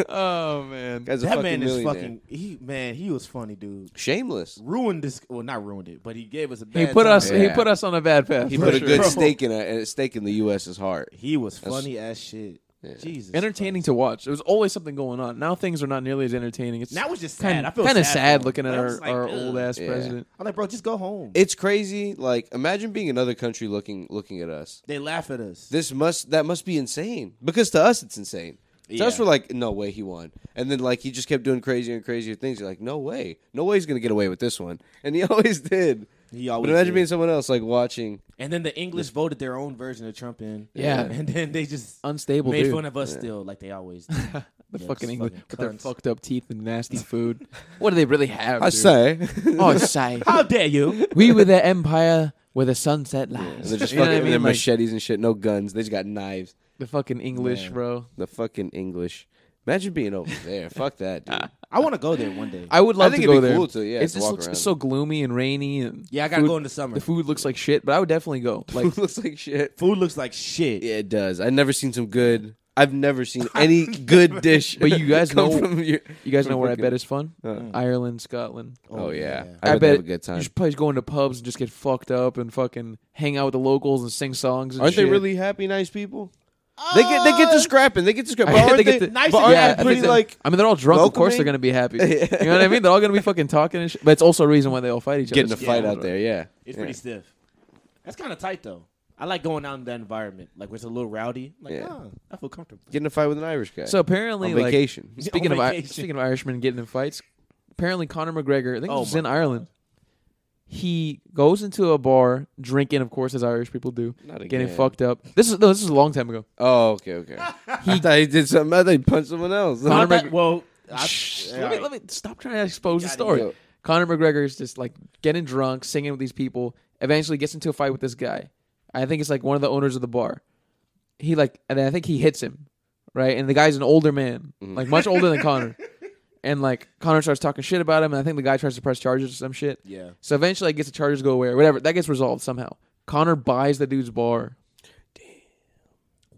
Speaker 1: Oh man.
Speaker 2: that man is fucking. He man, he was funny, dude.
Speaker 3: shameless.
Speaker 2: Ruined this. Well, not ruined it, but he gave us a.
Speaker 1: He
Speaker 2: Bad
Speaker 1: put
Speaker 2: time.
Speaker 1: us. He
Speaker 3: Yeah.
Speaker 1: put us on a bad path.
Speaker 3: He
Speaker 1: for
Speaker 3: put a
Speaker 1: sure.
Speaker 3: good
Speaker 2: Bro.
Speaker 3: stake in a, a stake in the U.S.'s heart.
Speaker 2: He was funny as shit. Jesus,
Speaker 1: entertaining to watch. There was always something going on. Now things are not nearly as entertaining. It's
Speaker 2: Now it's just sad.
Speaker 1: kind
Speaker 2: I
Speaker 1: of
Speaker 2: feel
Speaker 1: kind of
Speaker 2: sad
Speaker 1: sad
Speaker 2: for him.
Speaker 1: looking at
Speaker 2: I
Speaker 1: our,
Speaker 2: was like,
Speaker 1: our
Speaker 2: ugh.
Speaker 1: old ass
Speaker 3: Yeah.
Speaker 1: president.
Speaker 2: I'm like, bro, just go home.
Speaker 3: It's crazy. Like imagine being another country looking looking at us.
Speaker 2: they laugh at us.
Speaker 3: This must that must be insane because to us it's insane. To us
Speaker 2: Yeah.
Speaker 3: we're like, no way he won, and then like he just kept doing crazier and crazier things. You're like, no way, no way he's gonna get away with this one, and he always did.
Speaker 2: He always
Speaker 3: but imagine
Speaker 2: did.
Speaker 3: being someone else like watching.
Speaker 2: and then the English voted their own version of Trump in.
Speaker 1: Yeah.
Speaker 2: and then they just
Speaker 1: Unstable
Speaker 2: made
Speaker 1: dude.
Speaker 2: fun of us still, like they always. do.
Speaker 1: the
Speaker 2: Yeah,
Speaker 1: fucking
Speaker 2: just
Speaker 1: English
Speaker 2: fucking
Speaker 1: with their
Speaker 2: cunts.
Speaker 1: fucked up teeth and nasty food. what do they really have?
Speaker 3: I
Speaker 1: dude?
Speaker 3: say,
Speaker 1: Oh, say.
Speaker 2: How dare you?
Speaker 1: we were the empire where the sunset lies.
Speaker 3: they're just
Speaker 1: You know
Speaker 3: fucking
Speaker 1: what I
Speaker 3: they're
Speaker 1: mean? Like,
Speaker 3: machetes and shit. No guns. They just got knives.
Speaker 1: the fucking English, bro.
Speaker 3: The fucking English. Imagine being over there. Fuck that,
Speaker 1: Ah.
Speaker 3: dude.
Speaker 2: I want to go there one day.
Speaker 1: I would love
Speaker 3: think
Speaker 1: to go
Speaker 3: it'd be
Speaker 1: there.
Speaker 3: cool to, yeah,
Speaker 1: it's
Speaker 3: to
Speaker 1: just
Speaker 3: walk
Speaker 1: looks
Speaker 3: around.
Speaker 1: so gloomy and rainy, and
Speaker 2: yeah, I gotta
Speaker 1: food-
Speaker 2: go in the summer.
Speaker 1: The food looks like shit, but I would definitely go. Like
Speaker 3: looks like shit.
Speaker 2: food looks like shit.
Speaker 3: Yeah, it does. I've never seen some good. I've never seen any good dish.
Speaker 1: But you guys
Speaker 3: come
Speaker 1: know-
Speaker 3: from your-
Speaker 1: You guys
Speaker 3: from
Speaker 1: know where I
Speaker 3: fucking-
Speaker 1: bet it's fun?
Speaker 3: Uh.
Speaker 1: Ireland, Scotland.
Speaker 3: Oh yeah,
Speaker 1: I,
Speaker 3: I, bet, they
Speaker 1: bet
Speaker 3: have a good time.
Speaker 1: You should probably go into pubs and just get fucked up and fucking hang out with the locals and sing songs. And
Speaker 3: Aren't they
Speaker 1: shit.
Speaker 3: really happy, nice people?
Speaker 2: Uh,
Speaker 3: They get they get to scrapping. They get to
Speaker 1: I
Speaker 3: scrapping.
Speaker 1: bet
Speaker 3: But aren't
Speaker 1: they get
Speaker 3: they,
Speaker 1: to-
Speaker 2: nice
Speaker 3: but
Speaker 2: and
Speaker 3: aren't
Speaker 2: happy.
Speaker 3: they
Speaker 1: I
Speaker 3: pretty
Speaker 1: think they-
Speaker 3: like
Speaker 1: I mean, they're all drunk. Of course, they're
Speaker 3: welcoming?
Speaker 1: gonna be happy. You know what I mean? They're all gonna be fucking talking and shit. But it's also a reason why they all fight each other.
Speaker 3: getting a
Speaker 1: Yeah.
Speaker 3: fight out there? Yeah,
Speaker 2: It's
Speaker 3: yeah.
Speaker 2: pretty stiff. That's kind of tight though. I like going out in that environment, like where it's a little rowdy. I'm like,
Speaker 3: Yeah.
Speaker 2: ah, I feel comfortable.
Speaker 3: Getting a fight with an Irish guy.
Speaker 1: So apparently,
Speaker 3: on
Speaker 1: like,
Speaker 3: vacation.
Speaker 1: speaking
Speaker 2: On
Speaker 1: of I-
Speaker 2: vacation.
Speaker 1: speaking of Irishmen getting in fights, apparently Conor McGregor, I think
Speaker 2: Oh
Speaker 1: this is
Speaker 2: my
Speaker 1: in Ireland. He goes into a bar drinking, of course, as Irish people do,
Speaker 3: Not
Speaker 1: getting
Speaker 3: again.
Speaker 1: fucked up. This is no, this is a long time ago.
Speaker 3: oh, okay, okay. I
Speaker 1: He
Speaker 3: thought he did something. I thought he punched someone else.
Speaker 2: I
Speaker 1: Conor
Speaker 2: thought-
Speaker 1: McG-
Speaker 2: well, I,
Speaker 1: Shh,
Speaker 2: all
Speaker 1: let, me,
Speaker 2: right.
Speaker 1: let me stop trying to expose the
Speaker 2: Gotta
Speaker 1: story.
Speaker 3: go.
Speaker 1: Conor McGregor is just like getting drunk, singing with these people. Eventually, gets into a fight with this guy. I think it's like one of the owners of the bar. He like, and I think he hits him, right? And the guy's an older man, like much older than Conor. And like Conor starts talking shit about him, and I think the guy tries to press charges or some shit.
Speaker 2: Yeah.
Speaker 1: So eventually, I guess the charges go away or whatever. That gets resolved somehow. Conor buys the dude's bar,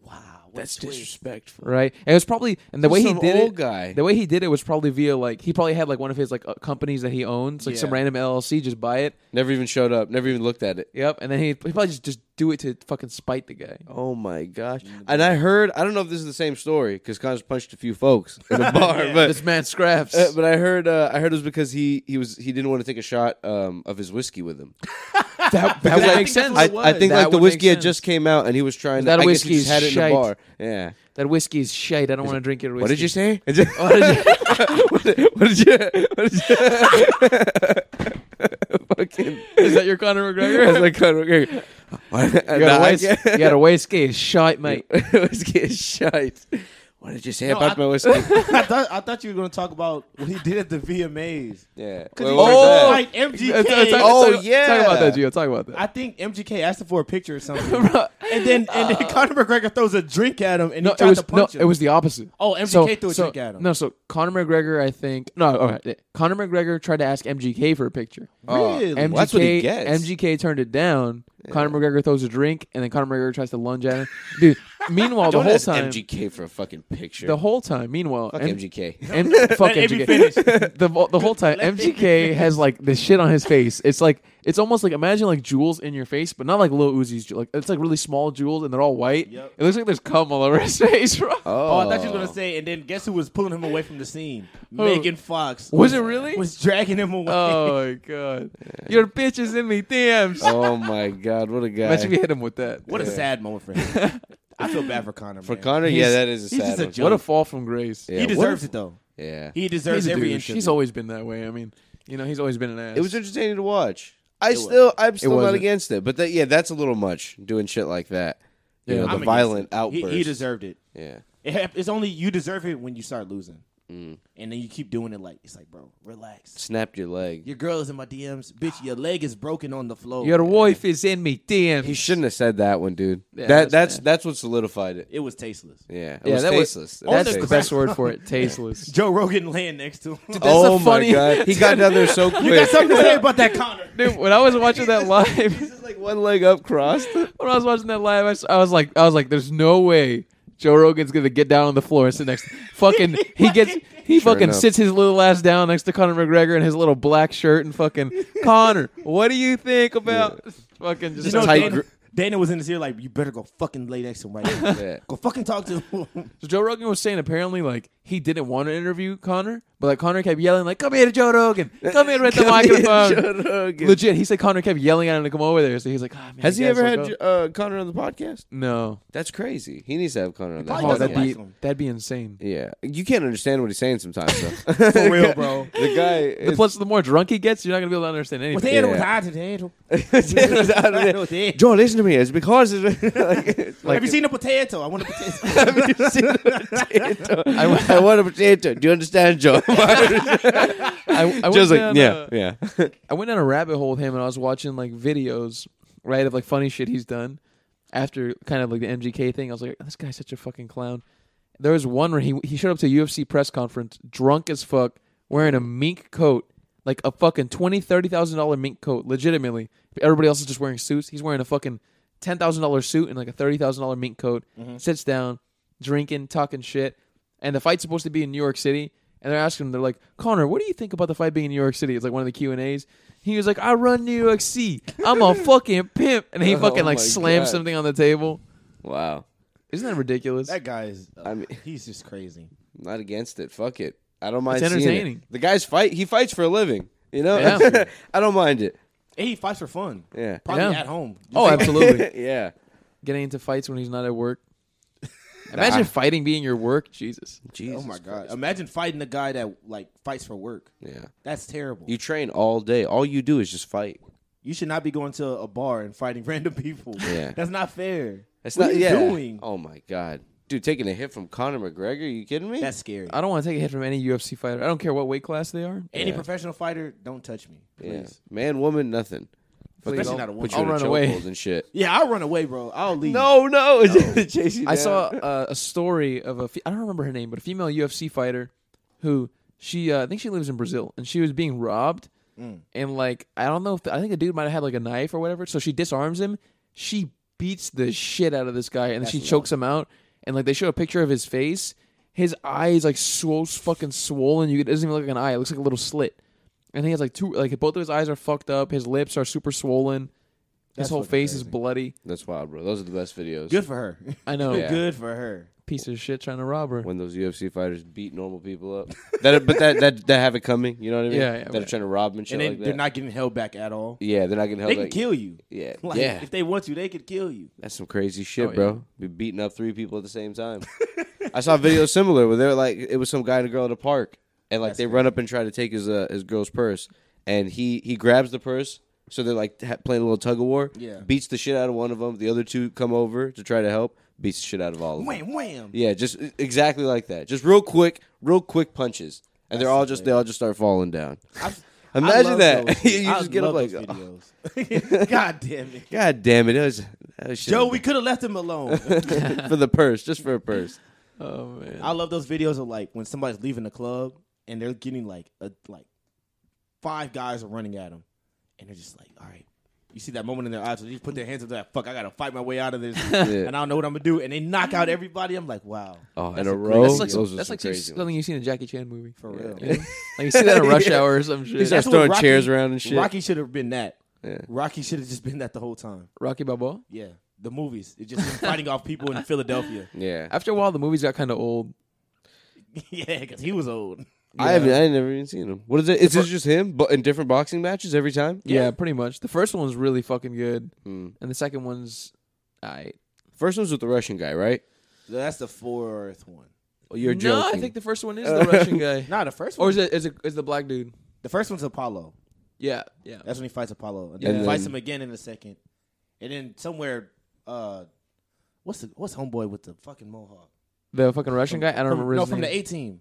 Speaker 2: wow, that's
Speaker 3: disrespectful.
Speaker 1: right? And it was probably and the way he
Speaker 3: Some
Speaker 1: did
Speaker 3: old
Speaker 1: it.
Speaker 3: guy.
Speaker 1: The way he did it was probably via like he probably had like one of his like uh, companies that he owns, like some
Speaker 2: Yeah.
Speaker 1: random LLC, just buy it.
Speaker 3: Never even showed up. Never even looked at it.
Speaker 1: Yep, and then he he probably just just do it to fucking spite the guy.
Speaker 3: Oh my gosh! And I heard I don't know if this is the same story because Connor's punched a few folks in a bar, but
Speaker 1: This man scraps.
Speaker 3: Uh, but I heard uh, I heard it was because he he was he didn't want to take a shot um, of his whiskey with him.
Speaker 1: that that
Speaker 3: Because
Speaker 1: would
Speaker 3: I,
Speaker 1: make sense.
Speaker 3: I, I think
Speaker 1: That
Speaker 3: like the
Speaker 1: would make
Speaker 3: whiskey had
Speaker 1: sense.
Speaker 3: just came out and he was trying.
Speaker 1: That
Speaker 3: to, I guess he
Speaker 1: whiskey's
Speaker 3: just had it in
Speaker 1: shite.
Speaker 3: the bar. Yeah.
Speaker 1: that whiskey is shite. I don't want to drink your whiskey.
Speaker 3: What did you say? what, did you,
Speaker 1: Oh, did you-
Speaker 3: what did you? Fucking.
Speaker 1: Is that your Conor
Speaker 3: I was
Speaker 1: McGregor?
Speaker 3: like, Conor McGregor.
Speaker 1: you,
Speaker 3: Nah,
Speaker 1: got a
Speaker 3: I
Speaker 1: waist,
Speaker 3: get-
Speaker 1: you got a waist skate, shite, mate.
Speaker 3: Let's get shite. What did you say about
Speaker 2: I-
Speaker 3: my whiskey?
Speaker 2: I thought I thought you were gonna talk about what he did at the VMAs.
Speaker 3: yeah.
Speaker 2: 'Cause
Speaker 3: Wait,
Speaker 2: he
Speaker 3: what
Speaker 2: tried
Speaker 3: was
Speaker 2: to
Speaker 1: Oh!
Speaker 3: that?
Speaker 2: fight MGK.
Speaker 1: Talk- talk- talk-
Speaker 3: Oh,
Speaker 1: talk,
Speaker 3: yeah.
Speaker 1: Talk about that, Gio. Talk about that.
Speaker 2: I think MGK asked him for a picture or something, and then and then Conor McGregor throws a drink at him, and
Speaker 1: Uh. no,
Speaker 2: he
Speaker 1: it
Speaker 2: tried
Speaker 1: was
Speaker 2: to punch
Speaker 1: no,
Speaker 2: him.
Speaker 1: it was the opposite.
Speaker 2: Oh, MGK threw a drink at him.
Speaker 1: No, so Conor McGregor, I think. No, all right. Conor McGregor tried to ask MGK for a picture.
Speaker 2: really.
Speaker 1: MGK,
Speaker 3: Oh, that's what he gets.
Speaker 1: MGK turned it down. Conor McGregor throws a drink, and then Conor McGregor tries to lunge at him. Dude, meanwhile, the
Speaker 3: Don't
Speaker 1: whole
Speaker 3: ask
Speaker 1: time,
Speaker 3: MGK for a fucking picture.
Speaker 1: the whole time, meanwhile,
Speaker 3: Fuck
Speaker 1: M-
Speaker 3: MGK.
Speaker 1: M- fuck
Speaker 2: Let Amy
Speaker 1: MGK. The vo- the whole time,
Speaker 2: Let Amy
Speaker 1: MGK has like this shit on his face. It's like it's almost like imagine like jewels in your face, but not like little Uzi's. ju- Like it's like really small jewels, and they're all white.
Speaker 2: Yep.
Speaker 1: It looks like there's cum all over his face, bro.
Speaker 2: Oh, I thought you were gonna say, and then guess who was pulling him away from the scene? Megan Fox.
Speaker 1: Was it really?
Speaker 2: Was dragging him away.
Speaker 1: Oh my god, your bitch is in me DMs.
Speaker 3: Oh my god, what a guy.
Speaker 1: Imagine if you hit him with that.
Speaker 2: what a
Speaker 3: Yeah.
Speaker 2: sad moment for him. I feel bad for Conor.
Speaker 3: for
Speaker 2: man.
Speaker 3: Connor, yeah,
Speaker 1: He's-
Speaker 3: that is a
Speaker 2: he's
Speaker 3: sad
Speaker 2: just a
Speaker 3: one.
Speaker 2: joke.
Speaker 1: What a fall from grace.
Speaker 3: Yeah,
Speaker 2: he
Speaker 3: what
Speaker 2: deserves
Speaker 3: if-
Speaker 2: it though.
Speaker 3: Yeah.
Speaker 2: He
Speaker 1: He's
Speaker 2: deserves
Speaker 1: a
Speaker 2: every
Speaker 1: douche.
Speaker 2: inch. of
Speaker 1: He's
Speaker 2: it.
Speaker 1: always been that way. I mean, you know, he's always been an ass.
Speaker 3: It was entertaining to watch. I
Speaker 2: was.
Speaker 3: still, I'm still not
Speaker 1: wasn't.
Speaker 3: against it, but that, yeah, that's a little much doing shit like that. You
Speaker 1: Yeah.
Speaker 3: know,
Speaker 1: I'm
Speaker 3: the
Speaker 2: against
Speaker 3: violent
Speaker 2: it. He-
Speaker 3: outburst.
Speaker 2: He, deserved it.
Speaker 3: Yeah,
Speaker 2: It hap- It's only you deserve it when you start losing,
Speaker 3: Mm.
Speaker 2: and then you keep doing it. Like it's like, bro, relax.
Speaker 3: snapped your leg.
Speaker 2: Your girl is in my DMs, bitch. Your leg is broken on the floor.
Speaker 1: Your wife is in me DMs.
Speaker 3: He shouldn't have said that one, dude.
Speaker 1: Yeah,
Speaker 3: that
Speaker 1: that's
Speaker 3: that's
Speaker 1: bad.
Speaker 3: that's what solidified it.
Speaker 2: It was tasteless.
Speaker 3: Yeah, it
Speaker 1: Yeah,
Speaker 3: was
Speaker 1: that was-
Speaker 3: tasteless. It was
Speaker 1: That's the
Speaker 3: tasteless.
Speaker 1: best word for it. Tasteless.
Speaker 2: Joe Rogan laying next to him.
Speaker 1: That's
Speaker 3: oh
Speaker 1: the funny-
Speaker 3: my god, he got down there so quick.
Speaker 2: you got something to say about that, Connor?
Speaker 1: Dude, when I was watching that
Speaker 3: He's
Speaker 1: live,
Speaker 3: just like one leg up crossed.
Speaker 1: when I was watching that live, I, s- I was like, I was like, there's no way Joe Rogan's gonna get down on the floor and sit next. Fucking, he gets, he
Speaker 3: Sure
Speaker 1: fucking
Speaker 3: enough.
Speaker 1: sits his little ass down next to Conor McGregor in his little black shirt and fucking Conor. What do you think about fucking just
Speaker 2: You know,
Speaker 3: tight
Speaker 2: Dana,
Speaker 3: gr-
Speaker 2: Dana was in his ear like, you better go fucking lay next to him right now.
Speaker 3: Yeah.
Speaker 2: Go fucking talk to him.
Speaker 1: So Joe Rogan was saying apparently like he didn't want to interview Connor, but like Connor kept yelling like "Come here, Joe Rogan! Come here with the
Speaker 3: Come here, Joe
Speaker 1: microphone!"
Speaker 3: Rogan.
Speaker 1: Legit, he said Connor kept yelling at him to come over there. So he's like, ah, man, I
Speaker 3: Has he
Speaker 1: guess
Speaker 3: ever
Speaker 1: I'll
Speaker 3: had
Speaker 1: go."
Speaker 3: uh, Connor on the podcast?
Speaker 1: No,
Speaker 3: That's crazy. He needs to have Connor on that.
Speaker 2: Probably
Speaker 1: oh,
Speaker 3: podcast.
Speaker 1: that'd
Speaker 2: doesn't
Speaker 1: be
Speaker 2: like him.
Speaker 1: that'd be insane.
Speaker 3: Yeah, you can't understand what he's saying sometimes. Though.
Speaker 2: For real, bro.
Speaker 3: the guy.
Speaker 1: The
Speaker 3: is-
Speaker 1: plus, the more drunk he gets, you're not gonna be able to understand anything.
Speaker 2: Potato,
Speaker 3: Yeah.
Speaker 2: potato, potato.
Speaker 3: Potatoes out of there.
Speaker 2: Potato.
Speaker 3: Joe, listen to me. It's because it's like, it's like
Speaker 2: Have you seen a potato? I want a potato.
Speaker 3: I, want, I want a potato. Do you understand, Joe?
Speaker 1: I, I went
Speaker 3: Joe's like,
Speaker 1: down
Speaker 3: yeah,
Speaker 1: a-
Speaker 3: yeah.
Speaker 1: I went down a rabbit hole with him, and I was watching like videos, right, of like funny shit he's done after kind of like the MGK thing. I was like, this guy's such a fucking clown. There was one where he he showed up to a UFC press conference drunk as fuck, wearing a mink coat, like a fucking twenty thirty thousand dollar mink coat, legitimately. Everybody else is just wearing suits. He's wearing a fucking ten thousand dollar suit and like a thirty thousand dollar mink coat.
Speaker 3: Mm-hmm.
Speaker 1: Sits down, drinking, talking shit, and the fight's supposed to be in New York City. And they're asking him, they're like, Connor, what do you think about the fight being in New York City? It's like one of the Q and A's. He was like, I run New York City. I'm a fucking pimp, and he
Speaker 3: Oh
Speaker 1: fucking like
Speaker 3: my
Speaker 1: slams
Speaker 3: God.
Speaker 1: something on the table.
Speaker 3: Wow.
Speaker 1: Isn't that ridiculous?
Speaker 2: that guy is, uh,
Speaker 3: I mean-
Speaker 2: he's just crazy.
Speaker 3: I'm not against it. Fuck it. I don't mind
Speaker 1: It's
Speaker 3: seeing it.
Speaker 1: entertaining.
Speaker 3: The guy's fight. He fights for a living. You know.
Speaker 1: Yeah.
Speaker 3: I don't mind it.
Speaker 2: And he fights for fun.
Speaker 3: Yeah.
Speaker 2: Probably
Speaker 1: Yeah.
Speaker 2: at home.
Speaker 1: oh, absolutely.
Speaker 3: yeah.
Speaker 1: Getting into fights when he's not at work. Imagine fighting being your work, Jesus.
Speaker 3: Jesus.
Speaker 2: oh my God. Imagine fighting the guy that like fights for work.
Speaker 3: Yeah.
Speaker 2: That's terrible. You,
Speaker 3: You train all day. All you do is just fight.
Speaker 2: should not be going to a bar and fighting random people.
Speaker 3: Yeah.
Speaker 2: That's not fair.
Speaker 3: That's
Speaker 2: what
Speaker 3: not.
Speaker 2: are you
Speaker 3: yeah.
Speaker 2: doing?
Speaker 3: Oh my god, dude, taking a hit from Conor McGregor. you kidding me?
Speaker 2: That's scary.
Speaker 1: I don't want to take a hit from any UFC fighter. I don't care what weight class they are.
Speaker 2: Any
Speaker 3: Yeah.
Speaker 2: professional fighter, don't touch me,
Speaker 3: yeah.
Speaker 2: please.
Speaker 3: Man, woman, nothing.
Speaker 1: Please,
Speaker 2: Especially
Speaker 1: I'll-
Speaker 2: not a woman.
Speaker 3: Put you
Speaker 1: I'll
Speaker 3: in a
Speaker 1: run away.
Speaker 3: chokehold and shit.
Speaker 2: Yeah, I'll run away, bro. I'll leave.
Speaker 3: No, no, it's chasing.
Speaker 1: I saw uh, a story of a fe- I don't remember her name, but a female UFC fighter who she uh, I think she lives in Brazil and she was being robbed
Speaker 2: Mm.
Speaker 1: and like I don't know if I think a dude might have had like a knife or whatever, so she disarms him. She beats the shit out of this guy and then she chokes him out and like they show a picture of his face. His eye is like so fucking swollen. You it doesn't even look like an eye. It looks like a little slit. And he has like two like both of his eyes are fucked up. His lips are super swollen. His
Speaker 2: That's
Speaker 1: whole
Speaker 2: fucking
Speaker 1: face is
Speaker 2: crazy.
Speaker 1: bloody.
Speaker 3: That's wild, bro. Those are the best videos.
Speaker 2: Good for her.
Speaker 1: I know.
Speaker 3: Yeah.
Speaker 2: Good for her.
Speaker 1: Piece of shit trying to rob her.
Speaker 3: When those UFC fighters beat normal people up, that but that that that have it coming. You know what I mean?
Speaker 1: Yeah, yeah,
Speaker 3: That are
Speaker 1: right.
Speaker 3: trying to rob them and shit
Speaker 2: and they,
Speaker 3: like that.
Speaker 2: they're not getting held back at all.
Speaker 3: yeah, they're not getting held.
Speaker 2: They can
Speaker 3: like,
Speaker 2: kill you.
Speaker 3: Yeah,
Speaker 2: Like,
Speaker 3: yeah.
Speaker 2: If they want to, they could kill you.
Speaker 3: That's some crazy shit,
Speaker 1: Oh,
Speaker 3: bro. Be beating up three people at the same time. I saw a video similar where they were like, it was some guy and a girl at a park, and like they run up and try to take his uh, his girl's purse, and he he grabs the purse. So they're like ha- playing a little tug of war.
Speaker 2: Yeah.
Speaker 3: beats the shit out of one of them. The other two come over to try to help. Beats the shit out of all of them.
Speaker 2: Wham, wham.
Speaker 3: Yeah, just e, exactly like that. Just real quick, real quick punches, and they're all just they all just start falling down.
Speaker 2: I've-
Speaker 3: Imagine
Speaker 2: love
Speaker 3: that.
Speaker 2: those.
Speaker 3: You
Speaker 2: I
Speaker 3: just get up
Speaker 2: love
Speaker 3: like, uh,
Speaker 2: those videos. God damn it,
Speaker 3: God damn it! That was, that was shit.
Speaker 2: Joe. We could have left him alone.
Speaker 3: for the purse, just for a purse.
Speaker 1: Oh man.
Speaker 2: I love those videos of like when somebody's leaving the club and they're getting like a, like five guys are running at them, and they're just like, all right. You see that moment in their eyes where they put their hands up, they're like, "Fuck, I gotta fight my way out of this," and I don't know what I'm gonna do. And they knock out everybody. I'm like, "Wow,
Speaker 3: Oh, in
Speaker 2: That's
Speaker 3: a
Speaker 2: a great-
Speaker 3: row.
Speaker 1: that's like,
Speaker 3: those are
Speaker 1: that's
Speaker 3: some
Speaker 1: like
Speaker 3: crazy. ones.
Speaker 1: something you see in a Jackie Chan movie.
Speaker 2: for real."
Speaker 1: Yeah. like you see that in Rush Hour or some shit.
Speaker 3: These are-
Speaker 2: That's what
Speaker 3: throwing chairs around and shit.
Speaker 2: Rocky should have been that.
Speaker 3: Yeah.
Speaker 2: Rocky should have just been that the whole time.
Speaker 1: Rocky Balboa.
Speaker 2: Yeah, the movies. It just been fighting off people in Philadelphia.
Speaker 3: Yeah,
Speaker 1: After a while, the movies got kind of old.
Speaker 2: yeah, because he was old.
Speaker 3: I haven't. I ain't never even seen him. What is it? Is this just him? But in different boxing matches every time.
Speaker 1: Yeah, pretty much. The first one's really fucking good,
Speaker 3: Mm.
Speaker 1: and the second one's, I.
Speaker 3: First one's with the Russian guy, right?
Speaker 2: That's the fourth one.
Speaker 1: Oh,
Speaker 3: You're
Speaker 1: no,
Speaker 3: joking.
Speaker 1: I think the first one is the Russian guy,
Speaker 2: Nah, the first
Speaker 1: or
Speaker 2: one.
Speaker 1: is it is it is the black dude?
Speaker 2: the first one's Apollo.
Speaker 1: Yeah, yeah.
Speaker 2: That's when he fights Apollo, and
Speaker 3: And
Speaker 2: then he fights
Speaker 3: then-
Speaker 2: him again in the second, and then somewhere, uh, what's the what's homeboy with the fucking mohawk?
Speaker 1: The fucking Russian guy. I don't
Speaker 2: From-
Speaker 1: remember.
Speaker 2: no,
Speaker 1: his
Speaker 2: from
Speaker 1: name.
Speaker 2: the A team.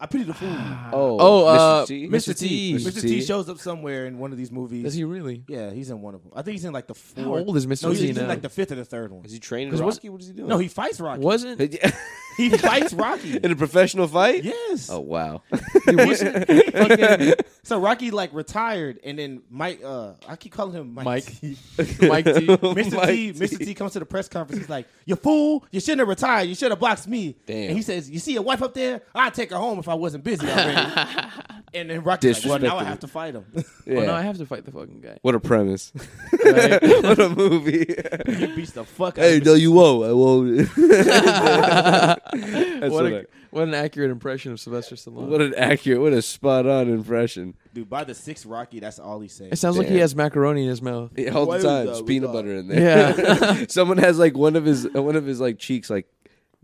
Speaker 2: I pity the fool. Mr.
Speaker 3: oh,
Speaker 1: Oh,
Speaker 3: Mr.
Speaker 1: uh,
Speaker 3: T?
Speaker 1: Mr. T.
Speaker 3: Mr.
Speaker 2: T.
Speaker 3: T.
Speaker 2: shows up somewhere in one of these movies.
Speaker 1: Is he really?
Speaker 2: yeah, he's in one of them. I think he's in like the fourth.
Speaker 1: How old is Mr.
Speaker 2: No, he's,
Speaker 1: T
Speaker 2: he's in
Speaker 1: now?
Speaker 2: like the fifth or the third one.
Speaker 3: Is he training
Speaker 1: 'Cause what's-
Speaker 3: Rocky? What is he doing?
Speaker 2: No, he fights Rocky.
Speaker 1: Wasn't dude,
Speaker 2: he fights Rocky?
Speaker 3: in a professional fight.
Speaker 2: yes.
Speaker 3: Oh wow.
Speaker 1: wasn't
Speaker 2: Fucking- so Rocky like retired, and then Mike. Uh, I keep calling him Mike.
Speaker 1: Mike.
Speaker 2: T.
Speaker 1: Mike T? Oh,
Speaker 2: Mr. T, Mr. T comes to the press conference. He's like, "You fool! You shouldn't have retired. You should have boxed me."
Speaker 3: Damn.
Speaker 2: And he says, "You see your wife up there? I'd take her home if I wasn't busy already." and then Rocky's like, "Well, now I
Speaker 3: Disrespectful.
Speaker 2: have to fight him."
Speaker 3: Yeah.
Speaker 1: Oh no, I have to fight the fucking guy.
Speaker 3: What a premise.
Speaker 1: Right?
Speaker 3: what a movie.
Speaker 2: he beats the fuck out.
Speaker 3: hey,
Speaker 2: of
Speaker 3: no, you won't. I won't. That's
Speaker 1: what,
Speaker 3: what,
Speaker 1: a,
Speaker 3: I-
Speaker 1: what an accurate impression of Sylvester Stallone.
Speaker 3: what an accurate, what a spot on impression.
Speaker 2: Mr. Dude, by the sixth Rocky, that's all he says.
Speaker 1: it sounds like he
Speaker 3: Damn.
Speaker 1: has macaroni in his mouth.
Speaker 3: Yeah, all
Speaker 2: Why
Speaker 3: the
Speaker 2: is
Speaker 3: time,
Speaker 2: that
Speaker 3: just
Speaker 2: we
Speaker 3: peanut
Speaker 2: got?
Speaker 3: butter in there.
Speaker 1: Yeah.
Speaker 3: Someone has like one of his, one of his like cheeks, like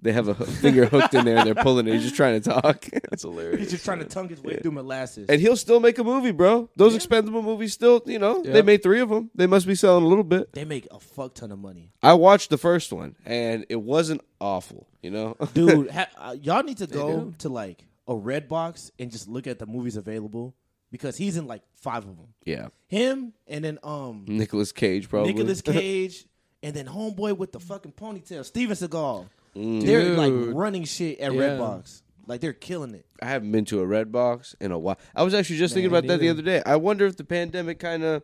Speaker 3: they have a hook- finger hooked in there and they're pulling it. He's just trying to talk,
Speaker 1: That's
Speaker 2: He's
Speaker 1: hilarious.
Speaker 2: just trying to tongue his way through molasses.
Speaker 3: and he'll still make a movie, bro. Those expendable movies, still, you know,
Speaker 1: Yeah.
Speaker 3: they made three of them. They must be selling a little bit.
Speaker 2: they make a fuck ton of money,
Speaker 3: I watched the first one and it wasn't awful, you know.
Speaker 2: dude. ha- uh, y'all need to
Speaker 1: do.
Speaker 2: go to like a red box and just look at the movies available because he's in like five of them.
Speaker 3: yeah,
Speaker 2: Him and then um
Speaker 3: Nicolas Cage Mm, probably.
Speaker 2: Nicolas Cage, and then Homeboy with the fucking ponytail, Steven Seagal.
Speaker 3: Mm.
Speaker 2: They're like
Speaker 1: Dude.
Speaker 2: running shit at
Speaker 1: Yeah.
Speaker 2: Redbox. Like they're killing it.
Speaker 3: I haven't been to a Red Box in a while. I was actually just thinking
Speaker 1: me
Speaker 3: about that the
Speaker 1: neither.
Speaker 3: other day. I wonder if the pandemic kind of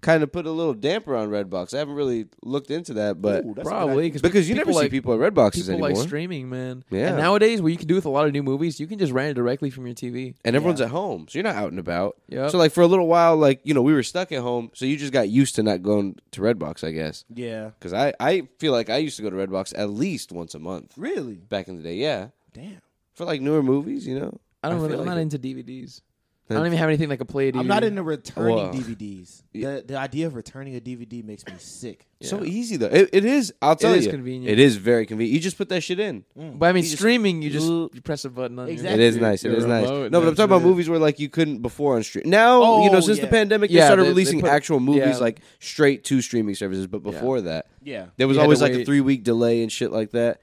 Speaker 3: kind of put a little damper on Red Box. I haven't really looked into that, but
Speaker 2: Ooh, that's a good
Speaker 1: Probably
Speaker 2: idea.
Speaker 3: because you never
Speaker 1: people
Speaker 3: see
Speaker 1: like-
Speaker 3: people at Red Boxes
Speaker 1: People
Speaker 3: anymore,
Speaker 1: like streaming, man.
Speaker 3: Yeah.
Speaker 1: And nowadays, what you can do with a lot of new movies, you can just rent it directly from your TV.
Speaker 3: and everyone's at home, so you're not out and about.
Speaker 1: Yep.
Speaker 3: So like for a little while, like you know, we were stuck at home, so you just got used to not going to Red Box, I guess.
Speaker 2: Yeah.
Speaker 3: Because I I feel like I used to go to Red Box at least once a month
Speaker 2: Really?
Speaker 3: back in the day. Yeah,
Speaker 2: Damn.
Speaker 3: for like newer movies, you know.
Speaker 1: I don't
Speaker 3: I
Speaker 1: really. I'm
Speaker 3: feel
Speaker 1: not
Speaker 3: like
Speaker 1: into DVDs. I don't even have anything like a play DVD.
Speaker 2: I'm not into returning
Speaker 3: Wow.
Speaker 2: DVDs. The, the idea of returning a DVD makes me sick.
Speaker 3: So easy though. It, it is. I'll tell
Speaker 1: is
Speaker 3: you,
Speaker 1: convenient. Mm.
Speaker 3: It is very convenient. You just put that shit in.
Speaker 1: But I mean,
Speaker 3: just-
Speaker 1: streaming, you just you press a button on your-
Speaker 2: Exactly.
Speaker 3: It is nice. It
Speaker 1: Your
Speaker 3: is nice. No,
Speaker 1: remote,
Speaker 3: but I'm
Speaker 1: that's
Speaker 3: talking about
Speaker 1: it.
Speaker 3: movies where like you couldn't before on stream. Now you know
Speaker 2: Oh,
Speaker 3: since the
Speaker 2: yeah.
Speaker 3: pandemic they
Speaker 1: Yeah,
Speaker 3: started
Speaker 1: they- they
Speaker 3: releasing
Speaker 1: put-
Speaker 3: actual movies
Speaker 1: yeah.
Speaker 3: like straight to streaming services. But before that,
Speaker 2: Yeah.
Speaker 3: there was
Speaker 1: You had to
Speaker 3: always like a
Speaker 1: wait.
Speaker 3: three week delay and shit like that.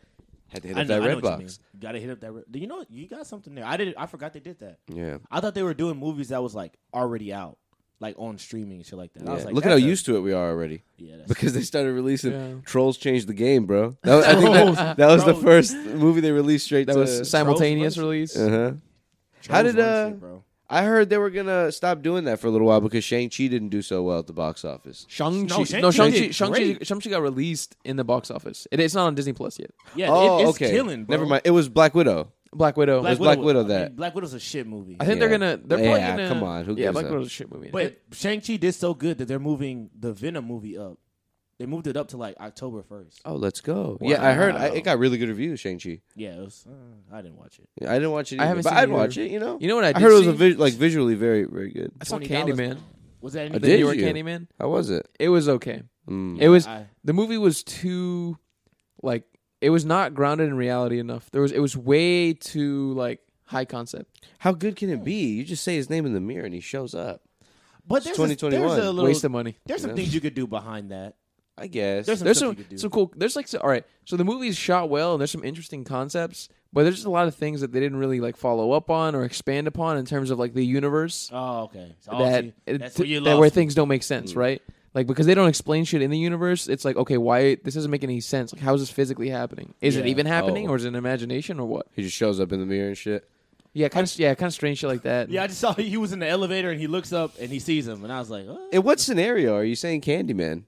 Speaker 3: Had to hit
Speaker 2: I
Speaker 3: up
Speaker 2: know, I
Speaker 3: that
Speaker 2: know
Speaker 3: red
Speaker 2: what you
Speaker 3: box.
Speaker 2: mean. Gotta hit up that red Do you know what? you got something there. I did I forgot they did that.
Speaker 3: Yeah.
Speaker 2: I thought they were doing movies that was like already out. Like on streaming and shit like that. I was
Speaker 3: Yeah.
Speaker 2: like,
Speaker 3: Look at how
Speaker 2: that's a-
Speaker 3: used to it we are already.
Speaker 2: Yeah, that's
Speaker 3: Because they started releasing
Speaker 1: Yeah.
Speaker 3: Trolls Changed the Game, bro. That was, I think that, that was the
Speaker 2: Trolls.
Speaker 3: first movie they released straight
Speaker 1: That
Speaker 3: to
Speaker 1: was simultaneous
Speaker 2: Trolls
Speaker 1: release.
Speaker 3: Uh-huh. How
Speaker 2: Trolls
Speaker 3: did,
Speaker 2: run
Speaker 3: uh,
Speaker 2: shit, bro.
Speaker 3: I heard they were gonna stop doing that for a little while because Shang Chi didn't do so well at the box office.
Speaker 1: Shang
Speaker 2: No,
Speaker 1: Chi.
Speaker 2: Shang-Chi
Speaker 1: No, Shang Chi.
Speaker 2: did
Speaker 1: Shang Chi.
Speaker 2: great.
Speaker 1: Shang Chi got released in the box office. It, it's not on Disney Plus yet.
Speaker 2: Yeah,
Speaker 3: oh,
Speaker 2: it, it's
Speaker 3: okay.
Speaker 2: killing. Bro.
Speaker 3: Never mind. It was Black Widow.
Speaker 1: Black Widow.
Speaker 3: Black- Widow
Speaker 2: I mean,
Speaker 3: that.
Speaker 2: Black Widow's a shit movie.
Speaker 1: I think
Speaker 3: Yeah.
Speaker 1: they're gonna. They're
Speaker 3: Yeah,
Speaker 1: probably gonna.
Speaker 3: come on, who
Speaker 1: yeah,
Speaker 3: gives
Speaker 1: Black
Speaker 3: a-
Speaker 1: Widow's a shit movie.
Speaker 2: but Shang Chi did so good that they're moving the Venom movie up. They moved it up to like October first.
Speaker 3: Oh, let's go. Yeah, I heard I, it got really good reviews. Shang Chi.
Speaker 2: Yeah, it was, uh, I didn't watch it.
Speaker 3: I didn't watch it. Either,
Speaker 1: I haven't
Speaker 3: but
Speaker 1: seen
Speaker 3: I'd
Speaker 1: it
Speaker 3: watch
Speaker 1: either.
Speaker 3: it. You know.
Speaker 1: You know what I
Speaker 3: I
Speaker 1: did
Speaker 3: heard it was a
Speaker 1: see?
Speaker 3: vis- like visually very very good.
Speaker 1: I saw
Speaker 2: $20
Speaker 1: Candyman.
Speaker 2: Was that
Speaker 3: I
Speaker 2: anything?
Speaker 1: The
Speaker 3: Oh, did
Speaker 1: New York
Speaker 3: you?
Speaker 1: Candyman.
Speaker 3: How was it?
Speaker 1: It was okay.
Speaker 3: Mm.
Speaker 1: It was
Speaker 2: I-
Speaker 1: the movie was too like it was not grounded in reality enough. There was it was way too like high concept.
Speaker 3: How good can it be? You just say his name in the mirror and he shows up.
Speaker 2: But there's, a, there's
Speaker 3: 2021.
Speaker 2: a little
Speaker 1: Waste of money.
Speaker 2: There's some
Speaker 3: Yeah.
Speaker 2: things you could do behind that.
Speaker 3: I guess.
Speaker 2: There's a-
Speaker 1: There's
Speaker 2: stuff you
Speaker 1: some
Speaker 2: could do.
Speaker 1: some cool. There's like so- all right. So the movie's shot well, and there's some interesting concepts, but there's just a lot of things that they didn't really like follow up on or expand upon in terms of like the universe
Speaker 2: Oh, okay. So, oh,
Speaker 1: that
Speaker 2: see,
Speaker 1: it-
Speaker 2: that's where you
Speaker 1: that
Speaker 2: lost.
Speaker 1: where
Speaker 2: me.
Speaker 1: things don't make
Speaker 3: Mm.
Speaker 1: sense, right? Like because they don't explain shit in the universe, it's like okay, why this doesn't make any sense? Like how is this physically happening? Is it
Speaker 2: Yeah.
Speaker 1: even happening,
Speaker 3: Oh.
Speaker 1: or is it an imagination, or what?
Speaker 3: He just shows up in the mirror and shit.
Speaker 1: Yeah, kind of yeah, kind of strange shit like that.
Speaker 2: yeah, I just saw he was in the elevator and he looks up and he sees him and I was like, oh,
Speaker 3: In what scenario are you saying Candyman?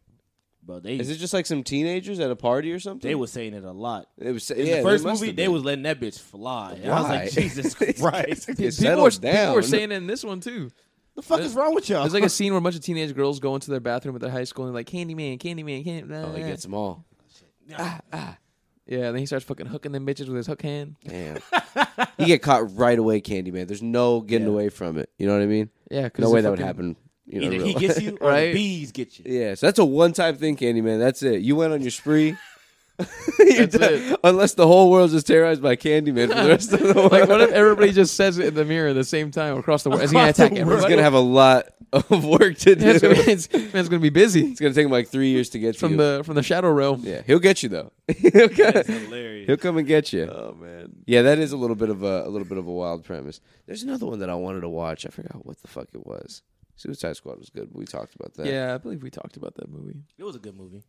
Speaker 2: bro, they
Speaker 3: Is it just like some teenagers at a party or something?
Speaker 2: they was saying it a lot.
Speaker 3: It was
Speaker 2: In
Speaker 3: Mm. yeah,
Speaker 2: the first
Speaker 3: they must
Speaker 2: movie,
Speaker 3: have
Speaker 2: they
Speaker 3: been.
Speaker 2: was letting that bitch fly. And I was
Speaker 3: Why?
Speaker 2: like, Jesus Christ,
Speaker 3: It
Speaker 1: people
Speaker 3: settled
Speaker 1: are, people are
Speaker 3: down.
Speaker 1: saying it in this one too.
Speaker 2: the fuck is wrong with y'all?
Speaker 1: There's like a scene where a bunch of teenage girls go into their bathroom at their high school and they're like Candyman, Candyman, Candy. Blah,
Speaker 3: Oh,
Speaker 1: blah,
Speaker 3: he
Speaker 1: blah."
Speaker 3: gets them all. Ah,
Speaker 1: yeah, and then he starts fucking hooking them bitches with his hook hand.
Speaker 3: Damn. you get caught right away, Candyman. There's no getting away from it. You know what I mean?
Speaker 1: Yeah, 'cause
Speaker 3: No
Speaker 1: he
Speaker 3: way that would
Speaker 1: fucking-
Speaker 3: happen. You know,
Speaker 2: Either
Speaker 3: real
Speaker 2: he
Speaker 3: life.
Speaker 2: gets you or the
Speaker 1: Right?
Speaker 2: bees get you.
Speaker 3: Yeah, so that's a one-time thing, Candyman. That's it. You went on your spree. You're
Speaker 1: That's
Speaker 3: done. Unless the whole world is terrorized by Candyman for the rest of the world.
Speaker 1: Like, what if everybody just says it in the mirror at the same time across the world? Is he gonna
Speaker 2: Across the
Speaker 1: attack
Speaker 2: world.
Speaker 3: He's
Speaker 1: everybody?
Speaker 3: gonna have a lot of work to do.
Speaker 1: Yeah, it's, gonna be,
Speaker 3: it's
Speaker 1: it's, man, it's gonna be busy
Speaker 3: gonna take him like three years to get to
Speaker 1: from
Speaker 3: you.
Speaker 1: the from the shadow realm.
Speaker 3: yeah, he'll get you though. he'll, come,
Speaker 2: Hilarious.
Speaker 3: he'll come and get you.
Speaker 1: Oh man,
Speaker 3: Yeah, that is a little bit of a, a little bit of a wild premise. There's another one that I wanted to watch. I forgot what the fuck it was. Suicide Squad was good. We talked about that.
Speaker 1: yeah, I believe we talked about that movie
Speaker 2: It was a good movie.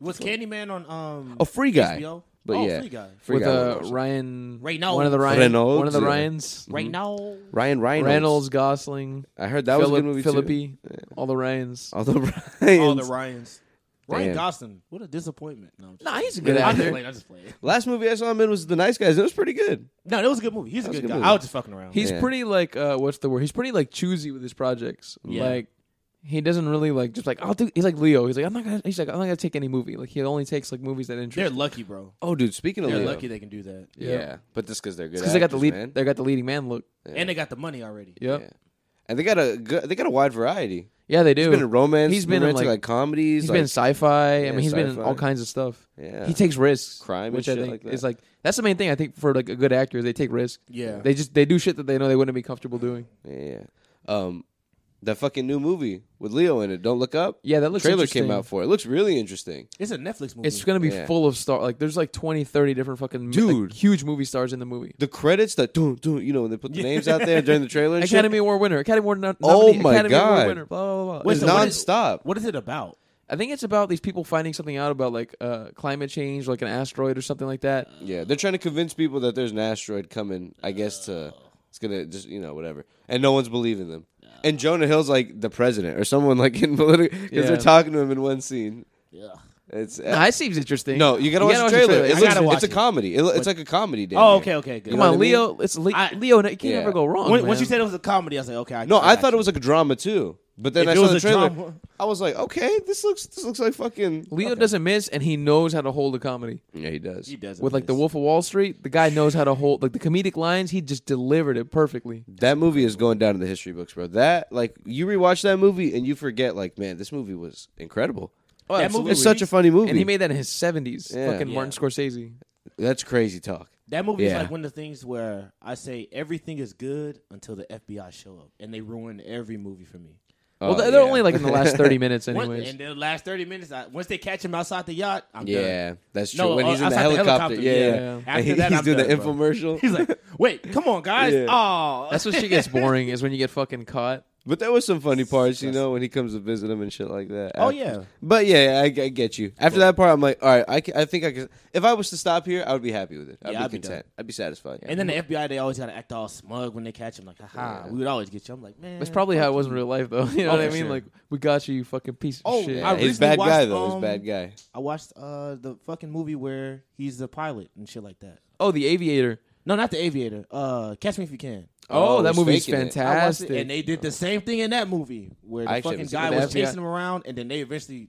Speaker 2: Was Candyman on um
Speaker 3: Oh, Free Guy.
Speaker 2: HBO?
Speaker 3: But
Speaker 2: oh,
Speaker 3: yeah,
Speaker 2: Free Guy.
Speaker 3: Free
Speaker 1: with
Speaker 3: Guy.
Speaker 1: uh,
Speaker 3: was awesome.
Speaker 1: Ryan
Speaker 2: Reynolds.
Speaker 1: one of the Ryan,
Speaker 3: Reynolds,
Speaker 1: one of the
Speaker 3: yeah.
Speaker 1: Ryans,
Speaker 3: Mm-hmm.
Speaker 2: Right now,
Speaker 3: Ryan Reynolds.
Speaker 1: Reynolds, Gosling,
Speaker 3: I heard that was a
Speaker 1: Philip,
Speaker 3: good movie too.
Speaker 1: Philippi, all the Ryans.
Speaker 3: Although
Speaker 2: all
Speaker 3: Ryan's-
Speaker 2: the Ryans. Ryan
Speaker 3: Damn.
Speaker 2: Gosling. What a disappointment. No, I'm just
Speaker 1: Nah, he's a
Speaker 2: playing.
Speaker 1: good
Speaker 2: I'm just
Speaker 1: actor.
Speaker 2: playing. I'm just playing.
Speaker 3: last movie I saw him in was The Nice Guys. It was pretty good.
Speaker 2: No, that was a good movie. He's a
Speaker 3: That was
Speaker 2: good,
Speaker 3: a good
Speaker 2: guy.
Speaker 3: movie.
Speaker 2: I was just fucking around.
Speaker 1: He's
Speaker 3: Yeah.
Speaker 1: pretty like uh, what's the word? He's pretty like choosy with his projects.
Speaker 2: Yeah.
Speaker 1: Like he doesn't really like just like I'll do. He's like Leo. He's like I'm not gonna. He's like I'm not gonna take any movie. Like he only takes like movies that
Speaker 2: They're
Speaker 1: interest. him.
Speaker 2: lucky, bro.
Speaker 3: Oh, dude. Speaking of
Speaker 2: They're
Speaker 3: Leo.
Speaker 2: lucky they can do that.
Speaker 3: yeah. but just because they're good.
Speaker 1: because they got the
Speaker 3: actors,
Speaker 1: lead.
Speaker 3: man.
Speaker 1: They got the leading man look.
Speaker 3: Yeah.
Speaker 2: And they got the money already.
Speaker 1: Yep.
Speaker 3: Yeah. and they got a good, they got a wide variety.
Speaker 1: Yeah, they do.
Speaker 3: He's been in romance.
Speaker 1: He's been in,
Speaker 3: romantic,
Speaker 1: like-
Speaker 3: like, comedies.
Speaker 1: He's
Speaker 3: like,
Speaker 1: been in sci-fi. I
Speaker 3: Yeah,
Speaker 1: mean, he's been in
Speaker 3: sci-fi.
Speaker 1: all kinds of stuff.
Speaker 3: Yeah.
Speaker 1: He takes risks,
Speaker 3: Crime and
Speaker 1: which I
Speaker 3: shit
Speaker 1: think
Speaker 3: like that.
Speaker 1: is like that's the main thing. I think for like a good actor, they take risks.
Speaker 2: Yeah.
Speaker 1: They just they do shit that they know they wouldn't be comfortable
Speaker 3: Mm.
Speaker 1: doing.
Speaker 3: Yeah. Um, that fucking new movie with Leo in it. Don't look up.
Speaker 1: Yeah, that looks
Speaker 3: Trailer
Speaker 1: interesting.
Speaker 3: came out for it. it. Looks really interesting.
Speaker 2: It's a Netflix movie.
Speaker 1: It's gonna be
Speaker 3: Yeah.
Speaker 1: full of star. Like there's like 20, 30 different fucking like,
Speaker 3: Dude.
Speaker 1: huge movie stars in the movie.
Speaker 3: The credits that do do you know when they put the names out there during the trailer. And
Speaker 1: Academy
Speaker 3: shit,
Speaker 1: Award winner, Academy Award nom-
Speaker 3: Oh
Speaker 1: nominee,
Speaker 3: my
Speaker 1: Academy Award
Speaker 3: God.
Speaker 1: winner, blah blah blah. blah.
Speaker 2: Wait,
Speaker 3: it's
Speaker 2: so what is-
Speaker 3: nonstop.
Speaker 2: what is it about?
Speaker 1: I think it's about these people finding something out about like uh, climate change, like an asteroid or something like that.
Speaker 3: yeah, they're trying to convince people that there's an asteroid coming. I guess to it's gonna just you know whatever, and no one's believing them. And Jonah Hill's like the president or someone like in political because
Speaker 1: Yeah.
Speaker 3: they're talking to him in one scene.
Speaker 2: Yeah.
Speaker 3: It's
Speaker 1: Nah, it seems interesting.
Speaker 3: no, you gotta watch the trailer. It
Speaker 2: I
Speaker 3: looks-
Speaker 2: gotta watch
Speaker 3: it's a
Speaker 2: it.
Speaker 3: comedy. It, lo- it's like a comedy. damn
Speaker 2: Oh,
Speaker 3: near.
Speaker 2: okay, okay, good.
Speaker 1: Come
Speaker 3: know
Speaker 1: on,
Speaker 3: what I mean?
Speaker 1: Leo. It's Le-
Speaker 2: I-
Speaker 1: Leo. You can
Speaker 3: Yeah.
Speaker 1: never go wrong.
Speaker 2: When- once you
Speaker 1: man.
Speaker 2: said it was a comedy, I was like, okay. I
Speaker 3: No, I
Speaker 2: got
Speaker 3: thought
Speaker 2: you.
Speaker 3: it was like a drama too. But then
Speaker 2: If
Speaker 3: I
Speaker 2: it
Speaker 3: saw
Speaker 2: was
Speaker 3: the
Speaker 2: a
Speaker 3: trailer.
Speaker 2: drama-
Speaker 3: I was like, okay, this looks this looks like fucking
Speaker 1: Leo doesn't miss, and he knows how to hold a comedy.
Speaker 3: Yeah, he does.
Speaker 2: He does it
Speaker 1: With like the
Speaker 2: this.
Speaker 1: Wolf of Wall Street, the guy knows how to hold like the comedic lines. He just delivered it perfectly.
Speaker 3: That movie is going down in the history books, bro. That like you rewatch that movie and you forget like, man, this movie was incredible.
Speaker 1: Oh,
Speaker 2: That movie-
Speaker 3: It's such a funny movie.
Speaker 1: and he made that in his seventies.
Speaker 3: Yeah.
Speaker 1: Fucking
Speaker 2: Yeah.
Speaker 1: Martin Scorsese.
Speaker 3: That's crazy talk.
Speaker 2: That movie is
Speaker 3: Yeah.
Speaker 2: like one of the things where I say everything is good until the FBI show up and they ruin every movie for me.
Speaker 1: Well,
Speaker 3: Oh,
Speaker 1: they're they're
Speaker 3: yeah.
Speaker 1: only like in the last thirty minutes,
Speaker 2: One-
Speaker 1: anyways.
Speaker 2: and the last thirty minutes, I, once they catch him outside the yacht, I'm done.
Speaker 3: Yeah, that's true.
Speaker 2: No,
Speaker 3: when
Speaker 2: uh,
Speaker 3: he's in the
Speaker 2: outside the
Speaker 3: helicopter,
Speaker 2: helicopter,
Speaker 3: yeah,
Speaker 2: yeah.
Speaker 3: yeah.
Speaker 2: After
Speaker 3: And he-
Speaker 2: that,
Speaker 3: he's
Speaker 2: I'm
Speaker 3: doing the
Speaker 2: done, bro.
Speaker 3: infomercial.
Speaker 2: He's like, "Wait, come on, guys!
Speaker 3: Yeah.
Speaker 2: Oh,
Speaker 1: That's when shit gets boring is when you get fucking caught.
Speaker 3: But there was some funny parts, you know, when he comes to visit him and shit like that.
Speaker 2: Oh,
Speaker 3: After-
Speaker 2: yeah.
Speaker 3: But yeah, I, I get you. After that part, I'm like, all right, I, ca- I think I could. If I was to stop here, I would be happy with it. I'd
Speaker 2: Yeah,
Speaker 3: be
Speaker 2: I'd be done.
Speaker 3: content. I'd be satisfied.
Speaker 2: And then the FBI, they always got to act all smug when they catch him. Like, haha, we would always get you. I'm like, man.
Speaker 1: That's probably how it was in real life, though. You know
Speaker 2: Oh,
Speaker 1: what I
Speaker 2: for
Speaker 1: mean?
Speaker 2: sure.
Speaker 1: Like, we got you, you fucking piece of
Speaker 2: Oh,
Speaker 1: shit.
Speaker 2: I
Speaker 3: yeah, he's
Speaker 2: recently
Speaker 3: a bad guy
Speaker 2: watched,
Speaker 3: though. he's a
Speaker 2: um,
Speaker 3: bad guy.
Speaker 2: I watched uh, the fucking movie where he's the pilot and shit like that.
Speaker 1: oh, the Aviator.
Speaker 2: No, not the Aviator. Uh, Catch Me If You Can.
Speaker 1: Oh,
Speaker 3: Oh,
Speaker 1: that
Speaker 3: he's
Speaker 1: movie's
Speaker 3: faking it. I watched it,
Speaker 2: I watched
Speaker 1: fantastic.
Speaker 2: it, and they did the same thing in that movie where the
Speaker 3: I actually
Speaker 2: fucking
Speaker 3: haven't seen
Speaker 2: guy
Speaker 1: it.
Speaker 2: was
Speaker 1: The FBI
Speaker 2: chasing him around, and then they eventually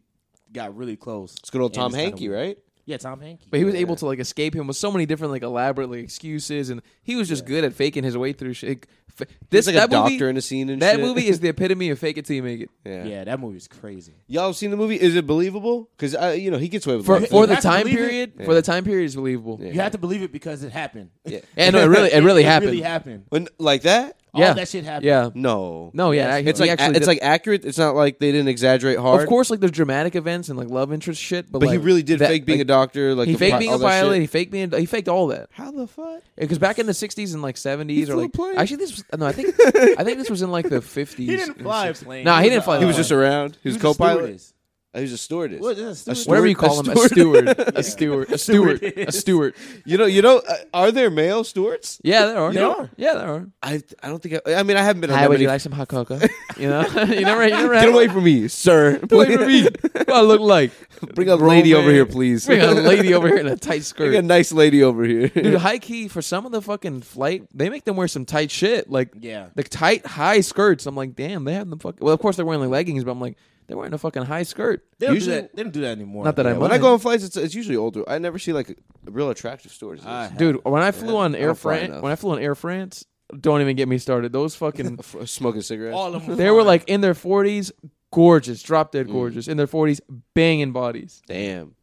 Speaker 2: got really close.
Speaker 3: It's good old
Speaker 2: And
Speaker 3: Tom
Speaker 2: it's kinda
Speaker 3: Hanky,
Speaker 2: weird.
Speaker 3: right?
Speaker 2: Yeah, Tom Hanks.
Speaker 1: But he was able to like escape him with so many different like elaborate like, excuses, and he was just good at faking his way through shit. F- This
Speaker 3: He's like a
Speaker 1: that movie,
Speaker 3: doctor in a scene and
Speaker 1: that
Speaker 3: shit.
Speaker 1: movie is the epitome of fake it till you make it.
Speaker 3: yeah.
Speaker 2: Yeah, that movie's crazy.
Speaker 3: Y'all seen the movie? Is it believable? Because uh, you know he gets away with
Speaker 1: For,
Speaker 3: life.
Speaker 1: for the
Speaker 2: have to
Speaker 1: time
Speaker 2: believe it.
Speaker 1: period, for the time period, is believable. Yeah,
Speaker 2: You have to believe it because it happened. Yeah,
Speaker 1: no, it really, it really happened.
Speaker 2: really happened.
Speaker 3: when like that.
Speaker 1: Yeah.
Speaker 2: All that shit happened.
Speaker 1: yeah,
Speaker 3: No,
Speaker 1: no, yeah,
Speaker 3: It's
Speaker 1: he
Speaker 3: like
Speaker 1: actually
Speaker 3: it's
Speaker 1: did-
Speaker 3: like accurate. It's not like they didn't exaggerate hard.
Speaker 1: of course, like there's dramatic events and like love interest shit, but,
Speaker 3: but he
Speaker 1: like,
Speaker 3: really did
Speaker 1: that-
Speaker 3: fake being
Speaker 1: like,
Speaker 3: a doctor. Like
Speaker 1: He
Speaker 3: the
Speaker 1: faked
Speaker 3: pi-
Speaker 1: being
Speaker 3: all
Speaker 1: a
Speaker 3: that shit.
Speaker 1: pilot. He faked being he faked all that.
Speaker 3: How the fuck?
Speaker 1: Because back in the '60s and like '70s, or
Speaker 3: flew a
Speaker 1: like
Speaker 3: plane.
Speaker 1: actually, this was, no, I think I think this was in like the '50s.
Speaker 2: He didn't fly a plane.
Speaker 1: Nah, he didn't
Speaker 2: a- uh,
Speaker 1: fly a
Speaker 3: He was
Speaker 1: plane.
Speaker 3: just around. Uh, He
Speaker 2: he
Speaker 3: was
Speaker 2: was a
Speaker 3: co-pilot.
Speaker 2: stewardess.
Speaker 3: He was a stewardess.
Speaker 2: What is it, Uh, a
Speaker 3: A
Speaker 2: stewardess?
Speaker 1: Whatever you
Speaker 3: steward-
Speaker 1: call him, a steward, a steward, a steward, a
Speaker 2: Stewardess.
Speaker 1: steward.
Speaker 3: You know, you know. Uh, are there male stewards?
Speaker 1: Yeah, there are.
Speaker 2: There are.
Speaker 1: Yeah, there are.
Speaker 3: I I don't think. I, I mean, I haven't been. on
Speaker 1: Hi,
Speaker 3: that
Speaker 1: would you
Speaker 3: many-
Speaker 1: like some hot cocoa? You know, you never, you never.
Speaker 3: Get away from me, sir. Get
Speaker 1: away from me. What do I look like?
Speaker 3: Bring a
Speaker 1: Bro,
Speaker 3: lady over
Speaker 1: man.
Speaker 3: here, please.
Speaker 1: Bring a lady over here in a tight
Speaker 3: Bring a
Speaker 1: skirt.
Speaker 3: nice lady over here.
Speaker 1: Dude, high key for some of the fucking flight, they make them wear some tight shit, like
Speaker 2: Yeah.
Speaker 1: the tight high skirts. I'm like, damn, they have them fucking. Well, of course they're wearing like leggings, but I'm like, they're wearing a fucking high skirt.
Speaker 2: They don't,
Speaker 3: Usually-
Speaker 2: do that. they don't do that anymore.
Speaker 1: Not that I
Speaker 3: Yeah, when I
Speaker 1: mind.
Speaker 3: go on flights, it's, it's usually older. I never see like a real attractive stores.
Speaker 2: I have-
Speaker 1: Dude, when I flew on Air
Speaker 3: don't fly
Speaker 1: France,
Speaker 3: enough.
Speaker 1: when I flew on Air France, don't even get me started. Those fucking
Speaker 3: F- smoking cigarettes.
Speaker 2: all of them.
Speaker 1: They were like in their forties, gorgeous, drop dead gorgeous, in their forties, banging bodies.
Speaker 3: Damn,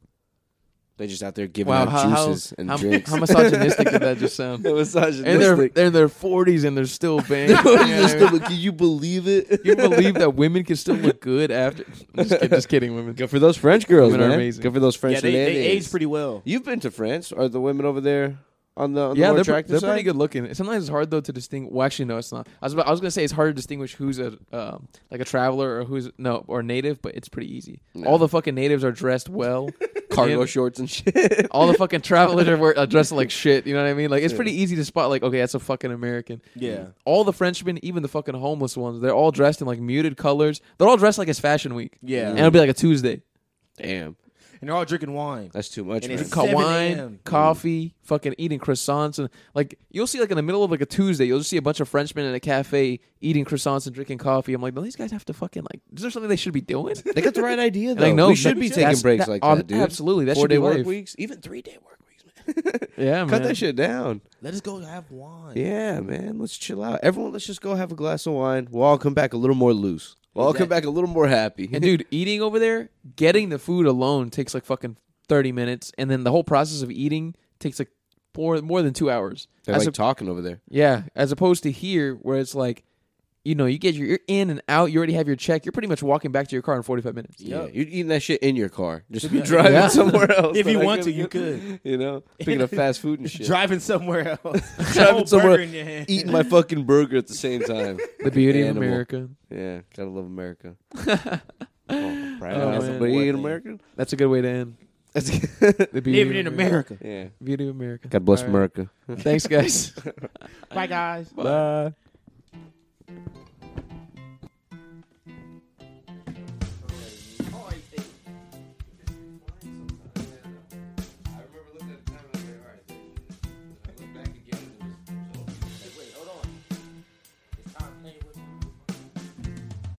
Speaker 3: they just out there giving
Speaker 1: Wow,
Speaker 3: out
Speaker 1: how, how,
Speaker 3: juices and
Speaker 1: how,
Speaker 3: drinks.
Speaker 1: how misogynistic did that just sound? And they're
Speaker 3: Misogynistic.
Speaker 1: they're in their forties and they're still banging. You know what I mean?
Speaker 3: Can you believe it?
Speaker 1: You believe that women can still look good after? Just, kid- just kidding, women.
Speaker 3: Go for those French girls,
Speaker 1: Women are
Speaker 3: man.
Speaker 1: amazing.
Speaker 3: Go for those French
Speaker 2: yeah, they, they
Speaker 3: ladies.
Speaker 2: age pretty well.
Speaker 3: You've been to France? Are the women over there on the, on the
Speaker 1: Yeah,
Speaker 3: more
Speaker 1: they're, pre-
Speaker 3: attractive
Speaker 1: they're
Speaker 3: side?
Speaker 1: pretty good looking. Sometimes it's hard though to distinguish. Well, actually, no, it's not. I was about, I was gonna say it's hard to distinguish who's a um, like a traveler or who's no or native, but it's pretty easy. All the fucking natives are dressed well.
Speaker 3: Cargo
Speaker 1: And-
Speaker 3: shorts and shit.
Speaker 1: all the fucking travelers are wear- are dressed like shit. You know what I mean? Like it's pretty easy to spot. Like okay, that's a fucking American.
Speaker 2: Yeah.
Speaker 1: All the Frenchmen, even the fucking homeless ones, they're all dressed in like muted colors. They're all dressed like it's Fashion Week.
Speaker 2: Yeah.
Speaker 1: and it'll be like a Tuesday.
Speaker 3: Damn,
Speaker 2: And they're all drinking wine.
Speaker 3: that's too much.
Speaker 2: And
Speaker 3: man.
Speaker 2: it's
Speaker 1: Ca-
Speaker 2: 7
Speaker 1: wine,
Speaker 2: a.m..
Speaker 1: coffee, fucking eating croissants, and like you'll see like in the middle of like a Tuesday, you'll just see a bunch of Frenchmen in a cafe eating croissants and drinking coffee. I'm like, no, these guys have to fucking like. Is there something they should be doing?
Speaker 3: they got the right idea though.
Speaker 1: Like, no,
Speaker 3: we should
Speaker 1: that-
Speaker 3: be taking
Speaker 1: that's-
Speaker 3: breaks
Speaker 1: that-
Speaker 3: like
Speaker 1: oh,
Speaker 3: that, dude.
Speaker 1: absolutely, that
Speaker 3: Four
Speaker 1: should be
Speaker 3: day work
Speaker 1: life.
Speaker 3: weeks, even three day work weeks, man.
Speaker 1: Yeah,
Speaker 3: Cut
Speaker 1: man.
Speaker 3: that shit down.
Speaker 2: Let us go have wine.
Speaker 3: Yeah, man. Let's chill out. Everyone, let's just go have a glass of wine. We'll all come back a little more loose. We'll all come
Speaker 2: Exactly.
Speaker 3: back a little more happy.
Speaker 1: And dude, eating over there, getting the food alone takes like fucking thirty minutes, and then the whole process of eating takes like four more than two hours.
Speaker 3: They're
Speaker 1: As
Speaker 3: like
Speaker 1: a-
Speaker 3: talking over there.
Speaker 1: yeah, as opposed to here where it's like, you know, you get your you're in and out, you already have your check, you're pretty much walking back to your car in forty five minutes.
Speaker 3: Yeah,
Speaker 2: Yup.
Speaker 3: you're eating that shit in your car. Just driving
Speaker 1: Yeah.
Speaker 3: somewhere else.
Speaker 2: If
Speaker 3: but
Speaker 2: you
Speaker 3: I
Speaker 2: want to,
Speaker 3: give-
Speaker 2: you could.
Speaker 3: You know, picking up fast food and shit.
Speaker 2: Driving somewhere else.
Speaker 3: Driving
Speaker 2: Whole
Speaker 3: somewhere,
Speaker 2: burger in your hand.
Speaker 3: eating my fucking burger at the same time.
Speaker 1: The beauty of
Speaker 3: Animal.
Speaker 1: America.
Speaker 3: Yeah, gotta love America. oh, proud
Speaker 1: Oh,
Speaker 3: as a
Speaker 1: man.
Speaker 3: boy
Speaker 2: One
Speaker 3: in
Speaker 2: thing.
Speaker 3: America.
Speaker 1: That's a good way to end. The beauty
Speaker 2: Living
Speaker 1: of
Speaker 2: in America.
Speaker 3: yeah.
Speaker 1: Beauty of America.
Speaker 3: God bless
Speaker 1: All right.
Speaker 3: America.
Speaker 2: uh,
Speaker 1: Thanks, guys.
Speaker 2: Bye, guys.
Speaker 3: Bye.